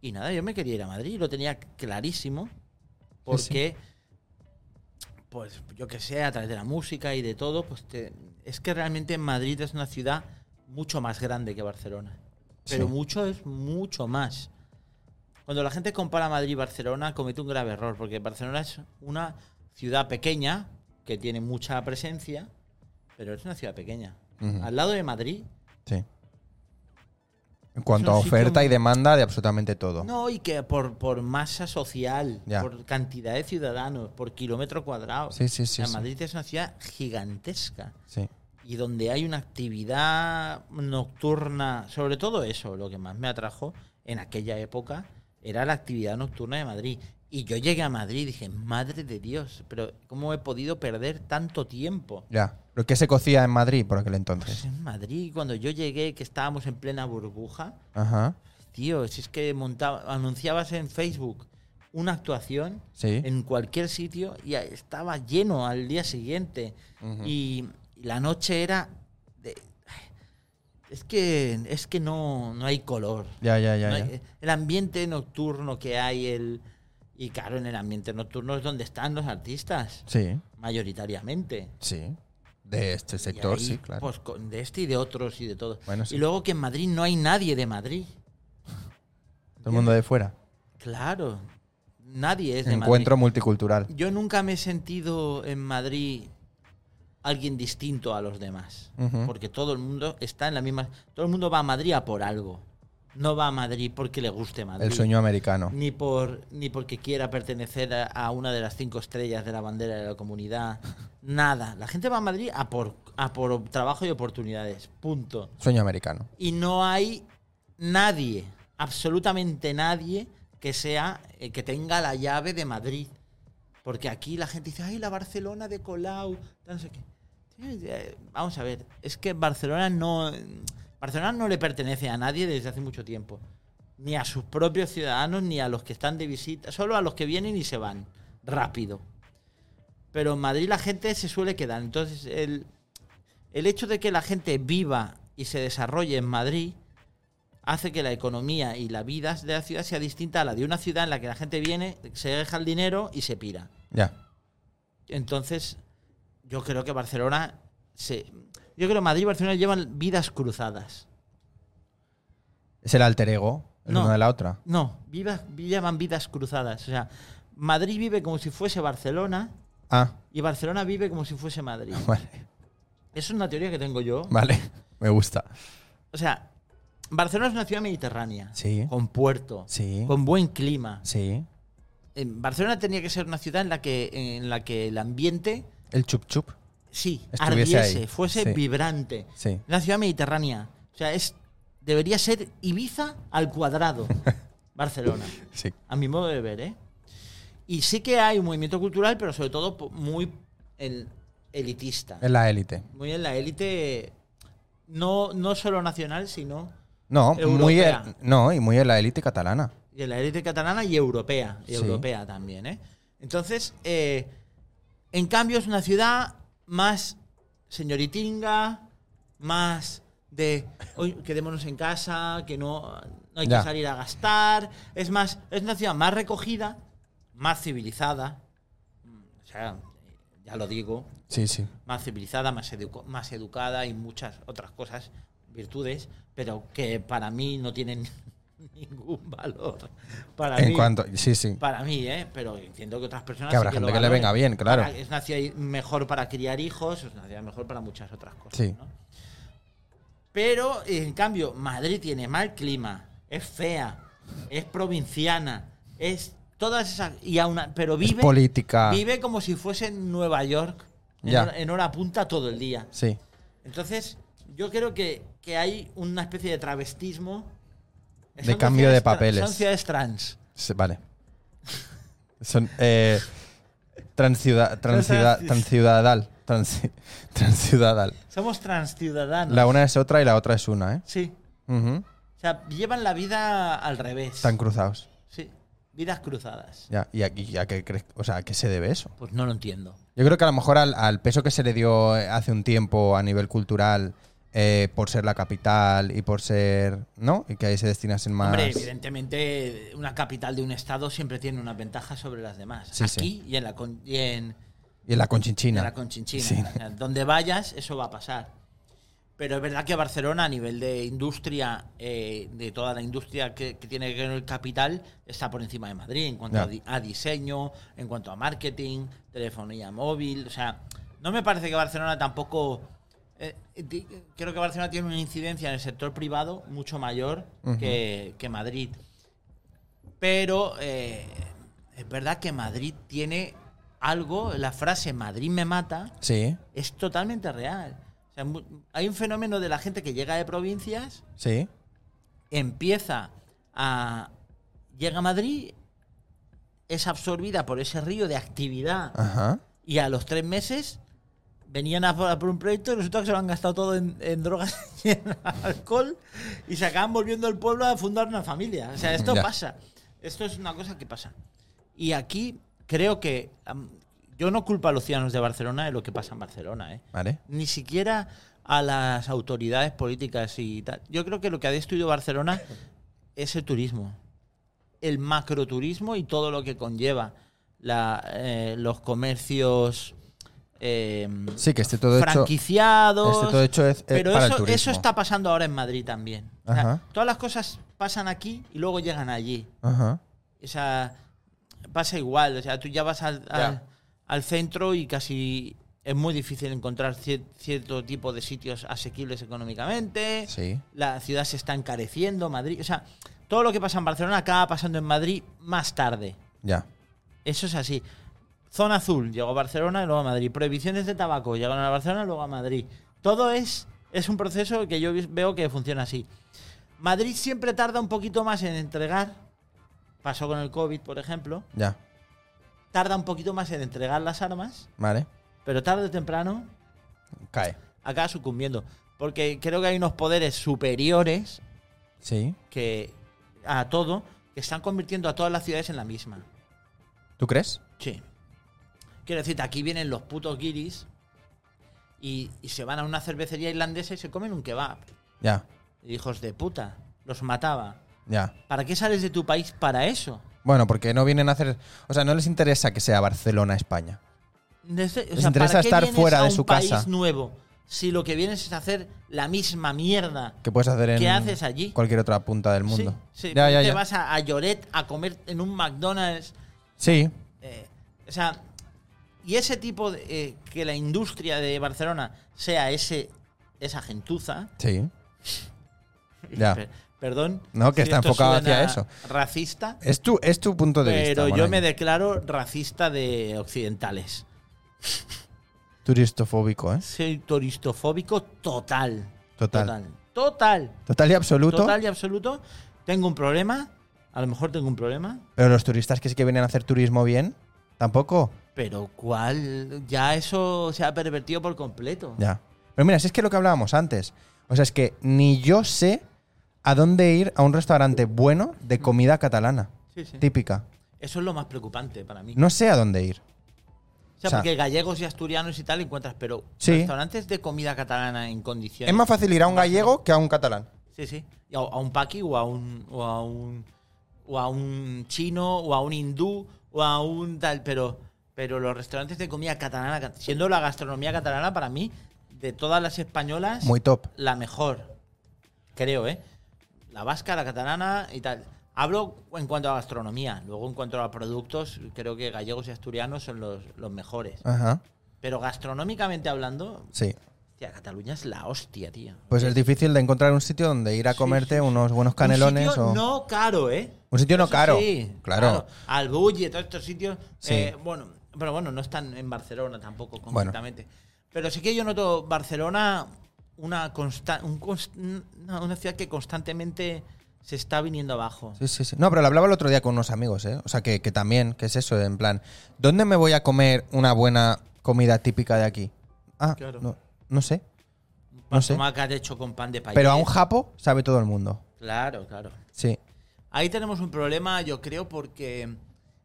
[SPEAKER 2] Y nada, yo me quería ir a Madrid, lo tenía clarísimo, porque, pues yo que sé, a través de la música y de todo, pues te- es que realmente Madrid es una ciudad mucho más grande que Barcelona. Pero
[SPEAKER 1] Sí.
[SPEAKER 2] mucho es mucho más. Cuando la gente compara Madrid y Barcelona, comete un grave error, porque Barcelona es una ciudad pequeña, que tiene mucha presencia, pero es una ciudad pequeña.
[SPEAKER 1] Ujú.
[SPEAKER 2] Al lado de Madrid,
[SPEAKER 1] Sí. En cuanto
[SPEAKER 2] Es
[SPEAKER 1] a
[SPEAKER 2] un sitio
[SPEAKER 1] oferta y
[SPEAKER 2] muy-
[SPEAKER 1] demanda de absolutamente todo.
[SPEAKER 2] no, y que por, por masa social,
[SPEAKER 1] Ya.
[SPEAKER 2] por cantidad de ciudadanos, por kilómetro cuadrado.
[SPEAKER 1] Sí, sí, sí,
[SPEAKER 2] O sea,
[SPEAKER 1] sí.
[SPEAKER 2] Madrid es una ciudad gigantesca
[SPEAKER 1] Sí.
[SPEAKER 2] y donde hay una actividad nocturna, sobre todo eso, lo que más me atrajo en aquella época era la actividad nocturna de Madrid. Y yo llegué a Madrid y dije, madre de Dios, pero ¿cómo he podido perder tanto tiempo?
[SPEAKER 1] Ya. ¿Lo que se cocía en Madrid por aquel
[SPEAKER 2] Pues
[SPEAKER 1] entonces?
[SPEAKER 2] en Madrid, cuando yo llegué, que estábamos en plena burbuja,
[SPEAKER 1] Ajá.
[SPEAKER 2] tío, si es que montaba, anunciabas en Facebook una actuación
[SPEAKER 1] Sí.
[SPEAKER 2] en cualquier sitio y a- estaba lleno al día siguiente. y, y la noche era. de- es que, es que no, no hay color.
[SPEAKER 1] Ya, ya,
[SPEAKER 2] No
[SPEAKER 1] ya. ya.
[SPEAKER 2] hay- eh, el ambiente nocturno que hay, el, y claro, en el ambiente nocturno es donde están los artistas,
[SPEAKER 1] Sí.
[SPEAKER 2] mayoritariamente.
[SPEAKER 1] Sí. De este
[SPEAKER 2] Y
[SPEAKER 1] sector,
[SPEAKER 2] ahí,
[SPEAKER 1] sí, claro.
[SPEAKER 2] pues, con- de este y de otros y de todo.
[SPEAKER 1] Bueno, sí.
[SPEAKER 2] Y luego que en Madrid no hay nadie de Madrid.
[SPEAKER 1] todo el mundo de fuera.
[SPEAKER 2] Claro, nadie es de
[SPEAKER 1] Encuentro multicultural.
[SPEAKER 2] Madrid. Yo nunca me he sentido en Madrid alguien distinto a los demás.
[SPEAKER 1] Ujú.
[SPEAKER 2] Porque todo el mundo está en la misma. Todo el mundo va a Madrid a por algo. No va a Madrid porque le guste Madrid.
[SPEAKER 1] El sueño americano.
[SPEAKER 2] Ni, por, ni porque quiera pertenecer a, a una de las cinco estrellas de la bandera de la comunidad. Nada. La gente va a Madrid a por, a por trabajo y oportunidades. Punto
[SPEAKER 1] Sueño americano.
[SPEAKER 2] y no hay nadie, absolutamente nadie, que sea eh, que tenga la llave de Madrid. Porque aquí la gente dice, ay, la Barcelona de Colau, no sé qué. Eh, eh, Vamos a ver, es que Barcelona no. Barcelona no le pertenece a nadie desde hace mucho tiempo. Ni a sus propios ciudadanos, ni a los que están de visita, solo a los que vienen y se van rápido. Pero en Madrid la gente se suele quedar. Entonces, el, el hecho de que la gente viva y se desarrolle en Madrid hace que la economía y la vida de la ciudad sea distinta a la de una ciudad en la que la gente viene, se deja el dinero y se pira.
[SPEAKER 1] Ya.
[SPEAKER 2] Entonces, yo creo que Barcelona se. Yo creo que Madrid y Barcelona llevan vidas cruzadas.
[SPEAKER 1] Es el alter ego, el
[SPEAKER 2] No.
[SPEAKER 1] uno de la otra.
[SPEAKER 2] No, vivas, llevan vidas cruzadas. O sea, Madrid vive como si fuese Barcelona
[SPEAKER 1] Ah,
[SPEAKER 2] y Barcelona vive como si fuese Madrid.
[SPEAKER 1] vale.
[SPEAKER 2] Es una teoría que tengo yo.
[SPEAKER 1] Vale, me gusta.
[SPEAKER 2] O sea, Barcelona es una ciudad mediterránea.
[SPEAKER 1] Sí.
[SPEAKER 2] Con puerto.
[SPEAKER 1] Sí.
[SPEAKER 2] Con buen clima.
[SPEAKER 1] Sí.
[SPEAKER 2] Eh, Barcelona tenía que ser una ciudad en la que, en la que el ambiente,
[SPEAKER 1] El chup chup.
[SPEAKER 2] sí,
[SPEAKER 1] Estuviese
[SPEAKER 2] ardiese,
[SPEAKER 1] ahí.
[SPEAKER 2] fuese
[SPEAKER 1] Sí.
[SPEAKER 2] vibrante.
[SPEAKER 1] Sí.
[SPEAKER 2] Una ciudad mediterránea. O sea, es, debería ser Ibiza al cuadrado. Barcelona.
[SPEAKER 1] Sí.
[SPEAKER 2] A mi modo de ver, ¿eh? Y sí que hay un movimiento cultural, pero sobre todo po- muy el- elitista.
[SPEAKER 1] Es la élite.
[SPEAKER 2] muy en la élite, no, no solo nacional, sino
[SPEAKER 1] No, muy
[SPEAKER 2] Europea.
[SPEAKER 1] el- no, y muy en la élite catalana.
[SPEAKER 2] Y en la élite catalana y europea. Y
[SPEAKER 1] Sí.
[SPEAKER 2] europea también, ¿eh? Entonces, eh, en cambio, es una ciudad más señoritinga, más de hoy quedémonos en casa, que no, no hay
[SPEAKER 1] Ya.
[SPEAKER 2] que salir a gastar. Es más, es una ciudad más recogida, más civilizada. Mm, O sea, ya lo digo,
[SPEAKER 1] Sí, sí.
[SPEAKER 2] más civilizada, más, edu- más educada y muchas otras cosas, virtudes, pero que para mí no tienen ningún valor. Para
[SPEAKER 1] en
[SPEAKER 2] mí,
[SPEAKER 1] cuanto. Sí, sí.
[SPEAKER 2] Para mí, ¿eh? Pero entiendo que otras personas.
[SPEAKER 1] Que habrá
[SPEAKER 2] sí lo
[SPEAKER 1] gente que le venga
[SPEAKER 2] valoren.
[SPEAKER 1] bien, claro.
[SPEAKER 2] Para- es una ciudad mejor para criar hijos, es una ciudad mejor para muchas otras cosas.
[SPEAKER 1] Sí.
[SPEAKER 2] ¿no? Pero, en cambio, Madrid tiene mal clima, es fea, es provinciana, es todas esas. Y aún a- pero
[SPEAKER 1] Es
[SPEAKER 2] vive.
[SPEAKER 1] política.
[SPEAKER 2] Vive como si fuese en Nueva York, en,
[SPEAKER 1] Ah. Ya.
[SPEAKER 2] hora, en hora punta todo el día.
[SPEAKER 1] Sí.
[SPEAKER 2] Entonces, yo creo que, que hay una especie de travestismo.
[SPEAKER 1] De
[SPEAKER 2] Son
[SPEAKER 1] cambio de
[SPEAKER 2] ciudades tra-
[SPEAKER 1] papeles.
[SPEAKER 2] Son ciudades trans.
[SPEAKER 1] Sí, Vale. Son. Eh, transciudad, transciudad, transciudadal. Transi- transciudadal.
[SPEAKER 2] Somos transciudadanos.
[SPEAKER 1] La una es otra y la otra es una, ¿eh?
[SPEAKER 2] Sí.
[SPEAKER 1] Ujú.
[SPEAKER 2] O sea, llevan la vida al revés.
[SPEAKER 1] Están cruzados.
[SPEAKER 2] Sí. Vidas cruzadas.
[SPEAKER 1] Ya. ¿Y aquí, ya que crees- o sea, ¿a qué se debe eso?
[SPEAKER 2] Pues no lo entiendo.
[SPEAKER 1] Yo creo que a lo mejor al, al peso que se le dio eh, hace un tiempo a nivel cultural eh, por ser la capital y por ser. ¿No? Y que ahí se destinasen más.
[SPEAKER 2] Hombre, evidentemente, una capital de un estado siempre tiene unas ventajas sobre las demás.
[SPEAKER 1] Sí, sí.
[SPEAKER 2] Aquí y en la con- y en,
[SPEAKER 1] y en la
[SPEAKER 2] de
[SPEAKER 1] conchinchina.
[SPEAKER 2] la Conchinchina.
[SPEAKER 1] Sí.
[SPEAKER 2] O sea, Donde vayas, eso va a pasar. Pero es verdad que Barcelona, a nivel de industria, eh, de toda la industria que, que tiene que ver con el capital, está por encima de Madrid en cuanto
[SPEAKER 1] Ya.
[SPEAKER 2] a, di- a diseño, en cuanto a marketing, telefonía móvil. O sea, no me parece que Barcelona tampoco. eh, di- creo que Barcelona tiene una incidencia en el sector privado mucho mayor
[SPEAKER 1] Ujú.
[SPEAKER 2] que, que Madrid. Pero eh, es verdad que Madrid tiene algo, la frase Madrid me mata
[SPEAKER 1] Sí,
[SPEAKER 2] es totalmente real. O sea, mu- hay un fenómeno de la gente que llega de provincias,
[SPEAKER 1] sí.
[SPEAKER 2] empieza a... llega a Madrid, es absorbida por ese río de actividad
[SPEAKER 1] Ajá.
[SPEAKER 2] y a los tres meses venían a por, a por un proyecto y resulta que se lo han gastado todo en, en drogas y en alcohol y se acaban volviendo al pueblo a fundar una familia. O sea, esto
[SPEAKER 1] Ya.
[SPEAKER 2] pasa. Esto es una cosa que pasa. Y aquí creo que am, yo no culpo a los ciudadanos de Barcelona de lo que pasa en Barcelona, ¿eh?
[SPEAKER 1] Vale.
[SPEAKER 2] ni siquiera a las autoridades políticas y tal. Yo creo que lo que ha destruido Barcelona es el turismo, el macroturismo y todo lo que conlleva la, eh, los comercios eh,
[SPEAKER 1] Sí, que esté todo hecho.
[SPEAKER 2] franquiciados.
[SPEAKER 1] Este todo hecho es, eh,
[SPEAKER 2] pero
[SPEAKER 1] para el
[SPEAKER 2] eso,
[SPEAKER 1] turismo.
[SPEAKER 2] eso está pasando ahora en Madrid también. O sea,
[SPEAKER 1] Ajá.
[SPEAKER 2] todas las cosas pasan aquí y luego llegan allí.
[SPEAKER 1] Ajá.
[SPEAKER 2] O sea, pasa igual. O sea, tú ya vas al, al-
[SPEAKER 1] Ya.
[SPEAKER 2] al centro y casi es muy difícil encontrar cier- cierto tipo de sitios asequibles económicamente.
[SPEAKER 1] Sí.
[SPEAKER 2] La ciudad se está encareciendo, Madrid. O sea, todo lo que pasa en Barcelona acaba pasando en Madrid más tarde.
[SPEAKER 1] Ya.
[SPEAKER 2] Eso es así. Zona azul, llegó a Barcelona y luego a Madrid. Prohibiciones de tabaco, llegaron a Barcelona y luego a Madrid. Todo es, es un proceso que yo vi- veo que funciona así. Madrid siempre tarda un poquito más en entregar. Pasó con el COVID, por ejemplo.
[SPEAKER 1] Ya.
[SPEAKER 2] Tarda un poquito más en entregar las armas,
[SPEAKER 1] Vale.
[SPEAKER 2] pero tarde o temprano
[SPEAKER 1] Cae.
[SPEAKER 2] acaba sucumbiendo. Porque creo que hay unos poderes superiores
[SPEAKER 1] Sí.
[SPEAKER 2] que a todo que están convirtiendo a todas las ciudades en la misma.
[SPEAKER 1] ¿Tú crees?
[SPEAKER 2] Sí. Quiero decirte, aquí vienen los putos guiris y, y se van a una cervecería irlandesa y se comen un kebab.
[SPEAKER 1] Ya,
[SPEAKER 2] Y hijos de puta, los mataba.
[SPEAKER 1] ya.
[SPEAKER 2] ¿Para qué sales de tu país para eso?
[SPEAKER 1] Bueno, porque no vienen a hacer. O sea, no les interesa que sea Barcelona, España.
[SPEAKER 2] Desde- o
[SPEAKER 1] Les
[SPEAKER 2] sea,
[SPEAKER 1] interesa
[SPEAKER 2] ¿para qué
[SPEAKER 1] estar
[SPEAKER 2] vienes
[SPEAKER 1] fuera
[SPEAKER 2] a
[SPEAKER 1] de
[SPEAKER 2] un
[SPEAKER 1] su
[SPEAKER 2] país
[SPEAKER 1] casa?
[SPEAKER 2] nuevo si lo que vienes es hacer la misma mierda
[SPEAKER 1] Que puedes hacer en
[SPEAKER 2] ¿Qué haces allí?
[SPEAKER 1] cualquier otra punta del mundo.
[SPEAKER 2] Sí, sí,
[SPEAKER 1] ya, ya,
[SPEAKER 2] te
[SPEAKER 1] ya.
[SPEAKER 2] vas a, a Lloret a comer en un McDonald's.
[SPEAKER 1] Sí,
[SPEAKER 2] eh, o sea, y ese tipo de. eh, que la industria de Barcelona sea ese esa gentuza.
[SPEAKER 1] sí. Ya.
[SPEAKER 2] Per- perdón.
[SPEAKER 1] No, que está
[SPEAKER 2] esto
[SPEAKER 1] enfocado
[SPEAKER 2] suena
[SPEAKER 1] hacia eso.
[SPEAKER 2] Racista.
[SPEAKER 1] Es tu, es tu punto de vista.
[SPEAKER 2] Pero yo
[SPEAKER 1] Monaño.
[SPEAKER 2] me declaro racista de occidentales.
[SPEAKER 1] Turistofóbico, ¿eh?
[SPEAKER 2] Soy turistofóbico total.
[SPEAKER 1] Total.
[SPEAKER 2] Total. Total.
[SPEAKER 1] Total y absoluto.
[SPEAKER 2] Total y absoluto. Tengo un problema. A lo mejor tengo un problema.
[SPEAKER 1] Pero los turistas que sí que vienen a hacer turismo bien, tampoco.
[SPEAKER 2] Pero cuál, ya eso se ha pervertido por completo.
[SPEAKER 1] Ya. Pero mira, si es que lo que hablábamos antes. O sea, es que ni yo sé a dónde ir a un restaurante bueno de comida catalana,
[SPEAKER 2] Sí, sí.
[SPEAKER 1] típica.
[SPEAKER 2] Eso es lo más preocupante para mí.
[SPEAKER 1] No sé a dónde ir.
[SPEAKER 2] o, sea,
[SPEAKER 1] o sea-
[SPEAKER 2] porque gallegos y asturianos y tal encuentras, pero
[SPEAKER 1] Sí.
[SPEAKER 2] restaurantes de comida catalana en condiciones.
[SPEAKER 1] Es más fácil ir a un gallego que a un catalán.
[SPEAKER 2] Sí, sí. Y A, a un paqui o a un, o a un o a un chino o a un hindú o a un tal, pero pero los restaurantes de comida catalana, cat- siendo la gastronomía catalana para mí de todas las españolas
[SPEAKER 1] Muy top.
[SPEAKER 2] la mejor, creo, ¿eh? La vasca, la catalana y tal. Hablo en cuanto a gastronomía, luego en cuanto a productos, creo que gallegos y asturianos son los, los mejores.
[SPEAKER 1] Ajá.
[SPEAKER 2] Pero gastronómicamente hablando,
[SPEAKER 1] Sí.
[SPEAKER 2] hostia, Cataluña es la hostia, tío.
[SPEAKER 1] Pues es difícil de encontrar un sitio donde ir a
[SPEAKER 2] Sí,
[SPEAKER 1] comerte
[SPEAKER 2] sí, sí.
[SPEAKER 1] unos buenos canelones
[SPEAKER 2] Un sitio
[SPEAKER 1] o.
[SPEAKER 2] no caro, ¿eh?
[SPEAKER 1] Un sitio no
[SPEAKER 2] Eso
[SPEAKER 1] caro,
[SPEAKER 2] sí,
[SPEAKER 1] claro.
[SPEAKER 2] Al Bulli, todos estos sitios.
[SPEAKER 1] Sí.
[SPEAKER 2] eh, bueno, pero bueno, no están en Barcelona tampoco
[SPEAKER 1] Bueno.
[SPEAKER 2] concretamente. Pero sí que yo noto Barcelona una, consta- un cons- una, una ciudad que constantemente se está viniendo abajo.
[SPEAKER 1] Sí, sí, sí. No, pero lo hablaba el otro día con unos amigos, ¿eh? O sea, que, que también, que es eso, en plan, ¿dónde me voy a comer una buena comida típica de aquí? Ah,
[SPEAKER 2] Claro.
[SPEAKER 1] no, no sé.
[SPEAKER 2] Un
[SPEAKER 1] no
[SPEAKER 2] pan
[SPEAKER 1] sé.
[SPEAKER 2] tomacate hecho con pan de país.
[SPEAKER 1] Pero a un japo sabe todo el mundo.
[SPEAKER 2] Claro, claro.
[SPEAKER 1] Sí.
[SPEAKER 2] Ahí tenemos un problema, yo creo, porque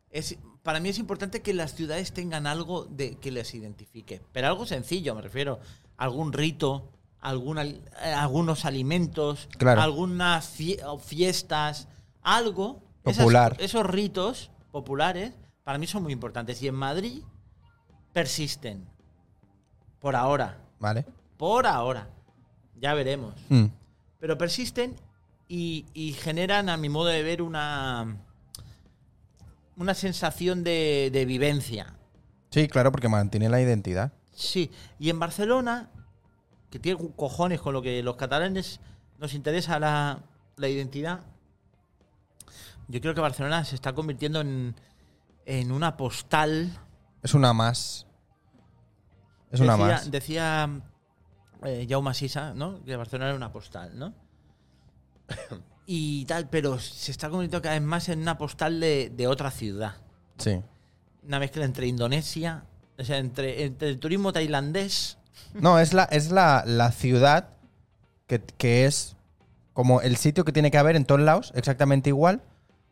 [SPEAKER 2] es, para mí es importante que las ciudades tengan algo de, que les identifique. Pero algo sencillo, me refiero. Algún rito, algún al- eh, algunos alimentos,
[SPEAKER 1] Claro.
[SPEAKER 2] algunas fie- o fiestas, algo. Esas-
[SPEAKER 1] Popular.
[SPEAKER 2] esos ritos populares para mí son muy importantes. Y en Madrid persisten. Por ahora.
[SPEAKER 1] ¿Vale?
[SPEAKER 2] Por ahora. Ya veremos
[SPEAKER 1] Mm.
[SPEAKER 2] pero persisten y, y generan, a mi modo de ver, una, una sensación de, de vivencia.
[SPEAKER 1] Sí, claro, porque mantiene la identidad.
[SPEAKER 2] Sí, y en Barcelona, que tiene cojones con lo que los catalanes nos interesa la, la identidad, yo creo que Barcelona se está convirtiendo en, en una postal.
[SPEAKER 1] Es una más. Es una
[SPEAKER 2] decía,
[SPEAKER 1] más.
[SPEAKER 2] Decía eh, Jaume Sisa, ¿no? Que Barcelona era una postal, ¿no? Y tal, pero se está convirtiendo cada vez más en una postal de, de otra ciudad.
[SPEAKER 1] Sí.
[SPEAKER 2] Una mezcla entre Indonesia, o sea, entre, entre el turismo tailandés.
[SPEAKER 1] No, es la, es la, la ciudad que, que es como el sitio que tiene que haber en todos lados, exactamente igual,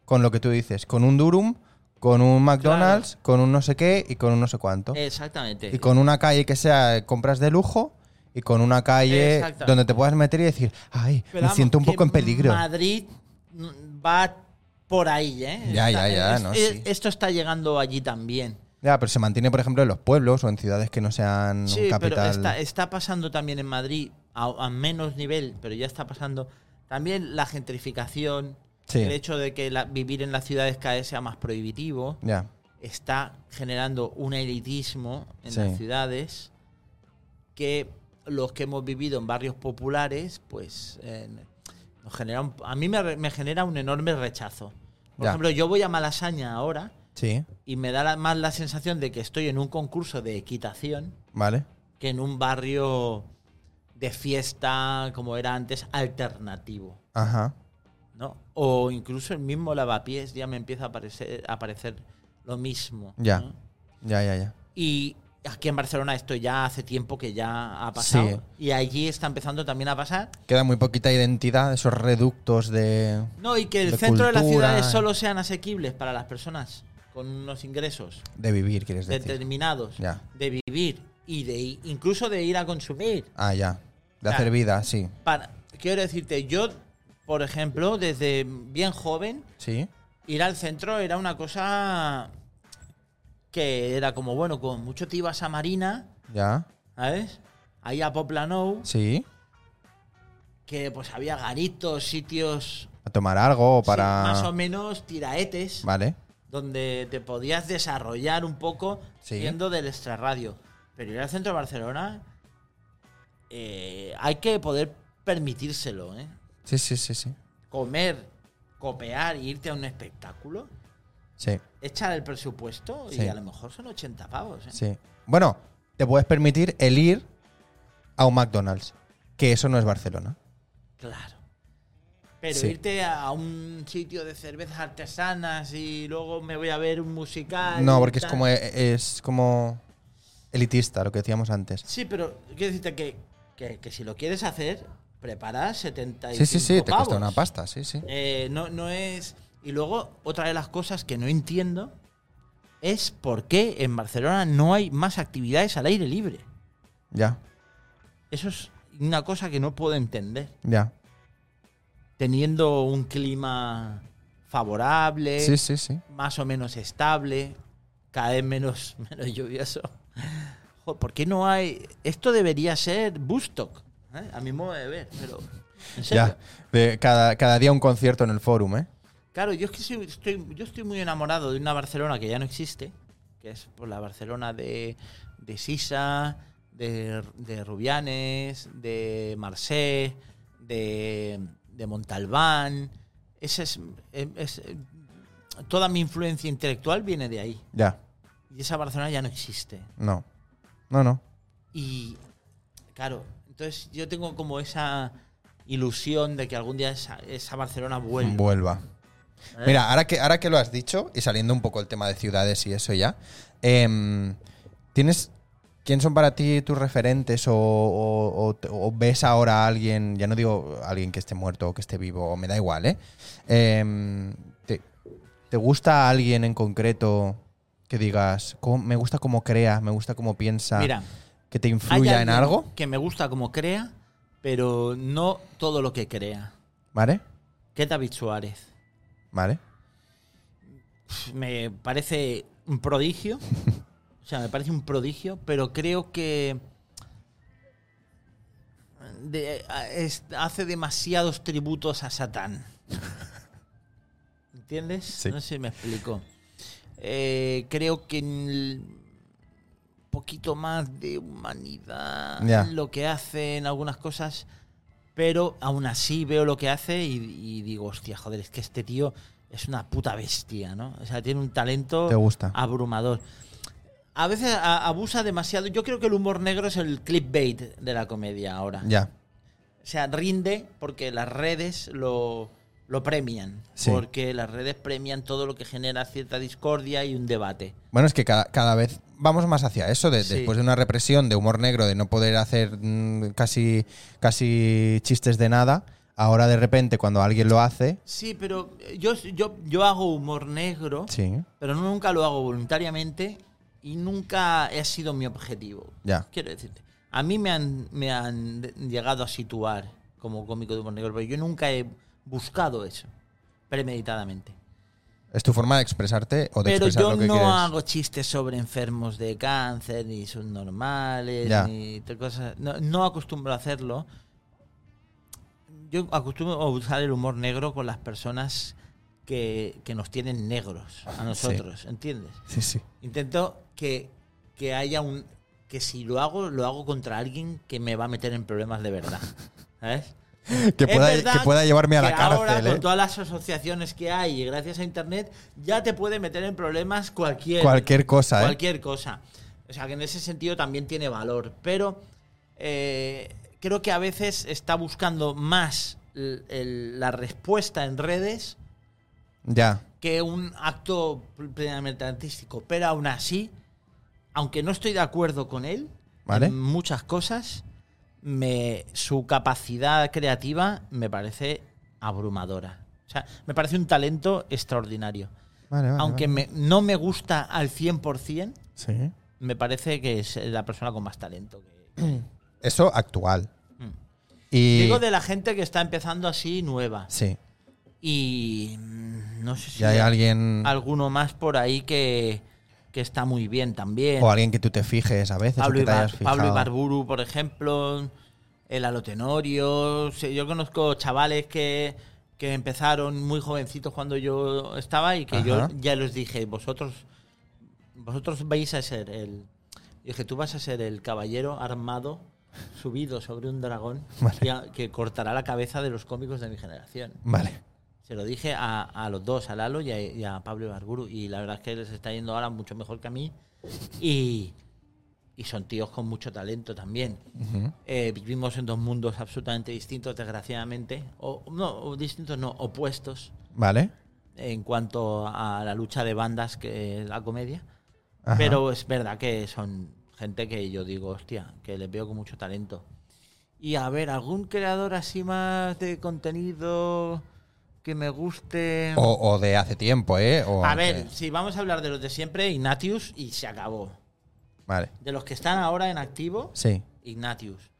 [SPEAKER 1] con lo que tú dices, con un Durum, con un McDonald's, con un no sé qué y con un no sé cuánto.
[SPEAKER 2] Eh, Exactamente.
[SPEAKER 1] Y con una calle que sea eh, compras de lujo y con una calle
[SPEAKER 2] Exactamente.
[SPEAKER 1] donde te puedas meter y decir, ay,
[SPEAKER 2] Pero
[SPEAKER 1] me
[SPEAKER 2] vamos,
[SPEAKER 1] siento un
[SPEAKER 2] que
[SPEAKER 1] poco en peligro.
[SPEAKER 2] Madrid mm, va por ahí, ¿eh?
[SPEAKER 1] Ya, ya, ya, no,
[SPEAKER 2] eh,
[SPEAKER 1] sí.
[SPEAKER 2] Esto está llegando allí también.
[SPEAKER 1] Ya, pero se mantiene, por ejemplo, en los pueblos o en ciudades que no sean
[SPEAKER 2] Sí, pero
[SPEAKER 1] capital.
[SPEAKER 2] está, está pasando también en Madrid, a, a menos nivel, pero ya está pasando. También la gentrificación,
[SPEAKER 1] Sí.
[SPEAKER 2] el hecho de que la- vivir en las ciudades cada vez sea más prohibitivo,
[SPEAKER 1] Ya.
[SPEAKER 2] está generando un elitismo en
[SPEAKER 1] Sí.
[SPEAKER 2] las ciudades que los que hemos vivido en barrios populares, pues eh, nos genera un- a mí me, re- me genera un enorme rechazo. Por
[SPEAKER 1] Ya.
[SPEAKER 2] ejemplo, yo voy a Malasaña ahora
[SPEAKER 1] Sí,
[SPEAKER 2] y me da la- más la sensación de que estoy en un concurso de equitación
[SPEAKER 1] vale.
[SPEAKER 2] que en un barrio de fiesta como era antes alternativo,
[SPEAKER 1] Ajá.
[SPEAKER 2] ¿no? O incluso el mismo lavapiés ya me empieza a aparecer, a aparecer lo mismo.
[SPEAKER 1] Ya.
[SPEAKER 2] ¿no?
[SPEAKER 1] Ya, ya, ya.
[SPEAKER 2] Y aquí en Barcelona esto ya hace tiempo que ya ha pasado
[SPEAKER 1] Sí.
[SPEAKER 2] y allí está empezando también a pasar.
[SPEAKER 1] Queda muy poquita identidad, esos reductos de.
[SPEAKER 2] No, y que el
[SPEAKER 1] De
[SPEAKER 2] centro de las
[SPEAKER 1] cultura. eh.
[SPEAKER 2] ciudades solo sean asequibles para las personas con unos ingresos
[SPEAKER 1] De vivir, quieres decir.
[SPEAKER 2] determinados,
[SPEAKER 1] Ya.
[SPEAKER 2] de vivir y de i- incluso de ir a consumir.
[SPEAKER 1] Ah, ya. De
[SPEAKER 2] Ya.
[SPEAKER 1] hacer vida, sí.
[SPEAKER 2] Para, quiero decirte, yo, por ejemplo, desde bien joven,
[SPEAKER 1] Sí.
[SPEAKER 2] ir al centro era una cosa que era como, bueno, con mucho te ibas a Marina,
[SPEAKER 1] Ya.
[SPEAKER 2] ¿sabes? Ahí a Poplanou,
[SPEAKER 1] Sí.
[SPEAKER 2] que pues había garitos, sitios
[SPEAKER 1] A tomar algo o
[SPEAKER 2] sí, más o
[SPEAKER 1] para.
[SPEAKER 2] menos tiraetes,
[SPEAKER 1] Vale.
[SPEAKER 2] donde te podías desarrollar un poco
[SPEAKER 1] Sí.
[SPEAKER 2] siendo del extrarradio. Pero ir al centro de Barcelona eh, hay que poder permitírselo, ¿eh?
[SPEAKER 1] Sí, sí, sí, sí.
[SPEAKER 2] Comer, copear e irte a un espectáculo.
[SPEAKER 1] Sí,
[SPEAKER 2] Echar el presupuesto
[SPEAKER 1] Sí.
[SPEAKER 2] y a lo mejor son 80 pavos. ¿eh?
[SPEAKER 1] sí. Bueno, te puedes permitir el ir a un McDonald's, que eso no es Barcelona.
[SPEAKER 2] Claro. Pero
[SPEAKER 1] Sí.
[SPEAKER 2] irte a un sitio de cervezas artesanas y luego me voy a ver un musical.
[SPEAKER 1] no,
[SPEAKER 2] y
[SPEAKER 1] porque es
[SPEAKER 2] tal.
[SPEAKER 1] como eh, es como elitista, lo que decíamos antes.
[SPEAKER 2] Sí, pero quiero decirte que, que, que si lo quieres hacer, preparas
[SPEAKER 1] Sí,
[SPEAKER 2] 75
[SPEAKER 1] sí, sí, te
[SPEAKER 2] pavos.
[SPEAKER 1] cuesta una pasta, sí, sí.
[SPEAKER 2] Eh, no, no es... Y luego, otra de las cosas que no entiendo es por qué en Barcelona no hay más actividades al aire libre.
[SPEAKER 1] Ya,
[SPEAKER 2] Eso es una cosa que no puedo entender.
[SPEAKER 1] ya.
[SPEAKER 2] Teniendo un clima favorable,
[SPEAKER 1] Sí, sí, sí.
[SPEAKER 2] más o menos estable, cada vez menos, menos lluvioso. Jo, ¿Por qué no hay...? Esto debería ser Bustock, ¿eh? a mi modo de ver, pero... en serio.
[SPEAKER 1] Ya. De cada, cada día un concierto en el forum, ¿eh?
[SPEAKER 2] Claro, yo es que soy- estoy, yo estoy muy enamorado de una Barcelona que ya no existe, que es por la Barcelona de, de Sisa, de, de Rubianes, de Marseille, de, de Montalbán. Ese es, em, es- toda mi influencia intelectual viene de ahí.
[SPEAKER 1] Ya.
[SPEAKER 2] Y esa Barcelona ya no existe.
[SPEAKER 1] No. No, no.
[SPEAKER 2] Y claro, entonces yo tengo como esa ilusión de que algún día esa, esa Barcelona vuelva.
[SPEAKER 1] Vuelva.
[SPEAKER 2] ¿eh?
[SPEAKER 1] Mira, ahora que, ahora que lo has dicho, y saliendo un poco el tema de ciudades y eso ya, em, ¿tienes. ¿Quién son para ti tus referentes o, o- o te- o ves ahora a alguien, ya no digo alguien que esté muerto o que esté vivo, me da igual, ¿eh? Em, te, te gusta alguien en concreto que digas, "Cómo- me gusta cómo crea, me gusta cómo piensa,
[SPEAKER 2] Mira.
[SPEAKER 1] que te
[SPEAKER 2] Hay
[SPEAKER 1] influya en
[SPEAKER 2] alguien
[SPEAKER 1] algo?
[SPEAKER 2] Que me gusta como crea, pero no todo lo que crea.
[SPEAKER 1] ¿Vale?
[SPEAKER 2] Que es David Suárez.
[SPEAKER 1] ¿Vale?
[SPEAKER 2] Pff, Me parece un prodigio. o sea, me parece un prodigio, pero creo que. de- a- es- hace demasiados tributos a Satán. ¿Entiendes?
[SPEAKER 1] Sí.
[SPEAKER 2] No sé si me explico. Eh, creo que en poquito más de humanidad
[SPEAKER 1] Ya.
[SPEAKER 2] lo que hace en algunas cosas, pero aún así veo lo que hace y, y digo, hostia, joder, es que este tío es una puta bestia, ¿no? O sea, tiene un
[SPEAKER 1] ¿Te
[SPEAKER 2] talento
[SPEAKER 1] gusta?
[SPEAKER 2] abrumador. A veces a- abusa demasiado. Yo creo que el humor negro es el clickbait de la comedia ahora.
[SPEAKER 1] Ya.
[SPEAKER 2] O sea, rinde porque las redes lo, lo premian.
[SPEAKER 1] Sí.
[SPEAKER 2] Porque las redes premian todo lo que genera cierta discordia y un debate.
[SPEAKER 1] Bueno, es que cada, cada vez vamos más hacia eso, de-
[SPEAKER 2] Sí.
[SPEAKER 1] después de una represión de humor negro, de no poder hacer mm, casi, casi chistes de nada, ahora de repente cuando alguien lo hace,
[SPEAKER 2] Sí, pero eh, yo, yo, yo hago humor negro,
[SPEAKER 1] sí,
[SPEAKER 2] pero nunca lo hago voluntariamente y nunca ha sido mi objetivo.
[SPEAKER 1] ya,
[SPEAKER 2] Quiero decirte, a mí me han, me han de- llegado a situar como cómico de humor negro, pero yo nunca he buscado eso premeditadamente.
[SPEAKER 1] es tu forma de expresarte o de
[SPEAKER 2] Pero
[SPEAKER 1] expresar
[SPEAKER 2] yo
[SPEAKER 1] lo que
[SPEAKER 2] no
[SPEAKER 1] quieres.
[SPEAKER 2] hago chistes sobre enfermos de cáncer, ni subnormales,
[SPEAKER 1] Ya.
[SPEAKER 2] ni t- cosas. No, no acostumbro a hacerlo. Yo acostumbro a usar el humor negro con las personas que, que nos tienen negros a nosotros, ¿entiendes?
[SPEAKER 1] Sí, sí,
[SPEAKER 2] Intento que, que haya un. que si lo hago, lo hago contra alguien que me va a meter en problemas de verdad. ¿Sabes?
[SPEAKER 1] que
[SPEAKER 2] Es
[SPEAKER 1] pueda,
[SPEAKER 2] verdad
[SPEAKER 1] que pueda llevarme a
[SPEAKER 2] que
[SPEAKER 1] la
[SPEAKER 2] Ahora,
[SPEAKER 1] cárcel,
[SPEAKER 2] con
[SPEAKER 1] ¿eh?
[SPEAKER 2] todas las asociaciones que hay y gracias a internet, ya te puede meter en problemas cualquier,
[SPEAKER 1] cualquier cosa, ¿eh?
[SPEAKER 2] cualquier cosa. O sea, que en ese sentido también tiene valor. Pero eh, creo que a veces está buscando más l- el- la respuesta en redes
[SPEAKER 1] Ya,
[SPEAKER 2] que un acto plenamente artístico. Pero aún así, aunque no estoy de acuerdo con él
[SPEAKER 1] Vale.
[SPEAKER 2] en muchas cosas, me, su capacidad creativa me parece abrumadora. O sea, me parece un talento extraordinario.
[SPEAKER 1] Vale, Ah, vale,
[SPEAKER 2] aunque me- no me gusta al 100%,
[SPEAKER 3] Sí.
[SPEAKER 2] me parece que es la persona con más talento. que-
[SPEAKER 1] Eso actual.
[SPEAKER 2] Mm.
[SPEAKER 1] Y.
[SPEAKER 2] Digo de la gente que está empezando así nueva.
[SPEAKER 1] sí.
[SPEAKER 2] Y mm, no sé si
[SPEAKER 1] Y hay alguien.
[SPEAKER 2] alguno más por ahí que, que está muy bien también.
[SPEAKER 1] O alguien que tú te fijes a veces. o
[SPEAKER 2] Pablo,
[SPEAKER 1] que te
[SPEAKER 2] Ibar-
[SPEAKER 1] hayas fijado.
[SPEAKER 2] Pablo Ibarburu, por ejemplo, el Alotenorio. sí, Yo conozco chavales que, que empezaron muy jovencitos cuando yo estaba y que yo
[SPEAKER 1] Ajá.
[SPEAKER 2] ya les dije, vosotros, vosotros vais a ser el. Dije, tú vas a ser el caballero armado subido sobre un dragón que, a- que cortará la cabeza de los cómicos de mi generación.
[SPEAKER 1] Vale.
[SPEAKER 2] Se lo dije a, a los dos, a Lalo y a, y a Pablo Ibarburu. Y la verdad es que les está yendo ahora mucho mejor que a mí. Y, y son tíos con mucho talento también. Eh, vivimos en dos mundos absolutamente distintos, desgraciadamente. O, no, o distintos no, opuestos
[SPEAKER 1] Vale.
[SPEAKER 2] en cuanto a la lucha de bandas que es la comedia.
[SPEAKER 1] Ajá.
[SPEAKER 2] Pero es verdad que son gente que yo digo, hostia, que les veo con mucho talento. Y a ver, algún creador así más de contenido que me guste.
[SPEAKER 1] O, o de hace tiempo, ¿eh? O
[SPEAKER 2] a
[SPEAKER 1] aunque-
[SPEAKER 2] ver, si vamos a hablar de los de siempre, Ignatius y se acabó.
[SPEAKER 1] Vale.
[SPEAKER 2] De los que están ahora en activo,
[SPEAKER 1] Sí.
[SPEAKER 2] Ignatius.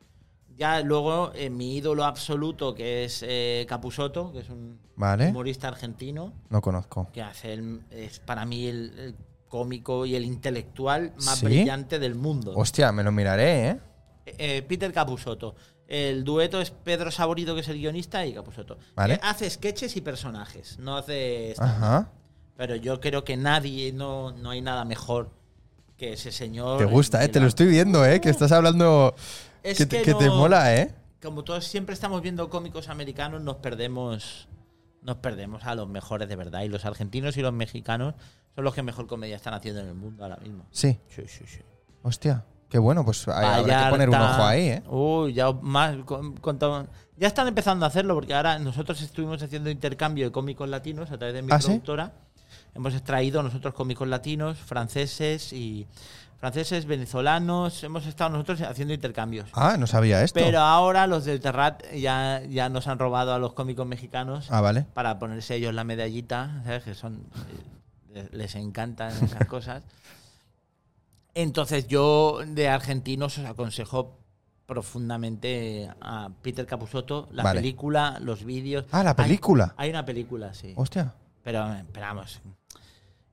[SPEAKER 2] Ya luego, eh, mi ídolo absoluto, que es eh, Capusotto, que es un
[SPEAKER 1] Vale.
[SPEAKER 2] humorista argentino,
[SPEAKER 1] No conozco.
[SPEAKER 2] que hace el- es para mí el, el cómico y el intelectual más
[SPEAKER 1] ¿Sí?
[SPEAKER 2] brillante del mundo.
[SPEAKER 1] Hostia, me lo miraré, ¿eh?
[SPEAKER 2] Eh, Peter Capusotto. El dueto es Pedro Saborido, que es el guionista, y Capusotto.
[SPEAKER 1] Vale. Ah.
[SPEAKER 2] Que hace sketches y personajes, no hace... stand-up.
[SPEAKER 1] Ajá.
[SPEAKER 2] Pero yo creo que nadie, no, no hay nada mejor que ese señor.
[SPEAKER 1] Te gusta,
[SPEAKER 2] en
[SPEAKER 1] ¿eh?
[SPEAKER 2] que
[SPEAKER 1] Te lo
[SPEAKER 2] la-
[SPEAKER 1] estoy viendo, ¿eh? Que estás hablando.
[SPEAKER 2] Es
[SPEAKER 1] que, te- que
[SPEAKER 2] que
[SPEAKER 1] te
[SPEAKER 2] no-
[SPEAKER 1] mola, ¿eh?
[SPEAKER 2] Como todos siempre estamos viendo cómicos americanos, nos perdemos nos perdemos a los mejores de verdad. Y los argentinos y los mexicanos son los que mejor comedia están haciendo en el mundo ahora mismo.
[SPEAKER 1] Sí.
[SPEAKER 2] Sí, sí, sí.
[SPEAKER 1] Hostia. Qué bueno, pues hay- habrá que
[SPEAKER 2] Vallarta.
[SPEAKER 1] poner un ojo ahí, ¿eh?
[SPEAKER 2] Uy, ya más con- contamos- Ya están empezando a hacerlo porque ahora nosotros estuvimos haciendo intercambio de cómicos latinos a través de mi
[SPEAKER 1] ¿Ah, sí?
[SPEAKER 2] productora. Hemos extraído nosotros cómicos latinos, franceses y franceses, venezolanos. Hemos estado nosotros haciendo intercambios.
[SPEAKER 1] Ah, no sabía esto.
[SPEAKER 2] Pero ahora los del Terrat ya, ya nos han robado a los cómicos mexicanos
[SPEAKER 1] Ah, vale.
[SPEAKER 2] para ponerse ellos la medallita, ¿sabes? Que son. eh, Les encantan esas cosas. Entonces, yo de argentinos os aconsejo profundamente a Peter Capusotto, la
[SPEAKER 1] Vale.
[SPEAKER 2] película, los vídeos.
[SPEAKER 1] Ah, la
[SPEAKER 2] Hay-
[SPEAKER 1] película.
[SPEAKER 2] Hay, una película, sí.
[SPEAKER 1] Hostia.
[SPEAKER 2] Pero esperamos.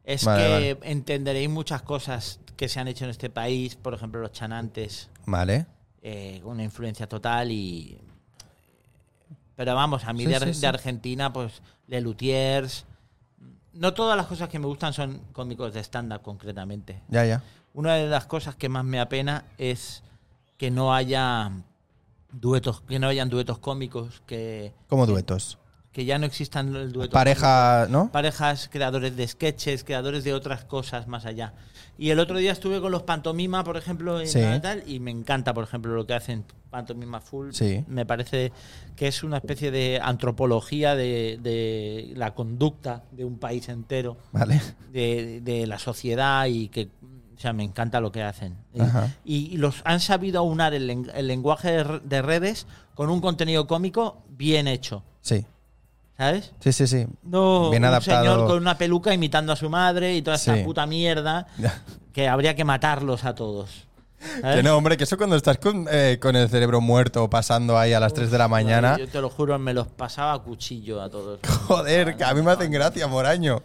[SPEAKER 2] Es
[SPEAKER 1] Vale,
[SPEAKER 2] que entenderéis muchas cosas que se han hecho en este país, por ejemplo, los chanantes
[SPEAKER 1] Vale.
[SPEAKER 2] eh, una influencia total y pero vamos a mí
[SPEAKER 1] Sí,
[SPEAKER 2] de,
[SPEAKER 1] sí,
[SPEAKER 2] Ar- de
[SPEAKER 1] sí.
[SPEAKER 2] Argentina pues Le Lutiers no todas las cosas que me gustan son cómicos de stand-up concretamente
[SPEAKER 1] Ya, ya.
[SPEAKER 2] una de las cosas que más me apena es que no haya duetos que no hayan duetos cómicos que,
[SPEAKER 1] Como duetos.
[SPEAKER 2] que ya no existan el dueto
[SPEAKER 1] Pareja, ¿no?
[SPEAKER 2] parejas, creadores de sketches, creadores de otras cosas más allá. Y el otro día estuve con los Pantomima, por ejemplo, en
[SPEAKER 1] Sí.
[SPEAKER 2] la tal, y me encanta, por ejemplo, lo que hacen Pantomima Full.
[SPEAKER 1] Sí.
[SPEAKER 2] Me parece que es una especie de antropología de, de la conducta de un país entero,
[SPEAKER 1] Vale.
[SPEAKER 2] de, de la sociedad y que... O sea, me encanta lo que hacen. Y-
[SPEAKER 1] Ajá.
[SPEAKER 2] Y, y los han sabido aunar el, len- el lenguaje de re- de redes con un contenido cómico bien hecho.
[SPEAKER 1] Sí.
[SPEAKER 2] ¿Sabes?
[SPEAKER 1] Sí, sí, sí.
[SPEAKER 2] No,
[SPEAKER 1] Bien
[SPEAKER 2] un
[SPEAKER 1] adaptado.
[SPEAKER 2] señor con una peluca imitando a su madre y toda esa
[SPEAKER 1] Sí.
[SPEAKER 2] puta mierda que habría que matarlos a todos. ¿sabes?
[SPEAKER 1] Que no, hombre, que eso cuando estás con, eh, con el cerebro muerto pasando ahí a las 3 de la mañana.
[SPEAKER 2] Yo te lo juro, me los pasaba a cuchillo a todos.
[SPEAKER 1] Joder, que a mí me hacen gracia, Moraño.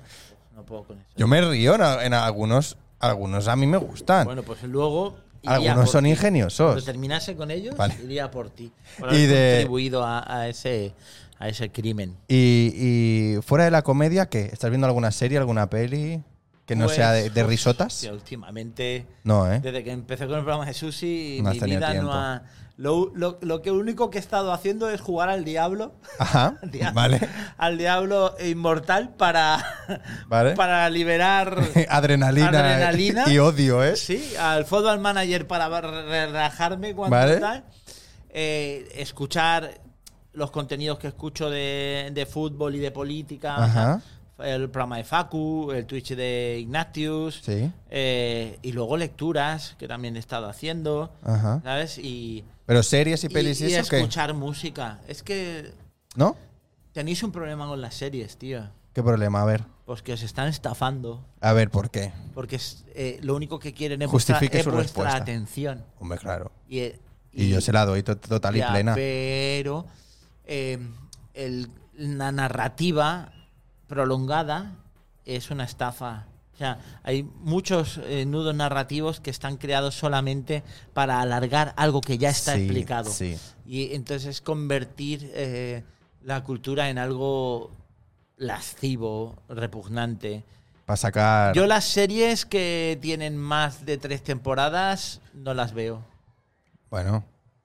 [SPEAKER 2] No puedo con eso.
[SPEAKER 1] Yo me río en, a- en algunos. Algunos a mí me gustan.
[SPEAKER 2] Bueno, pues luego. iría por
[SPEAKER 1] Algunos son
[SPEAKER 2] ti. Cuando
[SPEAKER 1] ingeniosos.
[SPEAKER 2] terminase con ellos,
[SPEAKER 1] Vale.
[SPEAKER 2] iría por ti. Por
[SPEAKER 1] Y
[SPEAKER 2] haber
[SPEAKER 1] de-
[SPEAKER 2] contribuido a, a ese, a ese crimen.
[SPEAKER 1] Y, y fuera de la comedia, ¿qué? ¿Estás viendo alguna serie, alguna peli que no
[SPEAKER 2] Pues,
[SPEAKER 1] sea de, de
[SPEAKER 2] uf,
[SPEAKER 1] risotas?
[SPEAKER 2] que últimamente.
[SPEAKER 1] No, ¿eh?
[SPEAKER 2] Desde que empecé con el programa de Sushi,
[SPEAKER 1] No has
[SPEAKER 2] mi
[SPEAKER 1] tenido
[SPEAKER 2] vida
[SPEAKER 1] tiempo.
[SPEAKER 2] no ha. Lo, lo- lo que único que he estado haciendo es jugar al diablo.
[SPEAKER 1] Ajá.
[SPEAKER 2] al diablo-
[SPEAKER 1] Vale.
[SPEAKER 2] Al diablo inmortal para,
[SPEAKER 1] Vale.
[SPEAKER 2] para liberar.
[SPEAKER 1] Adrenalina, eh,
[SPEAKER 2] Adrenalina.
[SPEAKER 1] y odio, ¿eh?
[SPEAKER 2] sí, al football manager para bar- relajarme cuando
[SPEAKER 1] Vale.
[SPEAKER 2] tal. Eh, escuchar los contenidos que escucho de, de fútbol y de política. o sea,
[SPEAKER 1] Ajá.
[SPEAKER 2] el programa de Facu, el Twitch de Ignatius.
[SPEAKER 1] Sí.
[SPEAKER 2] Eh, y luego lecturas que también he estado haciendo.
[SPEAKER 1] Ajá.
[SPEAKER 2] ¿Sabes? Y,
[SPEAKER 1] Pero series y pelis y,
[SPEAKER 2] y- y
[SPEAKER 1] eso, ¿qué?
[SPEAKER 2] escuchar música. Es que
[SPEAKER 1] ¿No?
[SPEAKER 2] tenéis un problema con las series, tío.
[SPEAKER 1] ¿Qué problema? A ver.
[SPEAKER 2] Pues que os están estafando.
[SPEAKER 1] A ver, ¿por qué?
[SPEAKER 2] Porque es, eh, lo único que quieren es
[SPEAKER 1] Justifique
[SPEAKER 2] vuestra, es
[SPEAKER 1] su
[SPEAKER 2] vuestra
[SPEAKER 1] respuesta.
[SPEAKER 2] atención.
[SPEAKER 1] Hombre, claro.
[SPEAKER 2] Y, eh,
[SPEAKER 1] Y, yo se la doy to- total y
[SPEAKER 2] ya,
[SPEAKER 1] plena.
[SPEAKER 2] Pero eh, el- la narrativa prolongada es una estafa. O sea, hay muchos eh, nudos narrativos que están creados solamente para alargar algo que ya está
[SPEAKER 1] Sí,
[SPEAKER 2] explicado.
[SPEAKER 1] sí.
[SPEAKER 2] Y entonces convertir eh, la cultura en algo lascivo, repugnante.
[SPEAKER 1] Para sacar.
[SPEAKER 2] Yo las series que tienen más de tres temporadas no las veo.
[SPEAKER 1] Bueno.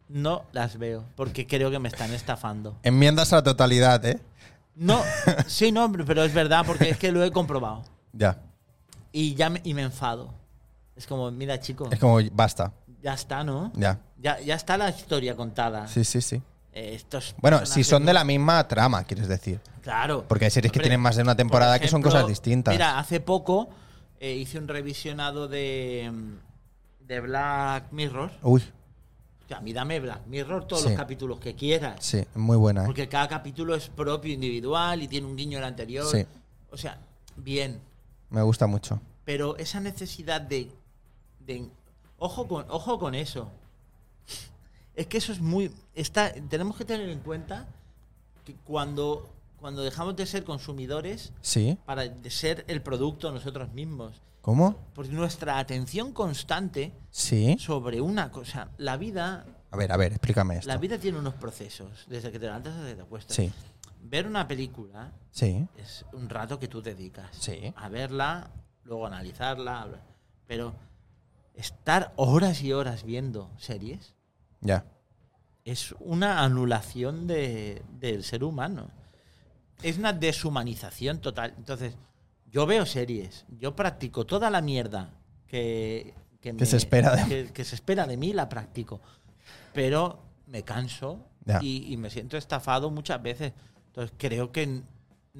[SPEAKER 2] No las veo, porque creo que me están estafando.
[SPEAKER 1] Enmiendas a la totalidad, ¿eh?
[SPEAKER 2] No, sí, no, pero es verdad, porque es que lo he comprobado.
[SPEAKER 1] Ya.
[SPEAKER 2] Y ya me, y me enfado. Es como, mira, chico,
[SPEAKER 1] Es como, basta.
[SPEAKER 2] ya está, ¿no?
[SPEAKER 1] Ya.
[SPEAKER 2] Ya, ya está la historia contada.
[SPEAKER 1] Sí, sí, sí.
[SPEAKER 2] Eh, estos
[SPEAKER 1] Bueno, si
[SPEAKER 2] personajes
[SPEAKER 1] son de
[SPEAKER 2] no-
[SPEAKER 1] la misma trama, quieres decir.
[SPEAKER 2] Claro.
[SPEAKER 1] Porque hay series que
[SPEAKER 2] Hombre,
[SPEAKER 1] tienen más de una
[SPEAKER 2] por
[SPEAKER 1] temporada que son
[SPEAKER 2] ejemplo,
[SPEAKER 1] cosas distintas.
[SPEAKER 2] Mira, hace poco eh, hice un revisionado de, mm, de Black Mirror.
[SPEAKER 1] Uy,
[SPEAKER 2] O sea, a mí dame Black Mirror todos
[SPEAKER 1] Sí.
[SPEAKER 2] los capítulos que quieras.
[SPEAKER 1] sí, muy buena. ¿eh?
[SPEAKER 2] Porque cada capítulo es propio, individual y tiene un guiño al anterior.
[SPEAKER 1] Sí.
[SPEAKER 2] O sea, bien.
[SPEAKER 1] Me gusta mucho.
[SPEAKER 2] Pero esa necesidad de. de- ojo, con, ojo con eso. Es que eso es muy. Está, tenemos que tener en cuenta que cuando, cuando dejamos de ser consumidores
[SPEAKER 1] ¿Sí?
[SPEAKER 2] para de ser el producto nosotros mismos.
[SPEAKER 1] ¿Cómo?
[SPEAKER 2] Porque nuestra atención constante
[SPEAKER 1] Sí.
[SPEAKER 2] sobre una cosa. La vida
[SPEAKER 1] A ver, a ver, explícame esto.
[SPEAKER 2] La vida tiene unos procesos, desde que te levantas hasta que te acuestas.
[SPEAKER 1] Sí.
[SPEAKER 2] Ver una película
[SPEAKER 1] Sí.
[SPEAKER 2] es un rato que tú dedicas
[SPEAKER 1] Sí.
[SPEAKER 2] a verla, luego analizarla, habla- pero estar horas y horas viendo series
[SPEAKER 1] Ya.
[SPEAKER 2] es una anulación de- del ser humano. Es una deshumanización total. Entonces, yo veo series, yo practico toda la mierda que,
[SPEAKER 1] Que se espera de-
[SPEAKER 2] que- que se espera de mí, la practico. Pero me canso
[SPEAKER 1] Ya.
[SPEAKER 2] y, y me siento estafado muchas veces. Entonces, creo que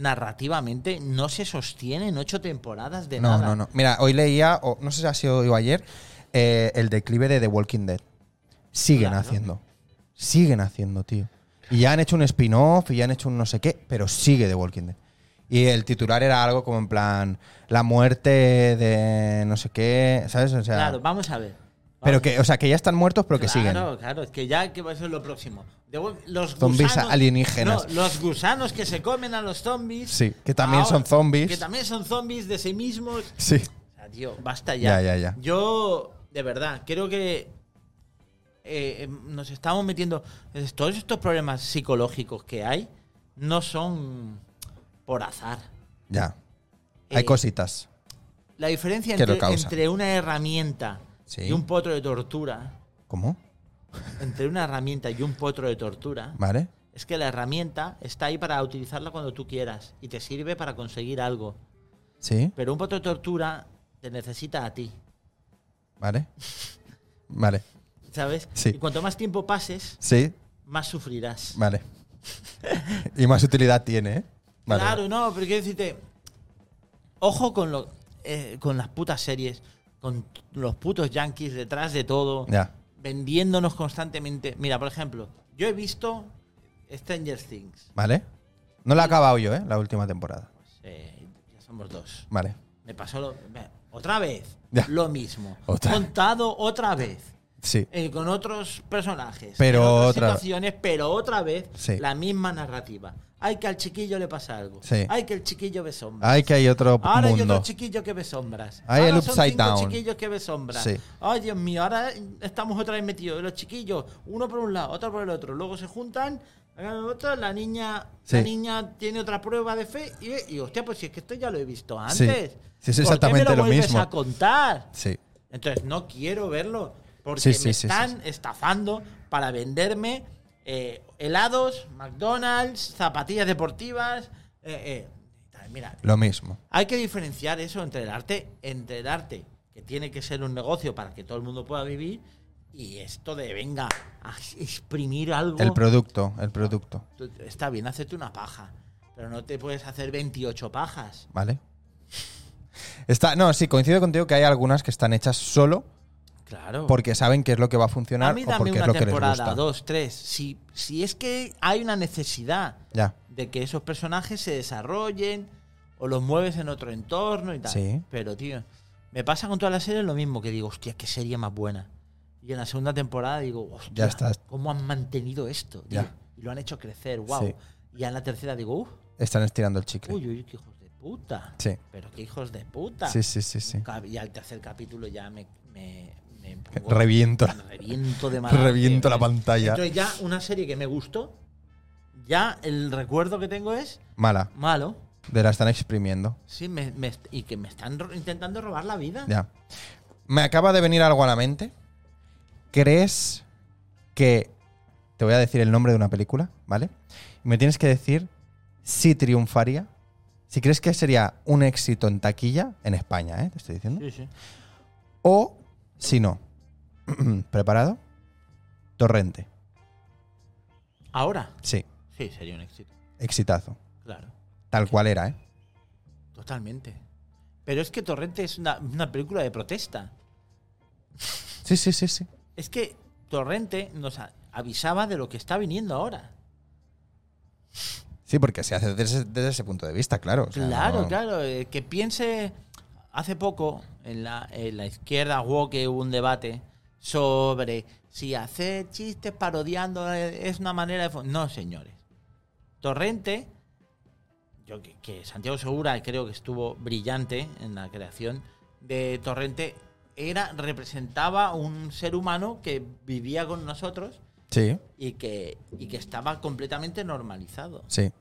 [SPEAKER 2] narrativamente no se sostienen ocho temporadas de
[SPEAKER 1] no,
[SPEAKER 2] nada.
[SPEAKER 1] no, no. Mira, hoy leía, o no sé si ha sido hoy o ayer, eh, el declive de The Walking Dead. Siguen
[SPEAKER 2] Claro.
[SPEAKER 1] haciendo. Siguen haciendo, tío. Y ya han hecho un spin-off y ya han hecho un no sé qué, pero sigue The Walking Dead. Y el titular era algo como en plan, la muerte de no sé qué, ¿sabes? O sea,
[SPEAKER 2] Claro, vamos a ver.
[SPEAKER 1] pero
[SPEAKER 2] Vamos
[SPEAKER 1] que, o sea, que ya están muertos, pero que siguen.
[SPEAKER 2] Claro, claro, es que ya que va a ser lo próximo. De vu- los
[SPEAKER 1] Zombies
[SPEAKER 2] gusanos-
[SPEAKER 1] alienígenas.
[SPEAKER 2] no, los gusanos que se comen a los zombies. Ah,
[SPEAKER 1] Sí, que también son zombies.
[SPEAKER 2] Que también son zombies de sí mismos.
[SPEAKER 1] Sí.
[SPEAKER 2] O sea, tío, basta ya.
[SPEAKER 1] Ya, ya, ya.
[SPEAKER 2] Yo, de verdad, creo que eh, nos estamos metiendo. es- Todos estos problemas psicológicos que hay no son por azar.
[SPEAKER 1] Ya. Hay
[SPEAKER 2] Eh,
[SPEAKER 1] cositas.
[SPEAKER 2] La diferencia
[SPEAKER 1] que lo
[SPEAKER 2] entre,
[SPEAKER 1] causan.
[SPEAKER 2] entre una herramienta
[SPEAKER 1] Sí.
[SPEAKER 2] y un potro de tortura.
[SPEAKER 1] ¿Cómo?
[SPEAKER 2] Entre una herramienta y un potro de tortura.
[SPEAKER 1] ¿Vale?
[SPEAKER 2] Es que la herramienta está ahí para utilizarla cuando tú quieras y te sirve para conseguir algo.
[SPEAKER 1] Sí.
[SPEAKER 2] Pero un potro de tortura te necesita a ti,
[SPEAKER 1] ¿Vale? Vale.
[SPEAKER 2] ¿sabes?
[SPEAKER 1] Sí.
[SPEAKER 2] Y cuanto más tiempo pases,
[SPEAKER 1] Sí.
[SPEAKER 2] más sufrirás.
[SPEAKER 1] Vale. y más utilidad tiene, ¿eh? Vale.
[SPEAKER 2] Claro, no, pero quiero decirte, ojo con, lo, eh, con las putas series, con los putos yankees detrás de todo,
[SPEAKER 1] Ya.
[SPEAKER 2] vendiéndonos constantemente. Mira, por ejemplo, yo he visto Stranger Things.
[SPEAKER 1] ¿Vale? No la he acabado yo, ¿eh? La última temporada.
[SPEAKER 2] Eh, ya somos dos.
[SPEAKER 1] Vale.
[SPEAKER 2] Me pasó lo- me- otra vez.
[SPEAKER 1] Ya.
[SPEAKER 2] Lo mismo.
[SPEAKER 1] Otra.
[SPEAKER 2] Contado otra vez.
[SPEAKER 1] Sí.
[SPEAKER 2] eh, con otros personajes.
[SPEAKER 1] Pero
[SPEAKER 2] en otras
[SPEAKER 1] otra-
[SPEAKER 2] situaciones, pero otra vez
[SPEAKER 1] Sí.
[SPEAKER 2] la misma narrativa. Hay que al chiquillo le pasa algo.
[SPEAKER 1] Sí.
[SPEAKER 2] Hay que el chiquillo ve sombras.
[SPEAKER 1] Hay que hay otro
[SPEAKER 2] Ahora hay
[SPEAKER 1] mundo.
[SPEAKER 2] otro chiquillo que ve sombras.
[SPEAKER 1] Hay
[SPEAKER 2] ahora
[SPEAKER 1] el
[SPEAKER 2] son
[SPEAKER 1] upside
[SPEAKER 2] cinco
[SPEAKER 1] down.
[SPEAKER 2] chiquillos que ve sombras.
[SPEAKER 1] Sí.
[SPEAKER 2] Ay, Dios mío, ahora estamos otra vez metidos. Los chiquillos, uno por un lado, otro por el otro. Luego se juntan, hagan otro, la niña,
[SPEAKER 1] Sí.
[SPEAKER 2] la niña tiene otra prueba de fe. Y, y hostia, pues si es que esto ya lo he visto antes.
[SPEAKER 1] Sí, es
[SPEAKER 2] ¿Por qué me
[SPEAKER 1] exactamente lo
[SPEAKER 2] vuelves
[SPEAKER 1] mismo?
[SPEAKER 2] a contar?
[SPEAKER 1] Sí.
[SPEAKER 2] Entonces no quiero verlo porque
[SPEAKER 1] Sí, sí,
[SPEAKER 2] me
[SPEAKER 1] sí, sí,
[SPEAKER 2] están estafando para venderme eh, helados, McDonald's, zapatillas deportivas. eh, eh. Mira,
[SPEAKER 1] Lo mismo.
[SPEAKER 2] hay que diferenciar eso entre el arte, entre el arte que tiene que ser un negocio para que todo el mundo pueda vivir y esto de venga a exprimir algo.
[SPEAKER 1] El producto, el producto.
[SPEAKER 2] Tú- Está bien, hacerte una paja, pero no te puedes hacer 28 pajas.
[SPEAKER 1] ¿Vale? Está, no, sí, coincido contigo que hay algunas que están hechas solo
[SPEAKER 2] Claro.
[SPEAKER 1] porque saben qué es lo que va a funcionar
[SPEAKER 2] a mí
[SPEAKER 1] o
[SPEAKER 2] dame
[SPEAKER 1] porque es
[SPEAKER 2] una
[SPEAKER 1] lo que les
[SPEAKER 2] temporada,
[SPEAKER 1] gusta.
[SPEAKER 2] dos, tres. Si, si es que hay una necesidad
[SPEAKER 1] Ya.
[SPEAKER 2] de que esos personajes se desarrollen o los mueves en otro entorno y tal.
[SPEAKER 1] Sí.
[SPEAKER 2] Pero, tío, me pasa con todas las series lo mismo, que digo, hostia, qué serie más buena. Y en la segunda temporada digo, hostia,
[SPEAKER 1] Ya estás.
[SPEAKER 2] ¿cómo han mantenido esto? tío?
[SPEAKER 1] Ya.
[SPEAKER 2] Y lo han hecho crecer, wow.
[SPEAKER 1] Sí.
[SPEAKER 2] Y en la tercera digo, uff,
[SPEAKER 1] Están estirando el chicle.
[SPEAKER 2] uy, uy, qué hijos de puta.
[SPEAKER 1] Sí.
[SPEAKER 2] Pero qué hijos de puta.
[SPEAKER 1] Sí, sí, sí, sí.
[SPEAKER 2] Ca- Y al tercer capítulo ya me... me, me pongo-
[SPEAKER 1] Reviento, la-
[SPEAKER 2] reviento de mala eh,
[SPEAKER 1] reviento la
[SPEAKER 2] hostia.
[SPEAKER 1] pantalla.
[SPEAKER 2] Entonces ya una serie que me gustó, ya el recuerdo que tengo es
[SPEAKER 1] Mala.
[SPEAKER 2] malo.
[SPEAKER 1] De la están exprimiendo.
[SPEAKER 2] Sí, me- me- y que me están ro- intentando robar la vida.
[SPEAKER 1] Ya. Me acaba de venir algo a la mente. ¿Crees que te voy a decir el nombre de una película, ¿vale? Y me tienes que decir si triunfaría, si crees que sería un éxito en taquilla en España, ¿eh? Te estoy diciendo.
[SPEAKER 2] Sí, sí.
[SPEAKER 1] O si no. ¿Preparado? Torrente.
[SPEAKER 2] Ahora,
[SPEAKER 1] Sí,
[SPEAKER 2] sí, sería un éxito.
[SPEAKER 1] exitazo.
[SPEAKER 2] Claro,
[SPEAKER 1] Tal cual era, ¿eh?
[SPEAKER 2] totalmente. Pero es que Torrente es una, una película de protesta.
[SPEAKER 1] Sí, sí, sí, sí.
[SPEAKER 2] Es que Torrente nos a- avisaba de lo que está viniendo ahora.
[SPEAKER 1] Sí, porque se hace desde, desde ese punto de vista, claro. o sea,
[SPEAKER 2] Claro,
[SPEAKER 1] no-
[SPEAKER 2] claro. eh, Que piense. Hace poco, en la, en la izquierda woke hubo un debate sobre si hacer chistes parodiando eh, es una manera de. fo- No, señores. Torrente, yo que, que Santiago Segura creo que estuvo brillante en la creación de Torrente, era, representaba un ser humano que vivía con nosotros
[SPEAKER 1] Sí,
[SPEAKER 2] y que, y que estaba completamente normalizado.
[SPEAKER 1] sí.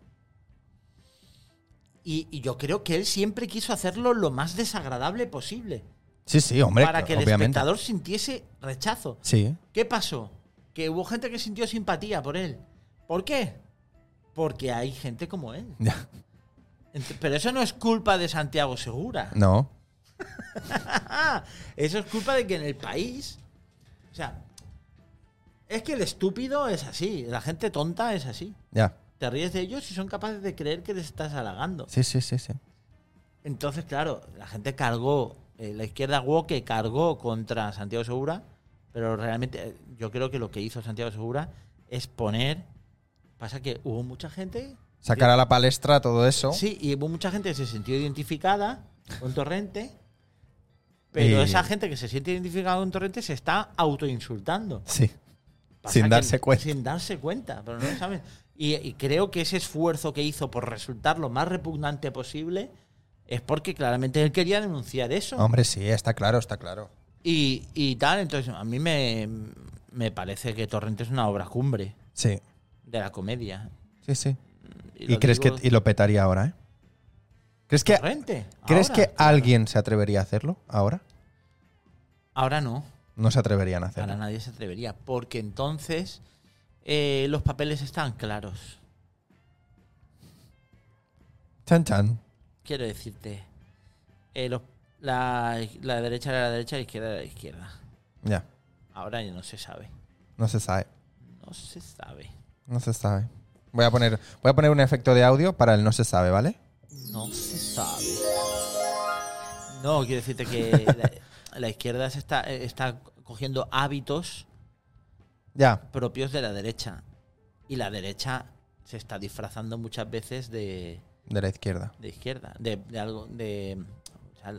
[SPEAKER 2] Y, y yo creo que él siempre quiso hacerlo lo más desagradable posible.
[SPEAKER 1] Sí, sí, hombre.
[SPEAKER 2] para que el
[SPEAKER 1] obviamente.
[SPEAKER 2] espectador sintiese rechazo.
[SPEAKER 1] Sí,
[SPEAKER 2] ¿Qué pasó? Que hubo gente que sintió simpatía por él. ¿Por qué? Porque hay gente como él.
[SPEAKER 1] ya.
[SPEAKER 2] Ent- Pero eso no es culpa de Santiago Segura. Ah,
[SPEAKER 1] No,
[SPEAKER 2] Eso es culpa de que en el país. O sea, es que el estúpido es así. La gente tonta es así.
[SPEAKER 1] ya.
[SPEAKER 2] Te ríes de ellos y son capaces de creer que les estás halagando.
[SPEAKER 1] Sí, sí, sí, sí.
[SPEAKER 2] Entonces, claro, la gente cargó, eh, la izquierda woke cargó contra Santiago Segura, pero realmente eh, yo creo que lo que hizo Santiago Segura es poner. Pasa que hubo mucha gente.
[SPEAKER 1] Sacar a la palestra todo eso.
[SPEAKER 2] Sí, y hubo mucha gente que se sintió identificada con Torrente, pero
[SPEAKER 1] Y-
[SPEAKER 2] esa gente que se siente identificada con Torrente se está autoinsultando.
[SPEAKER 1] Sí.
[SPEAKER 2] Pasa
[SPEAKER 1] Sin
[SPEAKER 2] que-
[SPEAKER 1] darse cuenta.
[SPEAKER 2] Sin darse cuenta, pero no lo saben. Y, y creo que ese esfuerzo que hizo por resultar lo más repugnante posible es porque claramente él quería denunciar eso.
[SPEAKER 1] Hombre, sí, está claro, está claro.
[SPEAKER 2] Y, y tal, entonces a mí me, me parece que Torrente es una obra cumbre
[SPEAKER 1] Sí,
[SPEAKER 2] de la comedia.
[SPEAKER 1] sí, sí. ¿Y,
[SPEAKER 2] lo
[SPEAKER 1] crees que
[SPEAKER 2] digo-
[SPEAKER 1] y lo petaría ahora, eh? ¿Crees que,
[SPEAKER 2] Torrente,
[SPEAKER 1] ¿crees
[SPEAKER 2] ahora.
[SPEAKER 1] que alguien se atrevería a hacerlo ahora?
[SPEAKER 2] Ahora no.
[SPEAKER 1] No se atreverían a
[SPEAKER 2] Ahora
[SPEAKER 1] hacerlo.
[SPEAKER 2] nadie se atrevería, porque entonces eh, los papeles están claros.
[SPEAKER 1] Chan, chan.
[SPEAKER 2] Quiero decirte, eh, los- la, la derecha era la derecha, la izquierda era la izquierda.
[SPEAKER 1] Ya.
[SPEAKER 2] Ahora ya no se sabe.
[SPEAKER 1] No se sabe.
[SPEAKER 2] No se sabe.
[SPEAKER 1] No se sabe. Voy a poner, voy a poner un efecto de audio para el no se sabe, ¿vale?
[SPEAKER 2] No se sabe. No, quiero decirte que la, la izquierda se está, eh, está cogiendo hábitos
[SPEAKER 1] Ya.
[SPEAKER 2] propios de la derecha. Y la derecha se está disfrazando muchas veces de,
[SPEAKER 1] De la izquierda.
[SPEAKER 2] de izquierda. De, de algo. De, o sea,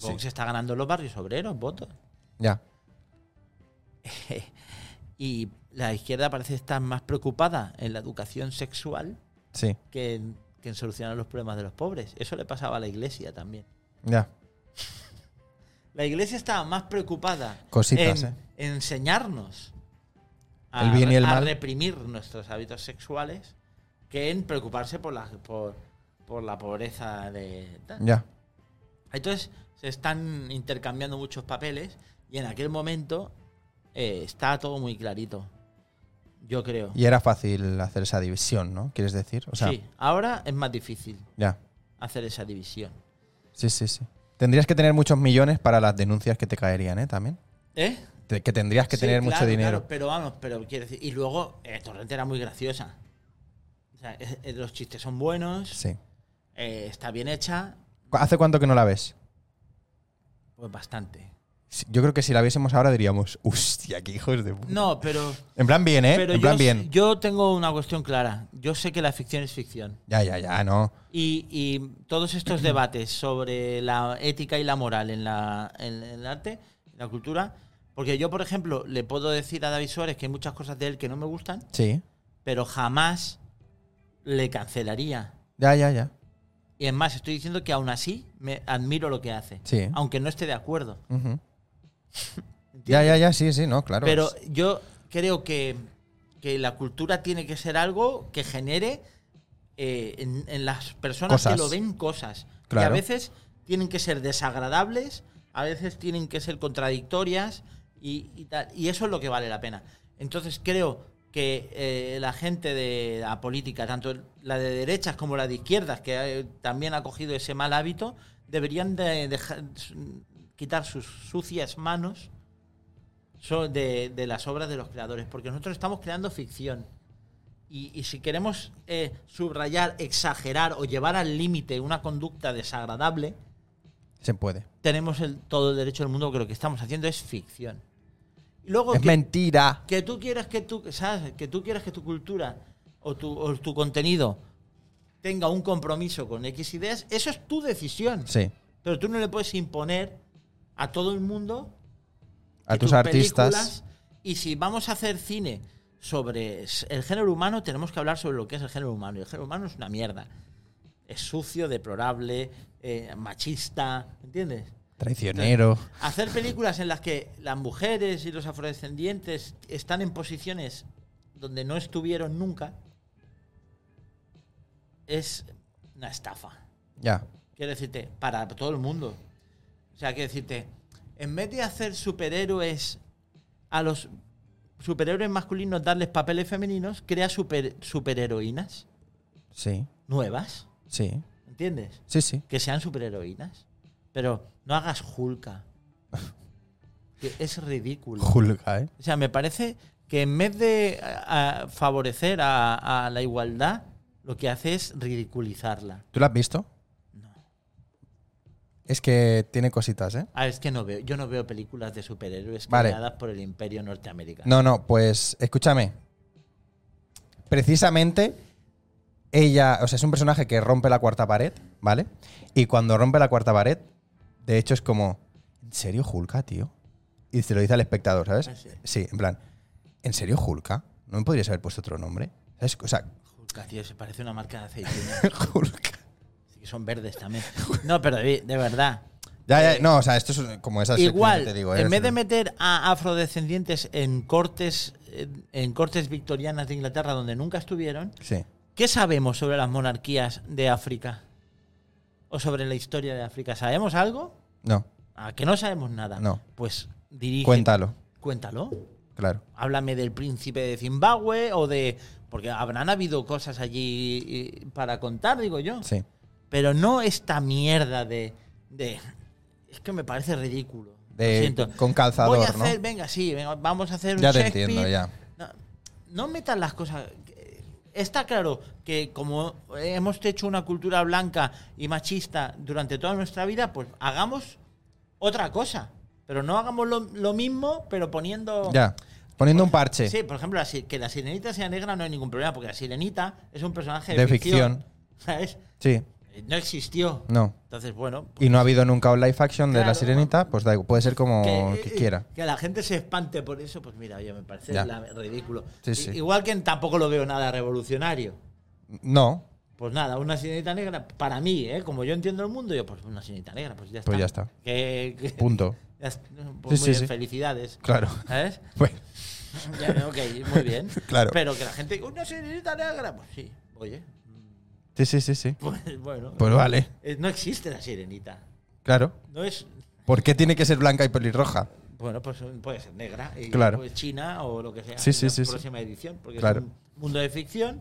[SPEAKER 2] Vox
[SPEAKER 1] Sí.
[SPEAKER 2] está ganando en los barrios obreros, votos.
[SPEAKER 1] Ya.
[SPEAKER 2] Y la izquierda parece estar más preocupada en la educación sexual
[SPEAKER 1] Sí.
[SPEAKER 2] que en, que en solucionar los problemas de los pobres. Eso le pasaba a la iglesia también.
[SPEAKER 1] Ya.
[SPEAKER 2] La iglesia estaba más preocupada
[SPEAKER 1] Cositas,
[SPEAKER 2] en
[SPEAKER 1] eh.
[SPEAKER 2] enseñarnos a,
[SPEAKER 1] El bien y el
[SPEAKER 2] a
[SPEAKER 1] mal.
[SPEAKER 2] reprimir nuestros hábitos sexuales que en preocuparse por la, por, por la pobreza de... tal.
[SPEAKER 1] Ya.
[SPEAKER 2] Entonces se están intercambiando muchos papeles y en aquel momento eh, está todo muy clarito, yo creo.
[SPEAKER 1] Y era fácil hacer esa división, ¿no? ¿Quieres decir? O sea,
[SPEAKER 2] sí, ahora es más difícil
[SPEAKER 1] ya.
[SPEAKER 2] hacer esa división.
[SPEAKER 1] Sí, sí, sí. Tendrías que tener muchos millones para las denuncias que te caerían, ¿eh? También.
[SPEAKER 2] ¿Eh?
[SPEAKER 1] Te- que tendrías que
[SPEAKER 2] Sí,
[SPEAKER 1] tener
[SPEAKER 2] claro,
[SPEAKER 1] mucho dinero.
[SPEAKER 2] claro, pero vamos, pero quiero decir. Y luego, eh, Torrente era muy graciosa. O sea, es- es- los chistes son buenos,
[SPEAKER 1] Sí.
[SPEAKER 2] eh, está bien hecha,
[SPEAKER 1] ¿Cu- ¿Hace cuánto que no la ves?
[SPEAKER 2] pues bastante.
[SPEAKER 1] si- yo creo que si la viésemos ahora diríamos, hostia, qué hijos de puta.
[SPEAKER 2] No, pero,
[SPEAKER 1] En plan bien, ¿eh?
[SPEAKER 2] pero
[SPEAKER 1] en plan
[SPEAKER 2] yo,
[SPEAKER 1] bien.
[SPEAKER 2] yo tengo una cuestión clara. Yo sé que la ficción es ficción.
[SPEAKER 1] Ya, ya, ya, no.
[SPEAKER 2] Y, y todos estos debates sobre la ética y la moral en, la, en- en el arte, en la cultura, porque yo, por ejemplo, le puedo decir a David Suárez que hay muchas cosas de él que no me gustan,
[SPEAKER 1] Sí.
[SPEAKER 2] pero jamás le cancelaría.
[SPEAKER 1] Ya, ya, ya.
[SPEAKER 2] Y es más, estoy diciendo que aún así me admiro lo que hace,
[SPEAKER 1] Sí.
[SPEAKER 2] aunque no esté de acuerdo.
[SPEAKER 1] Ujú. Ya, ya, ya, sí, sí, no, claro.
[SPEAKER 2] Pero
[SPEAKER 1] es-
[SPEAKER 2] yo creo que, que la cultura tiene que ser algo que genere eh, en, en las personas
[SPEAKER 1] Cosas.
[SPEAKER 2] que lo ven cosas. Que a
[SPEAKER 1] Claro.
[SPEAKER 2] veces tienen que ser desagradables, a veces tienen que ser contradictorias y, y tal. Y eso es lo que vale la pena. Entonces creo que eh, la gente de la política, tanto la de derechas como la de izquierdas, que eh, también ha cogido ese mal hábito, deberían de dejar, quitar sus sucias manos so- de, de las obras de los creadores, porque nosotros estamos creando ficción. Y, y si queremos eh, subrayar, exagerar o llevar al límite una conducta desagradable,
[SPEAKER 1] se puede.
[SPEAKER 2] tenemos el, todo el derecho del mundo, porque lo que estamos haciendo es ficción. Y luego
[SPEAKER 1] Es
[SPEAKER 2] que,
[SPEAKER 1] mentira.
[SPEAKER 2] que tú quieras que tu, ¿sabes? que tú quieras que tu cultura o tu, o tu contenido tenga un compromiso con X ideas, eso es tu decisión.
[SPEAKER 1] Sí.
[SPEAKER 2] Pero tú no le puedes imponer a todo el mundo
[SPEAKER 1] A
[SPEAKER 2] que
[SPEAKER 1] tus
[SPEAKER 2] películas-
[SPEAKER 1] artistas.
[SPEAKER 2] Y si vamos a hacer cine sobre s- el género humano, tenemos que hablar sobre lo que es el género humano. Y el género humano es una mierda. Es sucio, deplorable, eh, machista, ¿entiendes?
[SPEAKER 1] Traicionero.
[SPEAKER 2] Hacer películas en las que las mujeres y los afrodescendientes están en posiciones donde no estuvieron nunca es una estafa
[SPEAKER 1] Ya.
[SPEAKER 2] quiero decirte, para todo el mundo. O sea, quiero decirte, en vez de hacer superhéroes a los superhéroes masculinos darles papeles femeninos, crea super, superheroínas
[SPEAKER 1] Sí.
[SPEAKER 2] nuevas,
[SPEAKER 1] Sí.
[SPEAKER 2] ¿entiendes?
[SPEAKER 1] Sí, sí.
[SPEAKER 2] Que sean superheroínas. Pero no hagas Hulka. Que es ridículo.
[SPEAKER 1] Julga, ¿eh?
[SPEAKER 2] O sea, me parece que en vez de a- a favorecer a- a la igualdad, lo que hace es ridiculizarla.
[SPEAKER 1] ¿Tú la has visto?
[SPEAKER 2] No.
[SPEAKER 1] Es que tiene cositas, ¿eh?
[SPEAKER 2] Ah, es que no veo, yo no veo películas de superhéroes
[SPEAKER 1] Vale.
[SPEAKER 2] creadas por el Imperio Norteamericano.
[SPEAKER 1] No, no, pues escúchame. Precisamente ella, o sea, es un personaje que rompe la cuarta pared, ¿vale? Y cuando rompe la cuarta pared, de hecho es como, ¿en serio Julka, tío? Y se lo dice al espectador, ¿sabes?
[SPEAKER 2] Ah, sí.
[SPEAKER 1] Sí, en plan, ¿en serio Julka? ¿No me podrías haber puesto otro nombre? ¿Sabes? O sea,
[SPEAKER 2] Julka, tío, se parece una marca de aceite.
[SPEAKER 1] Julka.
[SPEAKER 2] que son verdes también. No, pero de, de verdad.
[SPEAKER 1] Ya, ya, no, o sea, esto es como esas secciones
[SPEAKER 2] Eh, Igual,
[SPEAKER 1] que te digo. ¿eh?
[SPEAKER 2] en vez de meter a afrodescendientes en cortes, en, en cortes victorianas de Inglaterra donde nunca estuvieron,
[SPEAKER 1] Sí.
[SPEAKER 2] ¿qué sabemos sobre las monarquías de África? ¿O sobre la historia de África? ¿Sabemos algo?
[SPEAKER 1] No,
[SPEAKER 2] ¿A que no sabemos nada?
[SPEAKER 1] No.
[SPEAKER 2] Pues dirige.
[SPEAKER 1] cuéntalo,
[SPEAKER 2] Cuéntalo.
[SPEAKER 1] claro.
[SPEAKER 2] háblame del príncipe de Zimbabue o de. Porque habrán habido cosas allí eh, para contar, digo yo.
[SPEAKER 1] Sí.
[SPEAKER 2] Pero no esta mierda de. de- es que me parece ridículo. Lo
[SPEAKER 1] De-
[SPEAKER 2] siento.
[SPEAKER 1] con calzador,
[SPEAKER 2] Voy a hacer-
[SPEAKER 1] ¿no?
[SPEAKER 2] Venga, sí, venga, vamos a hacer un
[SPEAKER 1] Ya te
[SPEAKER 2] Shakespeare.
[SPEAKER 1] entiendo, ya.
[SPEAKER 2] No, no metas las cosas. Está claro que como hemos hecho una cultura blanca y machista durante toda nuestra vida, pues hagamos otra cosa. Pero no hagamos lo, lo mismo, pero poniendo.
[SPEAKER 1] Ya. Poniendo un parche.
[SPEAKER 2] Sí, por ejemplo, la si- que la sirenita sea negra no hay ningún problema, porque la sirenita es un personaje de,
[SPEAKER 1] De
[SPEAKER 2] ficción.
[SPEAKER 1] ficción.
[SPEAKER 2] ¿Sabes? Eh,
[SPEAKER 1] sí.
[SPEAKER 2] No existió.
[SPEAKER 1] No.
[SPEAKER 2] Entonces, bueno.
[SPEAKER 1] y no ha habido nunca un live action de la
[SPEAKER 2] Claro.
[SPEAKER 1] sirenita, pues da igual, puede ser como que,
[SPEAKER 2] eh,
[SPEAKER 1] quiera.
[SPEAKER 2] Que la gente se espante por eso, pues mira, oye, me parece
[SPEAKER 1] Ya.
[SPEAKER 2] la- ridículo.
[SPEAKER 1] Sí,
[SPEAKER 2] I-
[SPEAKER 1] sí.
[SPEAKER 2] Igual que en- tampoco lo veo nada revolucionario.
[SPEAKER 1] No,
[SPEAKER 2] Pues nada, una sirenita negra, para mí, ¿eh? como yo entiendo el mundo, yo, pues una sirenita negra, pues ya está.
[SPEAKER 1] Pues ya está.
[SPEAKER 2] Que, que-
[SPEAKER 1] punto.
[SPEAKER 2] ya está. Pues
[SPEAKER 1] Sí,
[SPEAKER 2] muy
[SPEAKER 1] sí,
[SPEAKER 2] bien,
[SPEAKER 1] sí.
[SPEAKER 2] felicidades.
[SPEAKER 1] Claro.
[SPEAKER 2] ¿Sabes?
[SPEAKER 1] Bueno,
[SPEAKER 2] Ya, ok, muy bien.
[SPEAKER 1] Claro.
[SPEAKER 2] Pero que la gente, una sirenita negra, pues sí, oye,
[SPEAKER 1] sí, sí, sí, sí.
[SPEAKER 2] Pues bueno.
[SPEAKER 1] Pues vale,
[SPEAKER 2] Eh, No existe la sirenita.
[SPEAKER 1] claro.
[SPEAKER 2] No es.
[SPEAKER 1] ¿Por qué tiene que ser blanca y pelirroja?
[SPEAKER 2] Bueno, pues puede ser negra. Y
[SPEAKER 1] Claro.
[SPEAKER 2] pues China o lo que sea.
[SPEAKER 1] Sí, sí,
[SPEAKER 2] en la
[SPEAKER 1] sí, sí.
[SPEAKER 2] Próxima edición. Porque
[SPEAKER 1] Claro.
[SPEAKER 2] es un mundo de ficción.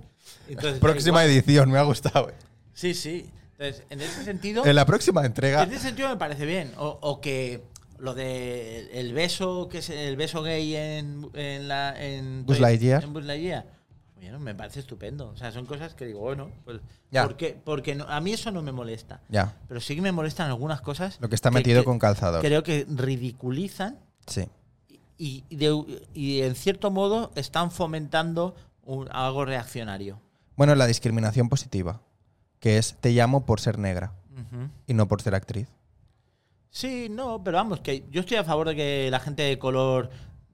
[SPEAKER 2] Entonces,
[SPEAKER 1] Próxima
[SPEAKER 2] da Pues igual.
[SPEAKER 1] edición, me ha gustado. eh.
[SPEAKER 2] Sí, sí. Entonces, en ese sentido.
[SPEAKER 1] En la próxima
[SPEAKER 2] En
[SPEAKER 1] entrega.
[SPEAKER 2] ese sentido me parece bien. O, o que lo de el beso que es el beso gay en, en la en
[SPEAKER 1] Buzz Lightyear.
[SPEAKER 2] en Buzz Lightyear. pues, Bueno, me parece estupendo. O sea, son cosas que digo, bueno, pues.
[SPEAKER 1] Ya.
[SPEAKER 2] Porque, porque no- a mí eso no me molesta.
[SPEAKER 1] Ya.
[SPEAKER 2] Pero sí que me molestan algunas cosas.
[SPEAKER 1] Lo que está metido con calzador.
[SPEAKER 2] Creo que ridiculizan
[SPEAKER 1] Sí.
[SPEAKER 2] y, y de- y en cierto modo están fomentando un- algo reaccionario.
[SPEAKER 1] Bueno, la discriminación positiva, que es te llamo por ser negra y no por ser actriz.
[SPEAKER 2] Sí, no, pero vamos, que yo estoy a favor de que la gente de color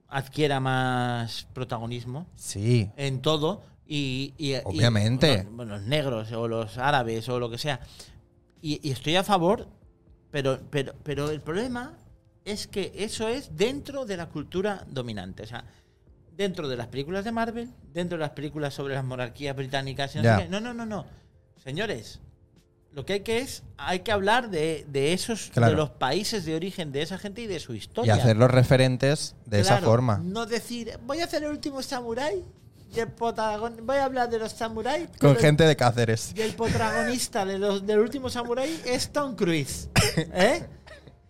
[SPEAKER 2] adquiera más protagonismo
[SPEAKER 1] Sí.
[SPEAKER 2] en todo y, y- y-
[SPEAKER 1] Obviamente.
[SPEAKER 2] los, bueno, los negros o los árabes o lo que sea. Y, y estoy a favor, pero, pero, pero el problema es que eso es dentro de la cultura dominante. O sea, dentro de las películas de Marvel, dentro de las películas sobre las monarquías británicas. y no, sé
[SPEAKER 1] Ya.
[SPEAKER 2] qué. no, no, no, no. Señores, lo que hay que es, hay que hablar de, de esos,
[SPEAKER 1] Claro.
[SPEAKER 2] de los países de origen de esa gente y de su
[SPEAKER 1] Y
[SPEAKER 2] historia.
[SPEAKER 1] hacer los referentes de esa
[SPEAKER 2] Claro,
[SPEAKER 1] forma.
[SPEAKER 2] No decir, voy a hacer el último samurái y el protagon- voy a hablar de los samuráis.
[SPEAKER 1] Con
[SPEAKER 2] pero-
[SPEAKER 1] gente de Cáceres.
[SPEAKER 2] Y el protagonista de los, del último samurái es Tom Cruise. ¿eh?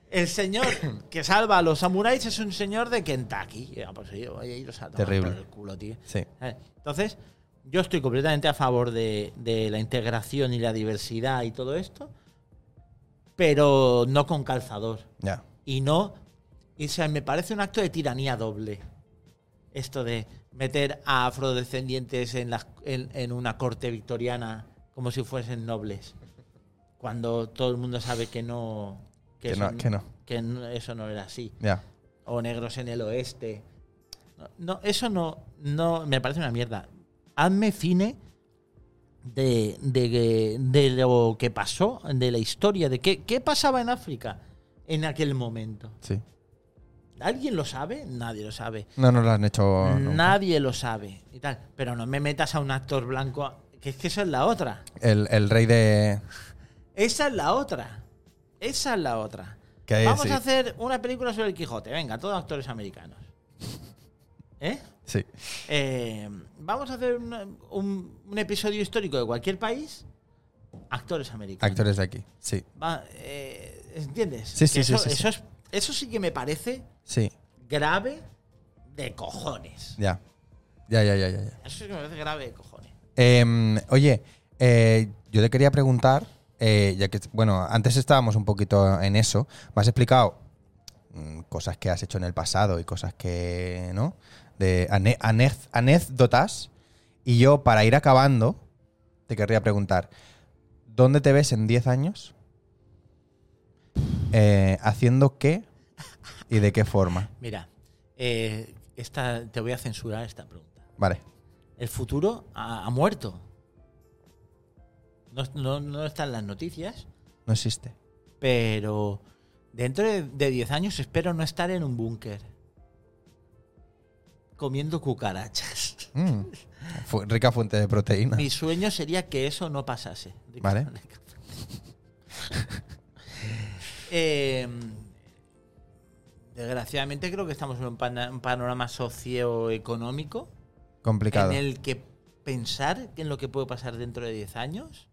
[SPEAKER 2] El señor que salva a los samuráis es un señor de Kentucky. Y, ah, pues, sí, oye, iros a tomar
[SPEAKER 1] Terrible.
[SPEAKER 2] por el culo, tío.
[SPEAKER 1] Sí.
[SPEAKER 2] ¿Sabes? Entonces, yo estoy completamente a favor de, de la integración y la diversidad y todo esto, pero no con calzador
[SPEAKER 1] Ya.
[SPEAKER 2] y no. y, o sea, me parece un acto de tiranía doble. Esto de meter a afrodescendientes en, las- en- en una corte victoriana como si fuesen nobles. Cuando todo el mundo sabe que no.
[SPEAKER 1] Que no- que no.
[SPEAKER 2] que no- eso no era así.
[SPEAKER 1] Ya.
[SPEAKER 2] O negros en el oeste. No, no, eso no, no. Me parece una mierda. Hazme cine de, de- de lo que pasó, de la historia, de qué, qué pasaba en África en aquel momento.
[SPEAKER 1] Sí.
[SPEAKER 2] ¿Alguien lo sabe? Nadie lo sabe.
[SPEAKER 1] No nos lo han hecho. nunca.
[SPEAKER 2] Nadie lo sabe. Y tal. Pero no me metas a un actor blanco. a- Que es que esa es la otra.
[SPEAKER 1] El, el rey de.
[SPEAKER 2] Esa es la otra. Esa es la otra.
[SPEAKER 1] Que
[SPEAKER 2] Vamos
[SPEAKER 1] sí.
[SPEAKER 2] a hacer una película sobre el Quijote. Venga, todos actores americanos. ¿Eh?
[SPEAKER 1] Sí.
[SPEAKER 2] Eh, vamos a hacer una- un, un episodio histórico de cualquier país. Actores americanos.
[SPEAKER 1] Actores de aquí. Sí.
[SPEAKER 2] Va, eh, ¿Entiendes?
[SPEAKER 1] Sí, sí,
[SPEAKER 2] Que
[SPEAKER 1] sí,
[SPEAKER 2] eso,
[SPEAKER 1] sí, sí.
[SPEAKER 2] Eso, es- eso sí que me parece
[SPEAKER 1] Sí.
[SPEAKER 2] grave de cojones.
[SPEAKER 1] Ya. Ya, ya, ya, ya. ya.
[SPEAKER 2] Eso sí que me parece grave de cojones.
[SPEAKER 1] Em, oye, eh, yo te quería preguntar, eh, ya que, bueno, antes estábamos un poquito en eso, me has explicado mm, cosas que has hecho en el pasado y cosas que, ¿no? De ane- anez- anécdotas. Y yo, para ir acabando, te querría preguntar, ¿dónde te ves en 10 años? Eh, ¿Haciendo qué y de qué forma?
[SPEAKER 2] Mira, eh, esta, te voy a censurar esta pregunta.
[SPEAKER 1] Vale.
[SPEAKER 2] El futuro ha, ha muerto. No, no, no está en las noticias,
[SPEAKER 1] No existe.
[SPEAKER 2] pero dentro de de 10 años espero no estar en un búnker comiendo cucarachas.
[SPEAKER 1] Mm. Fu- rica fuente de proteína.
[SPEAKER 2] Mi sueño sería que eso no pasase.
[SPEAKER 1] Vale.
[SPEAKER 2] Eh, desgraciadamente creo que estamos en un, pana- un panorama socioeconómico
[SPEAKER 1] Complicado.
[SPEAKER 2] en el que pensar en lo que puede pasar dentro de 10 años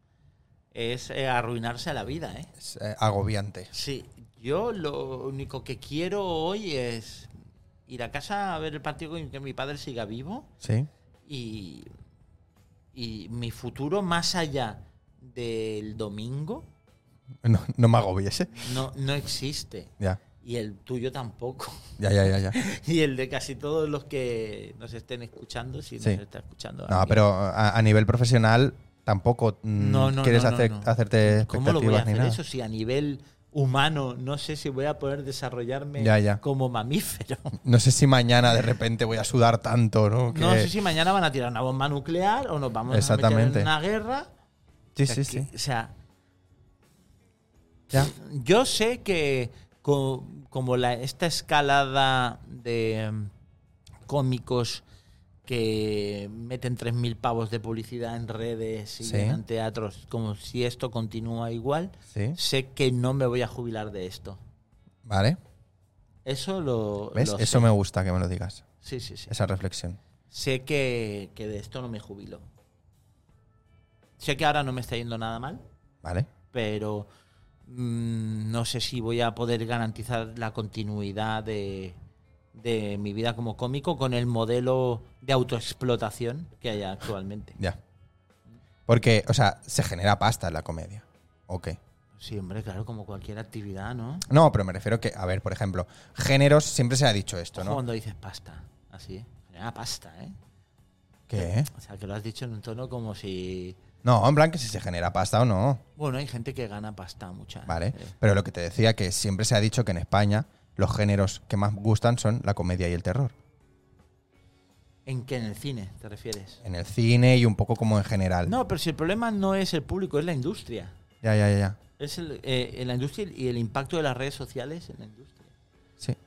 [SPEAKER 2] es eh, arruinarse la vida. ¿eh?
[SPEAKER 1] Es eh, agobiante.
[SPEAKER 2] Sí, yo lo único que quiero hoy es ir a casa a ver el partido con que mi padre siga vivo
[SPEAKER 1] Sí.
[SPEAKER 2] y, y mi futuro más allá del domingo
[SPEAKER 1] No, no me agobies, ¿eh?
[SPEAKER 2] no, no existe.
[SPEAKER 1] Ya,
[SPEAKER 2] Y el tuyo tampoco.
[SPEAKER 1] ya, ya, ya. ya.
[SPEAKER 2] Y el de casi todos los que nos estén escuchando, si
[SPEAKER 1] Sí.
[SPEAKER 2] nos está escuchando.
[SPEAKER 1] No,
[SPEAKER 2] alguien.
[SPEAKER 1] pero a, a nivel profesional tampoco mm,
[SPEAKER 2] No, no,
[SPEAKER 1] quieres
[SPEAKER 2] no, no,
[SPEAKER 1] hacer-
[SPEAKER 2] no.
[SPEAKER 1] hacerte
[SPEAKER 2] ¿Cómo lo voy a
[SPEAKER 1] expectativas ni
[SPEAKER 2] hacer
[SPEAKER 1] nada.
[SPEAKER 2] eso si a nivel humano no sé si voy a poder desarrollarme
[SPEAKER 1] Ya, ya.
[SPEAKER 2] como mamífero?
[SPEAKER 1] No sé si mañana de repente voy a sudar tanto, ¿no?
[SPEAKER 2] No
[SPEAKER 1] Que-
[SPEAKER 2] sé si mañana van a tirar una bomba nuclear o nos vamos a meter
[SPEAKER 1] Exactamente.
[SPEAKER 2] en una guerra.
[SPEAKER 1] Sí,
[SPEAKER 2] O sea,
[SPEAKER 1] sí,
[SPEAKER 2] que-
[SPEAKER 1] sí.
[SPEAKER 2] O sea,
[SPEAKER 1] Ya.
[SPEAKER 2] Yo sé que co- como la, esta escalada de mm, cómicos que meten 3.000 pavos de publicidad en redes y
[SPEAKER 1] Sí.
[SPEAKER 2] en teatros, como si esto continúa igual,
[SPEAKER 1] Sí.
[SPEAKER 2] sé que no me voy a jubilar de esto.
[SPEAKER 1] Vale.
[SPEAKER 2] Eso lo...
[SPEAKER 1] ¿Ves?
[SPEAKER 2] lo
[SPEAKER 1] Eso
[SPEAKER 2] sé.
[SPEAKER 1] me gusta que me lo digas.
[SPEAKER 2] Sí, sí, sí.
[SPEAKER 1] Esa reflexión.
[SPEAKER 2] Sé que, que de esto no me jubilo. Sé que ahora no me está yendo nada mal,
[SPEAKER 1] Vale.
[SPEAKER 2] pero mm, no sé si voy a poder garantizar la continuidad de, de mi vida como cómico con el modelo de autoexplotación que hay actualmente.
[SPEAKER 1] Ya. Porque, o sea, se genera pasta en la comedia. Ok.
[SPEAKER 2] Sí, hombre, claro, como cualquier actividad, ¿no?
[SPEAKER 1] No, pero me refiero que, a ver, por ejemplo, géneros, siempre se ha dicho esto,
[SPEAKER 2] Ojo
[SPEAKER 1] ¿no?
[SPEAKER 2] cuando dices pasta, así, ¿eh? Genera pasta, ¿eh?
[SPEAKER 1] ¿Qué?
[SPEAKER 2] O sea, que lo has dicho en un tono como si...
[SPEAKER 1] No, en plan que si se genera pasta o no.
[SPEAKER 2] Bueno, hay gente que gana pasta mucha.
[SPEAKER 1] Vale.
[SPEAKER 2] Eh,
[SPEAKER 1] Pero lo que te decía, que siempre se ha dicho que en España los géneros que más gustan son la comedia y el terror.
[SPEAKER 2] ¿En qué? ¿En el cine te refieres?
[SPEAKER 1] En el cine y un poco como en general.
[SPEAKER 2] No, pero si el problema no es el público, es la industria.
[SPEAKER 1] Ya, ya, ya, ya.
[SPEAKER 2] Es el, eh, en la industria y el impacto de las redes sociales en la industria.
[SPEAKER 1] Sí.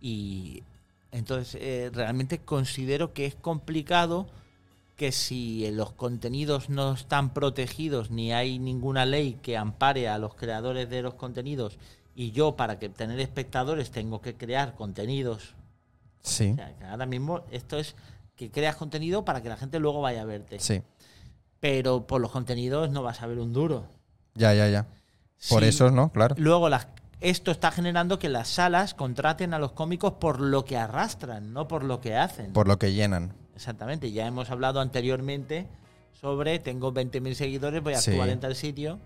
[SPEAKER 2] Y entonces eh, realmente considero que es complicado que si eh, los contenidos no están protegidos ni hay ninguna ley que ampare a los creadores de los contenidos y yo para que tener espectadores tengo que crear contenidos.
[SPEAKER 1] Sí.
[SPEAKER 2] O sea, que ahora mismo esto es que creas contenido para que la gente luego vaya a verte.
[SPEAKER 1] Sí.
[SPEAKER 2] Pero por los contenidos no vas a ver un duro.
[SPEAKER 1] Ya, ya, ya. Por
[SPEAKER 2] Sí.
[SPEAKER 1] eso, ¿no? Claro.
[SPEAKER 2] Luego las- esto está generando que las salas contraten a los cómicos por lo que arrastran, no por lo que hacen.
[SPEAKER 1] Por lo que llenan.
[SPEAKER 2] Exactamente, ya hemos hablado anteriormente sobre tengo 20.000 seguidores, voy a
[SPEAKER 1] Sí.
[SPEAKER 2] actuar en tal sitio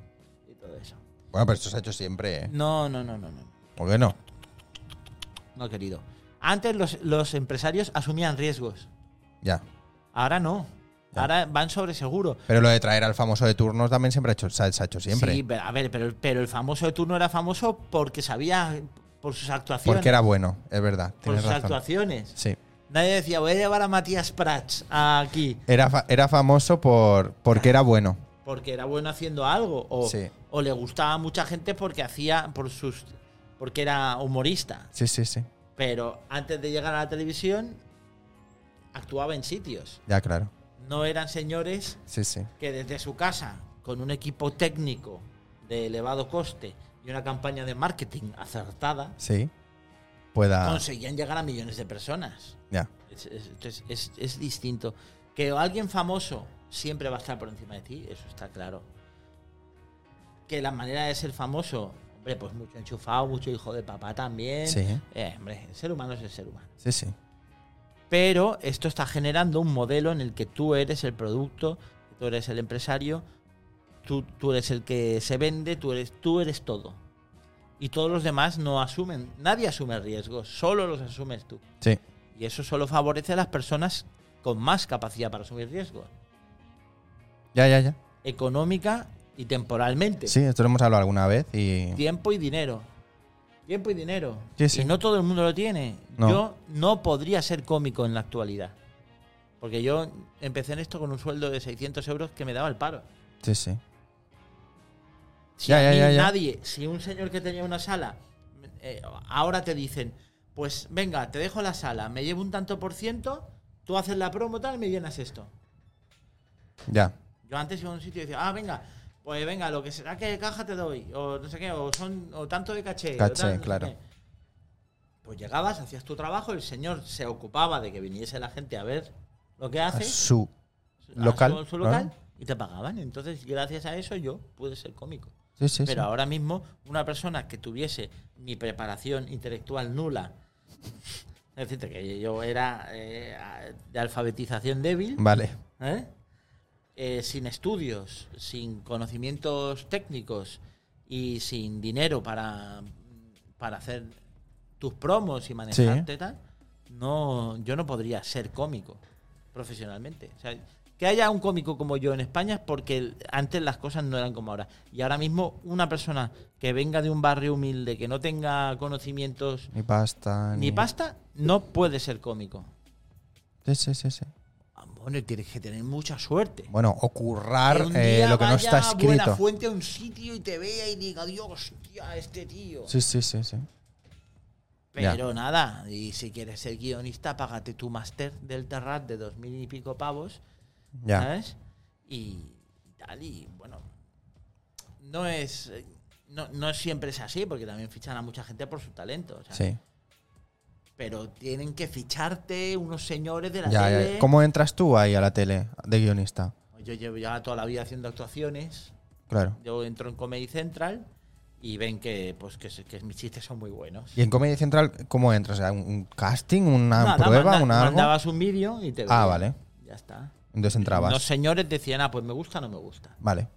[SPEAKER 2] y todo eso.
[SPEAKER 1] Bueno, pero esto se ha hecho siempre, ¿eh?
[SPEAKER 2] No, no, no, no, no,
[SPEAKER 1] ¿O que no?
[SPEAKER 2] no querido. Antes los, los empresarios asumían riesgos,
[SPEAKER 1] Ya.
[SPEAKER 2] ahora no.
[SPEAKER 1] Ya.
[SPEAKER 2] Ahora van sobre seguro.
[SPEAKER 1] Pero lo de traer al famoso de turnos también siempre ha hecho, se ha se ha hecho siempre.
[SPEAKER 2] Sí, pero, a ver, pero, pero el famoso de turno era famoso porque sabía por sus actuaciones.
[SPEAKER 1] Porque era bueno, es verdad.
[SPEAKER 2] por
[SPEAKER 1] Tienes
[SPEAKER 2] sus
[SPEAKER 1] razón.
[SPEAKER 2] actuaciones.
[SPEAKER 1] Sí.
[SPEAKER 2] Nadie decía, voy a llevar a Matías Prats aquí
[SPEAKER 1] Era, fa- era famoso por, porque era bueno.
[SPEAKER 2] porque era bueno haciendo algo. O,
[SPEAKER 1] Sí.
[SPEAKER 2] o le gustaba a mucha gente porque hacía por sus. porque era humorista.
[SPEAKER 1] Sí, sí, sí.
[SPEAKER 2] Pero antes de llegar a la televisión, actuaba en sitios.
[SPEAKER 1] Ya, claro.
[SPEAKER 2] No eran señores
[SPEAKER 1] Sí, sí.
[SPEAKER 2] que desde su casa, con un equipo técnico de elevado coste y una campaña de marketing acertada,
[SPEAKER 1] Sí. Pueda.
[SPEAKER 2] conseguían llegar a millones de personas.
[SPEAKER 1] Ya.
[SPEAKER 2] Es, es- entonces, es- es distinto. Que alguien famoso siempre va a estar por encima de ti, eso está claro. Que la manera de ser famoso, hombre, pues mucho enchufado, mucho hijo de papá también.
[SPEAKER 1] Sí.
[SPEAKER 2] Eh, hombre, el ser humano es el ser humano.
[SPEAKER 1] Sí, sí.
[SPEAKER 2] Pero esto está generando un modelo en el que tú eres el producto, tú eres el empresario, tú, tú eres el que se vende, tú eres, tú eres todo. Y todos los demás no asumen, nadie asume riesgos, solo los asumes tú.
[SPEAKER 1] Sí.
[SPEAKER 2] Y eso solo favorece a las personas con más capacidad para asumir riesgos,
[SPEAKER 1] Ya, ya, ya.
[SPEAKER 2] económica y temporalmente.
[SPEAKER 1] Sí, esto lo hemos hablado alguna vez y.
[SPEAKER 2] Tiempo y dinero. Tiempo y dinero.
[SPEAKER 1] Sí, sí.
[SPEAKER 2] Y no todo el mundo lo tiene.
[SPEAKER 1] No.
[SPEAKER 2] Yo no podría ser cómico en la actualidad. Porque yo empecé en esto con un sueldo de 600 euros que me daba el paro.
[SPEAKER 1] Sí, sí.
[SPEAKER 2] Si
[SPEAKER 1] Ya,
[SPEAKER 2] a
[SPEAKER 1] ya,
[SPEAKER 2] mí
[SPEAKER 1] ya, ya.
[SPEAKER 2] nadie, si un señor que tenía una sala, eh, ahora te dicen, pues venga, te dejo la sala, me llevo un tanto por ciento, tú haces la promo tal y me llenas esto.
[SPEAKER 1] Ya.
[SPEAKER 2] Yo antes iba a un sitio y decía, ah, venga, pues venga, lo que será que caja te doy, o no sé qué, o son o tanto de caché. o
[SPEAKER 1] Caché,
[SPEAKER 2] tal, no sé
[SPEAKER 1] claro.
[SPEAKER 2] qué. Pues llegabas, hacías tu trabajo, el señor se ocupaba de que viniese la gente a ver lo que
[SPEAKER 1] A
[SPEAKER 2] haces,
[SPEAKER 1] su. local,
[SPEAKER 2] su, su
[SPEAKER 1] ¿no?
[SPEAKER 2] local, y te pagaban. Entonces, gracias a eso yo pude ser cómico.
[SPEAKER 1] Sí, sí.
[SPEAKER 2] Pero
[SPEAKER 1] sí.
[SPEAKER 2] ahora mismo, una persona que tuviese mi preparación intelectual nula, es decir, que yo era eh, de alfabetización débil,
[SPEAKER 1] Vale.
[SPEAKER 2] ¿eh? Eh, sin estudios, sin conocimientos técnicos y sin dinero para, para hacer tus promos y manejarte tal, no, yo no podría ser cómico profesionalmente. O sea, que haya un cómico como yo en España es porque el- antes las cosas no eran como ahora. Y ahora mismo una persona que venga de un barrio humilde, que no tenga conocimientos
[SPEAKER 1] Ni pasta.
[SPEAKER 2] ni pasta, no puede ser cómico.
[SPEAKER 1] Sí, sí, sí, sí.
[SPEAKER 2] Ah, Bueno, tienes que tener mucha suerte.
[SPEAKER 1] Bueno, ocurrar
[SPEAKER 2] un
[SPEAKER 1] eh,
[SPEAKER 2] día
[SPEAKER 1] lo que no
[SPEAKER 2] vaya
[SPEAKER 1] está
[SPEAKER 2] Buena
[SPEAKER 1] escrito.
[SPEAKER 2] fuente a un sitio y te vea y diga, Dios, hostia, este tío.
[SPEAKER 1] Sí, sí, sí, sí.
[SPEAKER 2] Pero nada, y si quieres ser guionista, págate tu máster del Terrat de dos mil y pico pavos,
[SPEAKER 1] Ya.
[SPEAKER 2] ¿sabes? Y tal, y bueno, no es... No, no siempre es así, porque también fichan a mucha gente por su talento. o sea,
[SPEAKER 1] Sí.
[SPEAKER 2] Pero tienen que ficharte unos señores de la
[SPEAKER 1] Ya, ya,
[SPEAKER 2] tele.
[SPEAKER 1] ya. ¿Cómo entras tú ahí a la tele de guionista?
[SPEAKER 2] Yo llevo ya toda la vida haciendo actuaciones.
[SPEAKER 1] Claro.
[SPEAKER 2] Yo entro en Comedy Central y ven que, pues, que, se- que mis chistes son muy buenos.
[SPEAKER 3] ¿Y en Comedy Central cómo entras? O sea, ¿un, un casting? ¿Una
[SPEAKER 2] Nada,
[SPEAKER 3] prueba?
[SPEAKER 2] manda-
[SPEAKER 3] ¿Una algo?
[SPEAKER 2] Mandabas un vídeo y te
[SPEAKER 3] Ah,
[SPEAKER 2] veían.
[SPEAKER 3] vale.
[SPEAKER 2] Ya está.
[SPEAKER 3] Entonces entrabas.
[SPEAKER 2] Los señores decían, ah, pues me gusta o no me gusta.
[SPEAKER 3] Vale.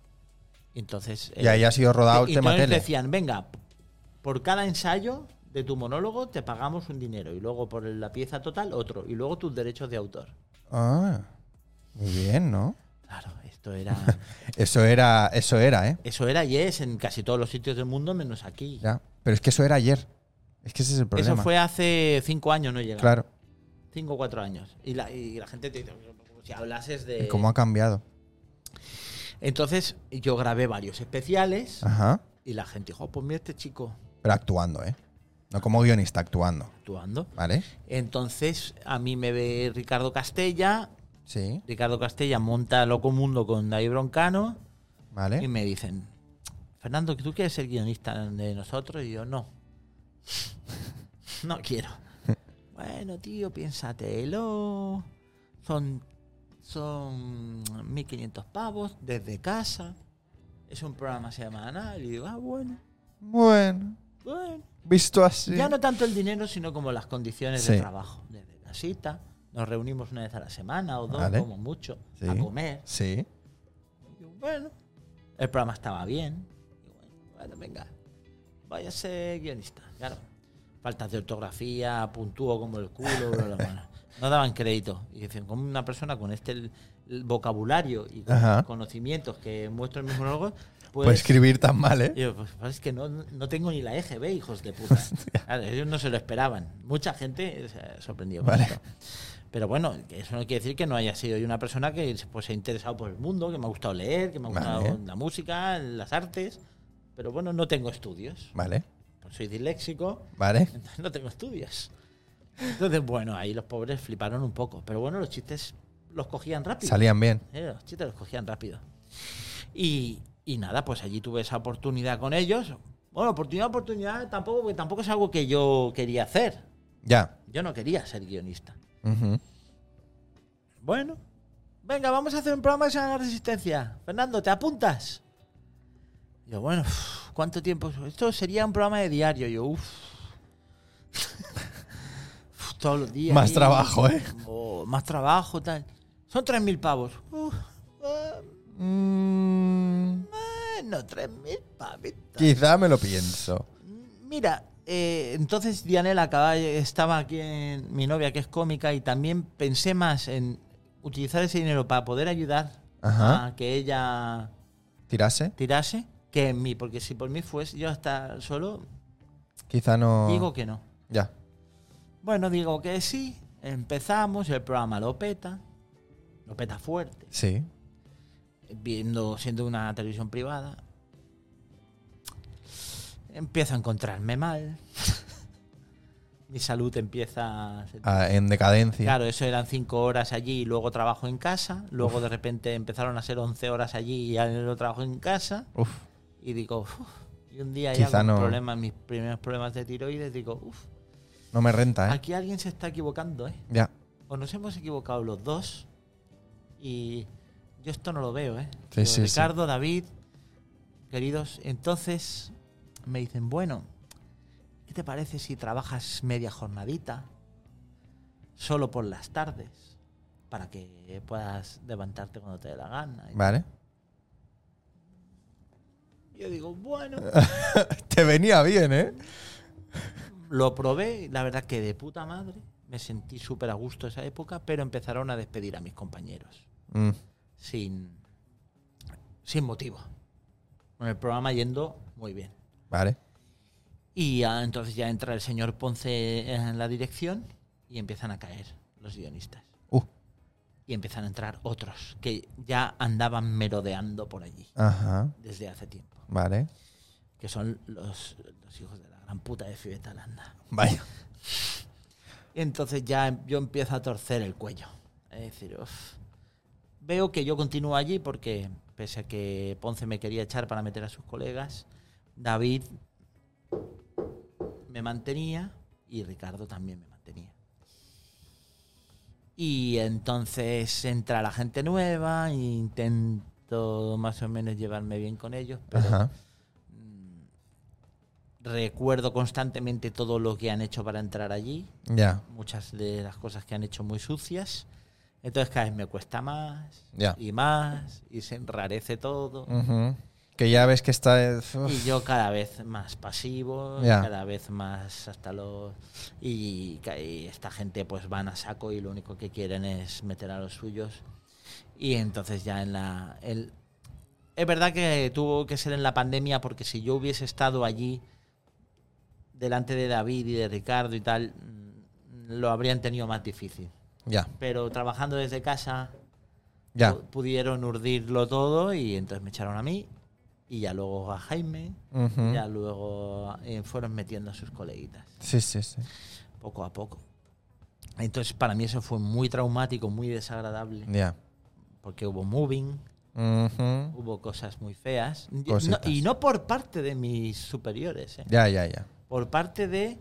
[SPEAKER 2] Y entonces.
[SPEAKER 3] Y ahí ha sido rodado el
[SPEAKER 2] Eh, y
[SPEAKER 3] tema
[SPEAKER 2] entonces
[SPEAKER 3] tele.
[SPEAKER 2] decían, venga, por cada ensayo de tu monólogo te pagamos un dinero. Y luego por la pieza total otro. Y luego tus derechos de autor.
[SPEAKER 3] Ah, muy bien, ¿no?
[SPEAKER 2] Claro, esto era.
[SPEAKER 3] Eso era, eso era, ¿eh?
[SPEAKER 2] eso era y es en casi todos los sitios del mundo, menos aquí.
[SPEAKER 3] Ya. Pero es que eso era ayer. Es que ese es el problema.
[SPEAKER 2] Eso fue hace cinco años, no llegaba.
[SPEAKER 3] Claro.
[SPEAKER 2] Cinco o cuatro años. Y la, y la gente te dice, como si hablases de.
[SPEAKER 3] ¿Y cómo ha cambiado?
[SPEAKER 2] Entonces yo grabé varios especiales
[SPEAKER 3] Ajá.
[SPEAKER 2] y la gente dijo, pues mira este chico
[SPEAKER 3] Pero actuando, ¿eh? No como guionista, actuando.
[SPEAKER 2] actuando.
[SPEAKER 3] ¿Vale?
[SPEAKER 2] Entonces a mí me ve Ricardo Castella.
[SPEAKER 3] Sí.
[SPEAKER 2] Ricardo Castella monta Loco Mundo con David Broncano
[SPEAKER 3] ¿Vale?
[SPEAKER 2] y me dicen, Fernando, ¿tú quieres ser guionista de nosotros? Y yo, no. no quiero. bueno, tío, piénsatelo. Son, son 1.500 pavos desde casa. Es un programa semanal. Y digo, ah, bueno,
[SPEAKER 3] Bueno,
[SPEAKER 2] bueno.
[SPEAKER 3] visto así.
[SPEAKER 2] Ya no tanto el dinero, sino como las condiciones de
[SPEAKER 3] Sí.
[SPEAKER 2] trabajo. Desde la cita, nos reunimos una vez a la semana o dos,
[SPEAKER 3] Vale.
[SPEAKER 2] como mucho,
[SPEAKER 3] Sí.
[SPEAKER 2] a comer.
[SPEAKER 3] Sí.
[SPEAKER 2] Y yo, bueno, el programa estaba bien. Y bueno, bueno, venga, vaya a ser guionista. Claro, faltas de ortografía, puntúo como el culo. bla, bla, bla. No daban crédito. Y dicen, como una persona con este el- el vocabulario y con
[SPEAKER 3] Ajá.
[SPEAKER 2] los conocimientos que muestra el mismo logo,
[SPEAKER 3] Pues,
[SPEAKER 2] pues,
[SPEAKER 3] escribir tan mal, ¿eh?
[SPEAKER 2] y yo, pues, pues, es que no, no tengo ni la EGB, hijos de puta. Claro, ellos no se lo esperaban. Mucha gente se ha sorprendido con
[SPEAKER 3] Vale.
[SPEAKER 2] esto. Pero bueno, que eso no quiere decir que no haya sido yo una persona que pues, se ha interesado por el mundo, que me ha gustado leer, que me ha gustado
[SPEAKER 3] Vale.
[SPEAKER 2] la música, las artes. Pero bueno, no tengo estudios.
[SPEAKER 3] Vale.
[SPEAKER 2] Pues soy disléxico,
[SPEAKER 3] Vale.
[SPEAKER 2] entonces no tengo estudios. Entonces, bueno, ahí los pobres fliparon un poco. Pero bueno, los chistes los cogían rápido.
[SPEAKER 3] Salían bien.
[SPEAKER 2] Eh, los chistes los cogían rápido. Y, y nada, pues allí tuve esa oportunidad con ellos. Bueno, oportunidad, oportunidad, tampoco, porque tampoco es algo que yo quería hacer.
[SPEAKER 3] Ya.
[SPEAKER 2] Yo no quería ser guionista.
[SPEAKER 3] Ujú.
[SPEAKER 2] Bueno, venga, vamos a hacer un programa que se llama La Resistencia. Fernando, ¿te apuntas? Yo, bueno, uf, ¿cuánto tiempo? Esto sería un programa de diario. Yo, uff. todos los días.
[SPEAKER 3] Más
[SPEAKER 2] ahí.
[SPEAKER 3] trabajo, ¿eh?
[SPEAKER 2] Oh, más trabajo, tal. Son 3.000 pavos. Uf, ah,
[SPEAKER 3] Mm,
[SPEAKER 2] Bueno, 3.000 pavitos.
[SPEAKER 3] quizá me lo pienso.
[SPEAKER 2] Mira, eh, entonces Dianela acaba- estaba aquí, en, mi novia que es cómica, y también pensé más en utilizar ese dinero para poder ayudar
[SPEAKER 3] Ajá.
[SPEAKER 2] a que ella
[SPEAKER 3] ¿Tirase?
[SPEAKER 2] tirase que en mí, porque si por mí fuese yo hasta solo,
[SPEAKER 3] Quizá
[SPEAKER 1] Ah.
[SPEAKER 3] no.
[SPEAKER 2] digo que no.
[SPEAKER 3] Ya.
[SPEAKER 2] Bueno, digo que sí, empezamos, el programa lo peta, lo peta fuerte.
[SPEAKER 3] Sí.
[SPEAKER 2] viendo, siendo una televisión privada, empiezo a encontrarme mal. Mi salud empieza. a ser-
[SPEAKER 3] Ah, en decadencia.
[SPEAKER 2] Claro, eso eran cinco horas allí y luego trabajo en casa. Luego de repente empezaron a ser 11 horas allí y ya no trabajo en casa.
[SPEAKER 3] Uf.
[SPEAKER 2] Y digo, "Uf". y un día
[SPEAKER 3] Quizá
[SPEAKER 2] ya con
[SPEAKER 3] no.
[SPEAKER 2] problemas, mis primeros problemas de tiroides, digo, uff,
[SPEAKER 3] No me renta, ¿eh?
[SPEAKER 2] aquí alguien se está equivocando, ¿eh?
[SPEAKER 3] Ya.
[SPEAKER 2] o nos hemos equivocado los dos y yo esto no lo veo, ¿eh?
[SPEAKER 3] Sí,
[SPEAKER 2] Yo,
[SPEAKER 3] sí, sí.
[SPEAKER 2] Ricardo, David, queridos, entonces me dicen, bueno, ¿qué te parece si trabajas media jornadita solo por las tardes para que puedas levantarte cuando te dé la gana? Y
[SPEAKER 3] Vale.
[SPEAKER 2] Yo digo, bueno,
[SPEAKER 3] Te venía bien, ¿eh?
[SPEAKER 2] lo probé, y la verdad que de puta madre, me sentí súper a gusto esa época, pero empezaron a despedir a mis compañeros.
[SPEAKER 3] Mm,
[SPEAKER 2] sin, sin motivo. Con el programa yendo muy bien.
[SPEAKER 3] Vale.
[SPEAKER 2] Y ya, entonces ya entra el señor Ponce en la dirección y empiezan a caer los guionistas.
[SPEAKER 3] Uh.
[SPEAKER 2] Y empiezan a entrar otros que ya andaban merodeando por allí
[SPEAKER 3] Ajá.
[SPEAKER 2] desde hace tiempo.
[SPEAKER 3] Vale.
[SPEAKER 2] Que son los, los hijos de la gran puta de Fibeta Landa.
[SPEAKER 3] Vaya.
[SPEAKER 2] Entonces ya em, yo empiezo a torcer el cuello. Es decir, uf. veo que yo continúo allí porque, pese a que Ponce me quería echar para meter a sus colegas, David me mantenía y Ricardo también me mantenía. Y entonces entra la gente nueva e intento más o menos llevarme bien con ellos, pero
[SPEAKER 3] Ajá.
[SPEAKER 2] mm, recuerdo constantemente todo lo que han hecho para entrar allí,
[SPEAKER 1] Ya,
[SPEAKER 2] muchas de las cosas que han hecho muy sucias. Entonces cada vez me cuesta más
[SPEAKER 1] Ya. Mm.
[SPEAKER 2] y más y se enrarece todo.
[SPEAKER 1] ujú. Que ya ves que está.
[SPEAKER 2] Y
[SPEAKER 1] uf,
[SPEAKER 2] yo cada vez más pasivo,
[SPEAKER 1] Ya.
[SPEAKER 2] cada vez más hasta los... Y, ca- y esta gente pues van a saco y lo único que quieren es meter a los suyos. Y entonces ya en la... el- es verdad que tuvo que ser en la pandemia porque si yo hubiese estado allí delante de David y de Ricardo y tal, mm, lo habrían tenido más difícil.
[SPEAKER 1] ya,
[SPEAKER 2] Pero trabajando desde casa
[SPEAKER 1] ya.
[SPEAKER 2] pu- pudieron urdirlo todo y entonces me echaron a mí y ya luego a Jaime.
[SPEAKER 1] ujú.
[SPEAKER 2] Ya luego eh, fueron metiendo a sus coleguitas,
[SPEAKER 1] Sí, sí, sí.
[SPEAKER 2] poco a poco. Entonces, para mí eso fue muy traumático, muy desagradable,
[SPEAKER 1] Ya.
[SPEAKER 2] porque hubo moving,
[SPEAKER 1] ujú.
[SPEAKER 2] hubo cosas muy feas. Y-
[SPEAKER 1] Cositas.
[SPEAKER 2] no- y no por parte de mis superiores, ¿eh?
[SPEAKER 1] Ya, ya, ya.
[SPEAKER 2] por parte de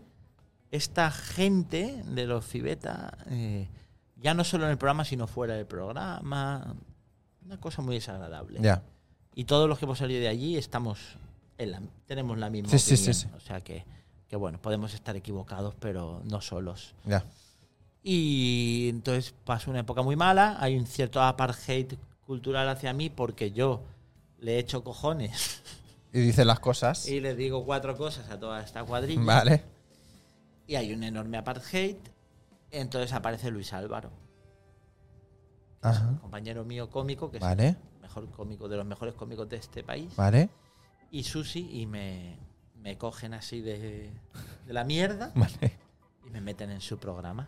[SPEAKER 2] esta gente de los Fibeta, eh, ya no solo en el programa, sino fuera del programa. Una cosa muy desagradable.
[SPEAKER 1] Ya.
[SPEAKER 2] Y todos los que hemos salido de allí estamos en la- tenemos la misma
[SPEAKER 1] Sí, sí,
[SPEAKER 2] opinión.
[SPEAKER 1] sí, sí.
[SPEAKER 2] O sea que, que, bueno, podemos estar equivocados, pero no solos.
[SPEAKER 1] Ya.
[SPEAKER 2] Y entonces pasó una época muy mala. Hay un cierto apartheid cultural hacia mí porque yo le echo cojones
[SPEAKER 1] Y dice las cosas.
[SPEAKER 2] y le digo cuatro cosas a toda esta cuadrilla.
[SPEAKER 1] Vale.
[SPEAKER 2] Y hay un enorme apartheid. Entonces aparece Luis Álvaro,
[SPEAKER 1] Ajá.
[SPEAKER 2] compañero mío cómico, que es
[SPEAKER 1] Vale.
[SPEAKER 2] el mejor cómico, de los mejores cómicos de este país.
[SPEAKER 1] Vale.
[SPEAKER 2] y sushi y me, me cogen así de, de la mierda
[SPEAKER 1] Vale.
[SPEAKER 2] y me meten en su programa.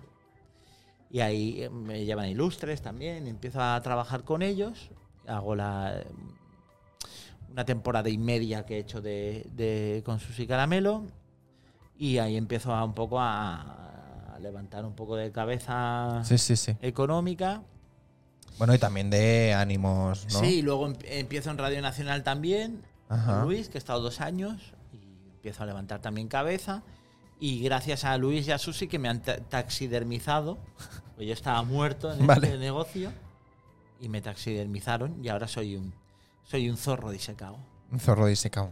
[SPEAKER 2] Y ahí eh, me llevan a ilustres también, y empiezo a trabajar con ellos, hago la mm, una temporada y media que he hecho de, de- con Susi Caramelo y ahí empiezo a un poco a, a levantar un poco de cabeza
[SPEAKER 1] Sí, sí, sí.
[SPEAKER 2] económica.
[SPEAKER 1] Bueno, y también de ánimos, ¿no?
[SPEAKER 2] Sí, y luego em- empiezo en Radio Nacional también,
[SPEAKER 1] Ajá.
[SPEAKER 2] con Luis, que he estado dos años, y empiezo a levantar también cabeza. Y gracias a Luis y a Susi que me han ta- taxidermizado, pues yo estaba muerto en
[SPEAKER 1] Vale.
[SPEAKER 2] este negocio, y me taxidermizaron, y ahora soy un, soy un zorro disecado.
[SPEAKER 1] Un zorro disecado.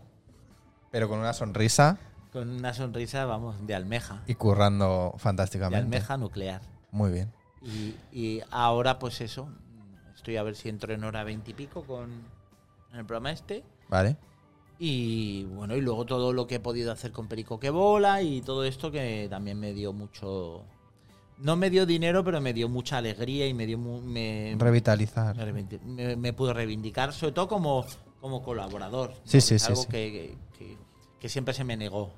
[SPEAKER 1] Pero con una sonrisa
[SPEAKER 2] Con una sonrisa, vamos, de almeja,
[SPEAKER 1] y currando
[SPEAKER 2] de
[SPEAKER 1] fantásticamente.
[SPEAKER 2] almeja nuclear.
[SPEAKER 1] Muy bien.
[SPEAKER 2] Y, y ahora, pues eso, estoy a ver si entro en hora veintipico con en el programa este.
[SPEAKER 1] Vale.
[SPEAKER 2] Y bueno, y luego todo lo que he podido hacer con Perico que bola y todo esto que también me dio mucho. No me dio dinero, pero me dio mucha alegría y me dio. mu- Me,
[SPEAKER 1] Revitalizar.
[SPEAKER 2] me reivindi- me- me pudo reivindicar, sobre todo como, como colaborador.
[SPEAKER 1] Sí,
[SPEAKER 2] porque
[SPEAKER 1] sí,
[SPEAKER 2] es
[SPEAKER 1] sí,
[SPEAKER 2] Algo
[SPEAKER 1] sí.
[SPEAKER 2] Que, que- que siempre se me negó.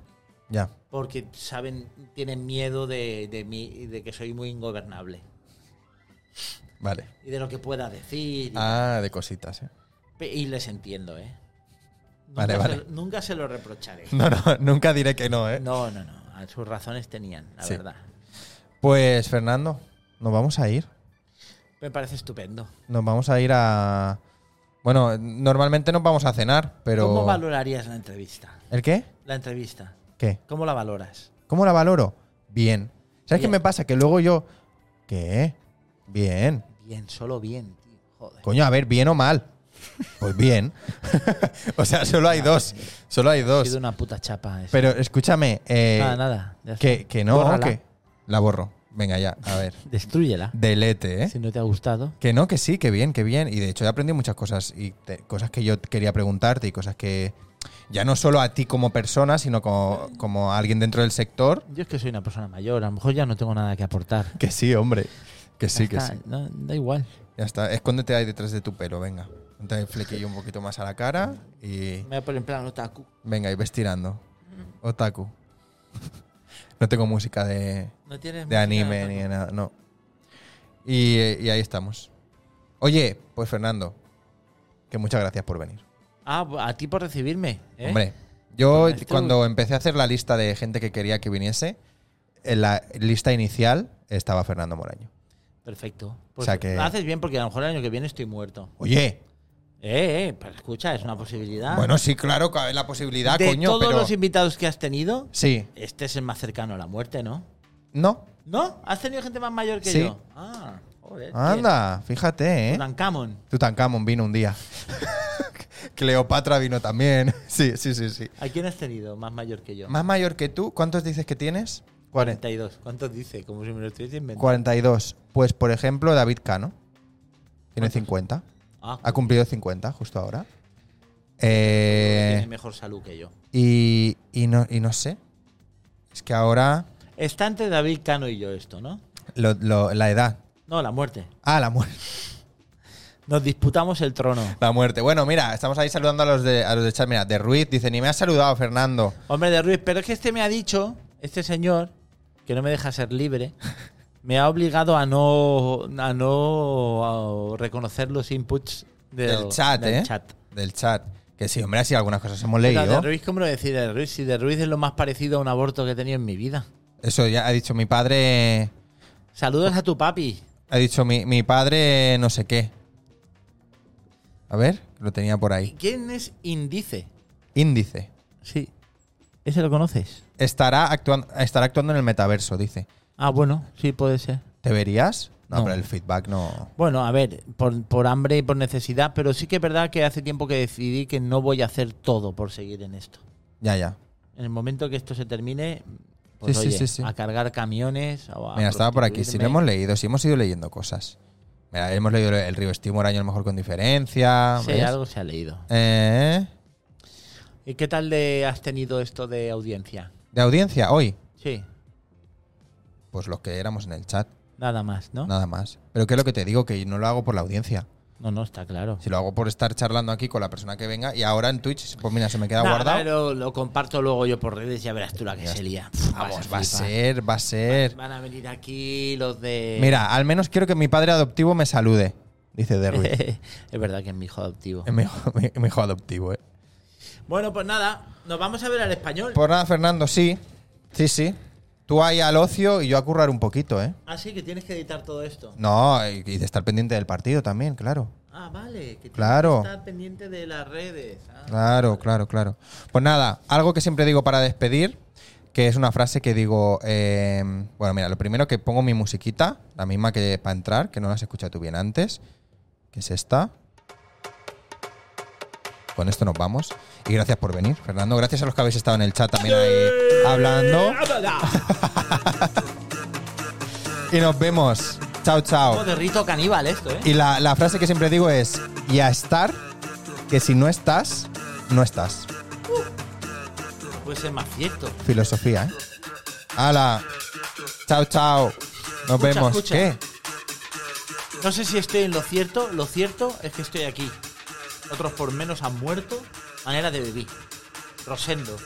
[SPEAKER 1] Ya.
[SPEAKER 2] Porque saben, tienen miedo de, de mí, de que soy muy ingobernable.
[SPEAKER 1] Vale.
[SPEAKER 2] Y de lo que pueda decir. y
[SPEAKER 1] Ah, de cositas, ¿eh?
[SPEAKER 2] pe- Y les entiendo, ¿eh?
[SPEAKER 1] Vale,
[SPEAKER 2] Nunca se
[SPEAKER 1] vale.
[SPEAKER 2] lo- nunca se lo reprocharé.
[SPEAKER 1] No, no, nunca diré que no, ¿eh?
[SPEAKER 2] No, no, no. A Sus razones tenían, la
[SPEAKER 1] Sí.
[SPEAKER 2] verdad.
[SPEAKER 1] Pues, Fernando, nos vamos a ir.
[SPEAKER 2] Me parece estupendo.
[SPEAKER 1] Nos vamos a ir a. Bueno, normalmente nos vamos a cenar, pero.
[SPEAKER 2] ¿Cómo valorarías la entrevista?
[SPEAKER 1] ¿El qué?
[SPEAKER 2] La entrevista.
[SPEAKER 1] ¿Qué?
[SPEAKER 2] ¿Cómo la valoras?
[SPEAKER 1] ¿Cómo la valoro? Bien. ¿Sabes qué
[SPEAKER 2] Bien.
[SPEAKER 1] me pasa? Que luego yo. ¿Qué? Bien.
[SPEAKER 2] Bien, solo bien, tío. Joder.
[SPEAKER 1] Coño, a ver, bien o mal. Pues bien. o sea, solo hay dos. Solo hay
[SPEAKER 2] Ha
[SPEAKER 1] dos.
[SPEAKER 2] sido una puta chapa eso.
[SPEAKER 1] Pero escúchame, eh,
[SPEAKER 2] nada, nada. ya está.
[SPEAKER 1] Que, que no,
[SPEAKER 2] Bórrala.
[SPEAKER 1] que la borro. Venga ya, a ver.
[SPEAKER 2] Destrúyela.
[SPEAKER 1] Delete, ¿eh?
[SPEAKER 2] Si no te ha gustado.
[SPEAKER 1] Que no, que sí, que bien, que bien. Y de hecho he aprendido muchas cosas y te- cosas que yo quería preguntarte y cosas que ya no solo a ti como persona, sino como, como a alguien dentro del sector.
[SPEAKER 2] Yo es que soy una persona mayor. A lo mejor ya no tengo nada que aportar.
[SPEAKER 1] Que sí, hombre. Que sí,
[SPEAKER 2] Ya
[SPEAKER 1] que
[SPEAKER 2] está,
[SPEAKER 1] sí.
[SPEAKER 2] no, da igual.
[SPEAKER 1] Ya está, escóndete ahí detrás de tu pelo, venga. Ponte el flequillo un poquito más a la cara y
[SPEAKER 2] Me voy a poner en plan otaku.
[SPEAKER 1] venga, y ves tirando. Otaku. No tengo música de,
[SPEAKER 2] No tienes
[SPEAKER 1] de
[SPEAKER 2] música
[SPEAKER 1] anime
[SPEAKER 2] otaku?
[SPEAKER 1] ni de nada, no. Y, eh, y ahí estamos. Oye, pues Fernando, que muchas gracias por venir.
[SPEAKER 2] Ah, a ti por recibirme. ¿eh?
[SPEAKER 1] Hombre, yo
[SPEAKER 2] Pues esto-
[SPEAKER 1] cuando empecé a hacer la lista de gente que quería que viniese, en la lista inicial estaba Fernando Moraño.
[SPEAKER 2] Perfecto. Pues
[SPEAKER 1] sea que-
[SPEAKER 2] Haces bien porque a lo mejor el año que viene estoy muerto.
[SPEAKER 1] Oye,
[SPEAKER 2] Eh, eh, pero escucha, es una posibilidad.
[SPEAKER 1] bueno, sí, claro, cabe la posibilidad,
[SPEAKER 2] Ah. de
[SPEAKER 1] coño,
[SPEAKER 2] todos
[SPEAKER 1] pero.
[SPEAKER 2] los invitados que has tenido,
[SPEAKER 1] Sí,
[SPEAKER 2] este es el más cercano a la muerte, ¿no?
[SPEAKER 1] no.
[SPEAKER 2] ¿No? ¿Has tenido gente más mayor que
[SPEAKER 1] Sí.
[SPEAKER 2] yo? Ah, joder.
[SPEAKER 1] Anda, fíjate, ¿eh?
[SPEAKER 2] Tutankamón.
[SPEAKER 1] Tutankamón vino un día. Cleopatra vino también. Sí, sí, sí, sí.
[SPEAKER 2] ¿A quién has tenido más mayor que yo?
[SPEAKER 1] Más mayor que tú, ¿cuántos dices que tienes? 40.
[SPEAKER 2] 42. ¿Cuántos dice? Como si me lo estuviese inventando.
[SPEAKER 1] 42. Pues, por ejemplo, David Cano. Tiene 50.
[SPEAKER 2] Ah,
[SPEAKER 1] Ha cumplido 50 justo ahora. Eh,
[SPEAKER 2] tiene mejor salud que yo.
[SPEAKER 1] y, y no, y no sé. Es que ahora
[SPEAKER 2] Está entre David Cano y yo esto, ¿no?
[SPEAKER 1] lo- lo- la edad.
[SPEAKER 2] No, la muerte.
[SPEAKER 1] Ah, la muerte.
[SPEAKER 2] Nos disputamos el trono.
[SPEAKER 1] La muerte. Bueno, mira, estamos ahí saludando a los de, a los de chat. Mira, de Ruiz dice, ni me has saludado, Fernando.
[SPEAKER 2] Hombre de Ruiz, pero es que este me ha dicho, este señor, que no me deja ser libre, me ha obligado a no, a no a reconocer los inputs del,
[SPEAKER 1] Del chat,
[SPEAKER 2] del
[SPEAKER 1] ¿eh?
[SPEAKER 2] chat.
[SPEAKER 1] Del chat. Que sí, hombre, así algunas cosas hemos
[SPEAKER 2] Pero de
[SPEAKER 1] leído.
[SPEAKER 2] Ruiz, ¿cómo lo decir de Ruiz? Si de Ruiz es lo más parecido a un aborto que he tenido en mi vida.
[SPEAKER 1] Eso ya ha dicho mi padre.
[SPEAKER 2] Saludos a tu papi.
[SPEAKER 1] Ha dicho mi, mi padre no sé qué. A ver, lo tenía por ahí.
[SPEAKER 2] ¿Quién es Indice?
[SPEAKER 1] Índice.
[SPEAKER 2] Sí. ¿Ese lo conoces?
[SPEAKER 1] Estará actuando, estará actuando en el metaverso, dice.
[SPEAKER 2] Ah, bueno, sí, puede ser.
[SPEAKER 1] ¿Te verías? No,
[SPEAKER 2] No.
[SPEAKER 1] pero el feedback no.
[SPEAKER 2] Bueno, a ver, por, por hambre y por necesidad, pero sí que es verdad que hace tiempo que decidí que no voy a hacer todo por seguir en esto.
[SPEAKER 1] Ya, ya.
[SPEAKER 2] En el momento que esto se termine, pues
[SPEAKER 1] Sí, sí,
[SPEAKER 2] oye,
[SPEAKER 1] sí, sí.
[SPEAKER 2] a cargar camiones. o a
[SPEAKER 1] Mira, estaba por aquí. Si no
[SPEAKER 2] prostituirme.
[SPEAKER 1] hemos leído, si hemos ido leyendo cosas. Mira, hemos leído el Río Estímulo año, a lo mejor con diferencia.
[SPEAKER 2] Sí,
[SPEAKER 1] ¿ves?
[SPEAKER 2] algo se ha leído.
[SPEAKER 1] Eh,
[SPEAKER 2] ¿Y qué tal de, has tenido esto de audiencia?
[SPEAKER 1] de audiencia, hoy.
[SPEAKER 2] Sí,
[SPEAKER 1] Pues los que éramos en el chat,
[SPEAKER 2] nada más, ¿no? No,
[SPEAKER 1] nada más. Pero que es lo que te digo, que no lo hago por la audiencia.
[SPEAKER 2] no, está claro.
[SPEAKER 1] Si lo hago por estar charlando aquí con la persona que venga y ahora en Twitch, pues mira, se me queda
[SPEAKER 2] Nada,
[SPEAKER 1] guardado.
[SPEAKER 2] Lo, lo comparto luego yo por redes, ya verás tú la que se lía. Pff, vas
[SPEAKER 1] Vamos, pues va a
[SPEAKER 2] flipar.
[SPEAKER 1] ser, va a ser.
[SPEAKER 2] Van a venir aquí los de...
[SPEAKER 1] Mira, al menos quiero que mi padre adoptivo me salude, dice De Ruiz.
[SPEAKER 2] es verdad que es mi hijo adoptivo.
[SPEAKER 1] Es mi, hijo- mi- mi hijo adoptivo, ¿eh?
[SPEAKER 2] Bueno, pues nada, nos vamos a ver al español.
[SPEAKER 1] Por Pues nada, Fernando, sí. Sí, sí. Tú ahí al ocio y yo a currar un poquito, ¿eh?
[SPEAKER 2] Así Ah, que tienes que editar todo esto.
[SPEAKER 1] No, y y de estar pendiente del partido también, claro.
[SPEAKER 2] Ah, vale, que tienes
[SPEAKER 1] Claro.
[SPEAKER 2] que estar pendiente de las redes. Ah.
[SPEAKER 1] Claro, claro, claro. Pues nada, algo que siempre digo para despedir, que es una frase que digo, eh, bueno, mira, lo primero que pongo mi musiquita, la misma que para entrar, que no la has escuchado tú bien antes, que es esta. Con esto nos vamos. Y gracias por venir, Fernando. Gracias a los que habéis estado en el chat también ahí hablando. Y nos vemos. Chao,
[SPEAKER 2] Como
[SPEAKER 1] chao.
[SPEAKER 2] de rito caníbal esto, ¿eh?
[SPEAKER 1] Y la, la frase que siempre digo es, y a estar, que si no estás, no estás.
[SPEAKER 2] Puede ser más cierto.
[SPEAKER 1] filosofía, ¿eh? ¡Hala! ¡Chao, chao! Nos
[SPEAKER 2] Escucha,
[SPEAKER 1] vemos.
[SPEAKER 2] escucha.
[SPEAKER 1] ¿Qué?
[SPEAKER 2] No sé si estoy en lo cierto. Lo cierto es que estoy aquí. Otros por menos han muerto. Manera de vivir. Rosendo.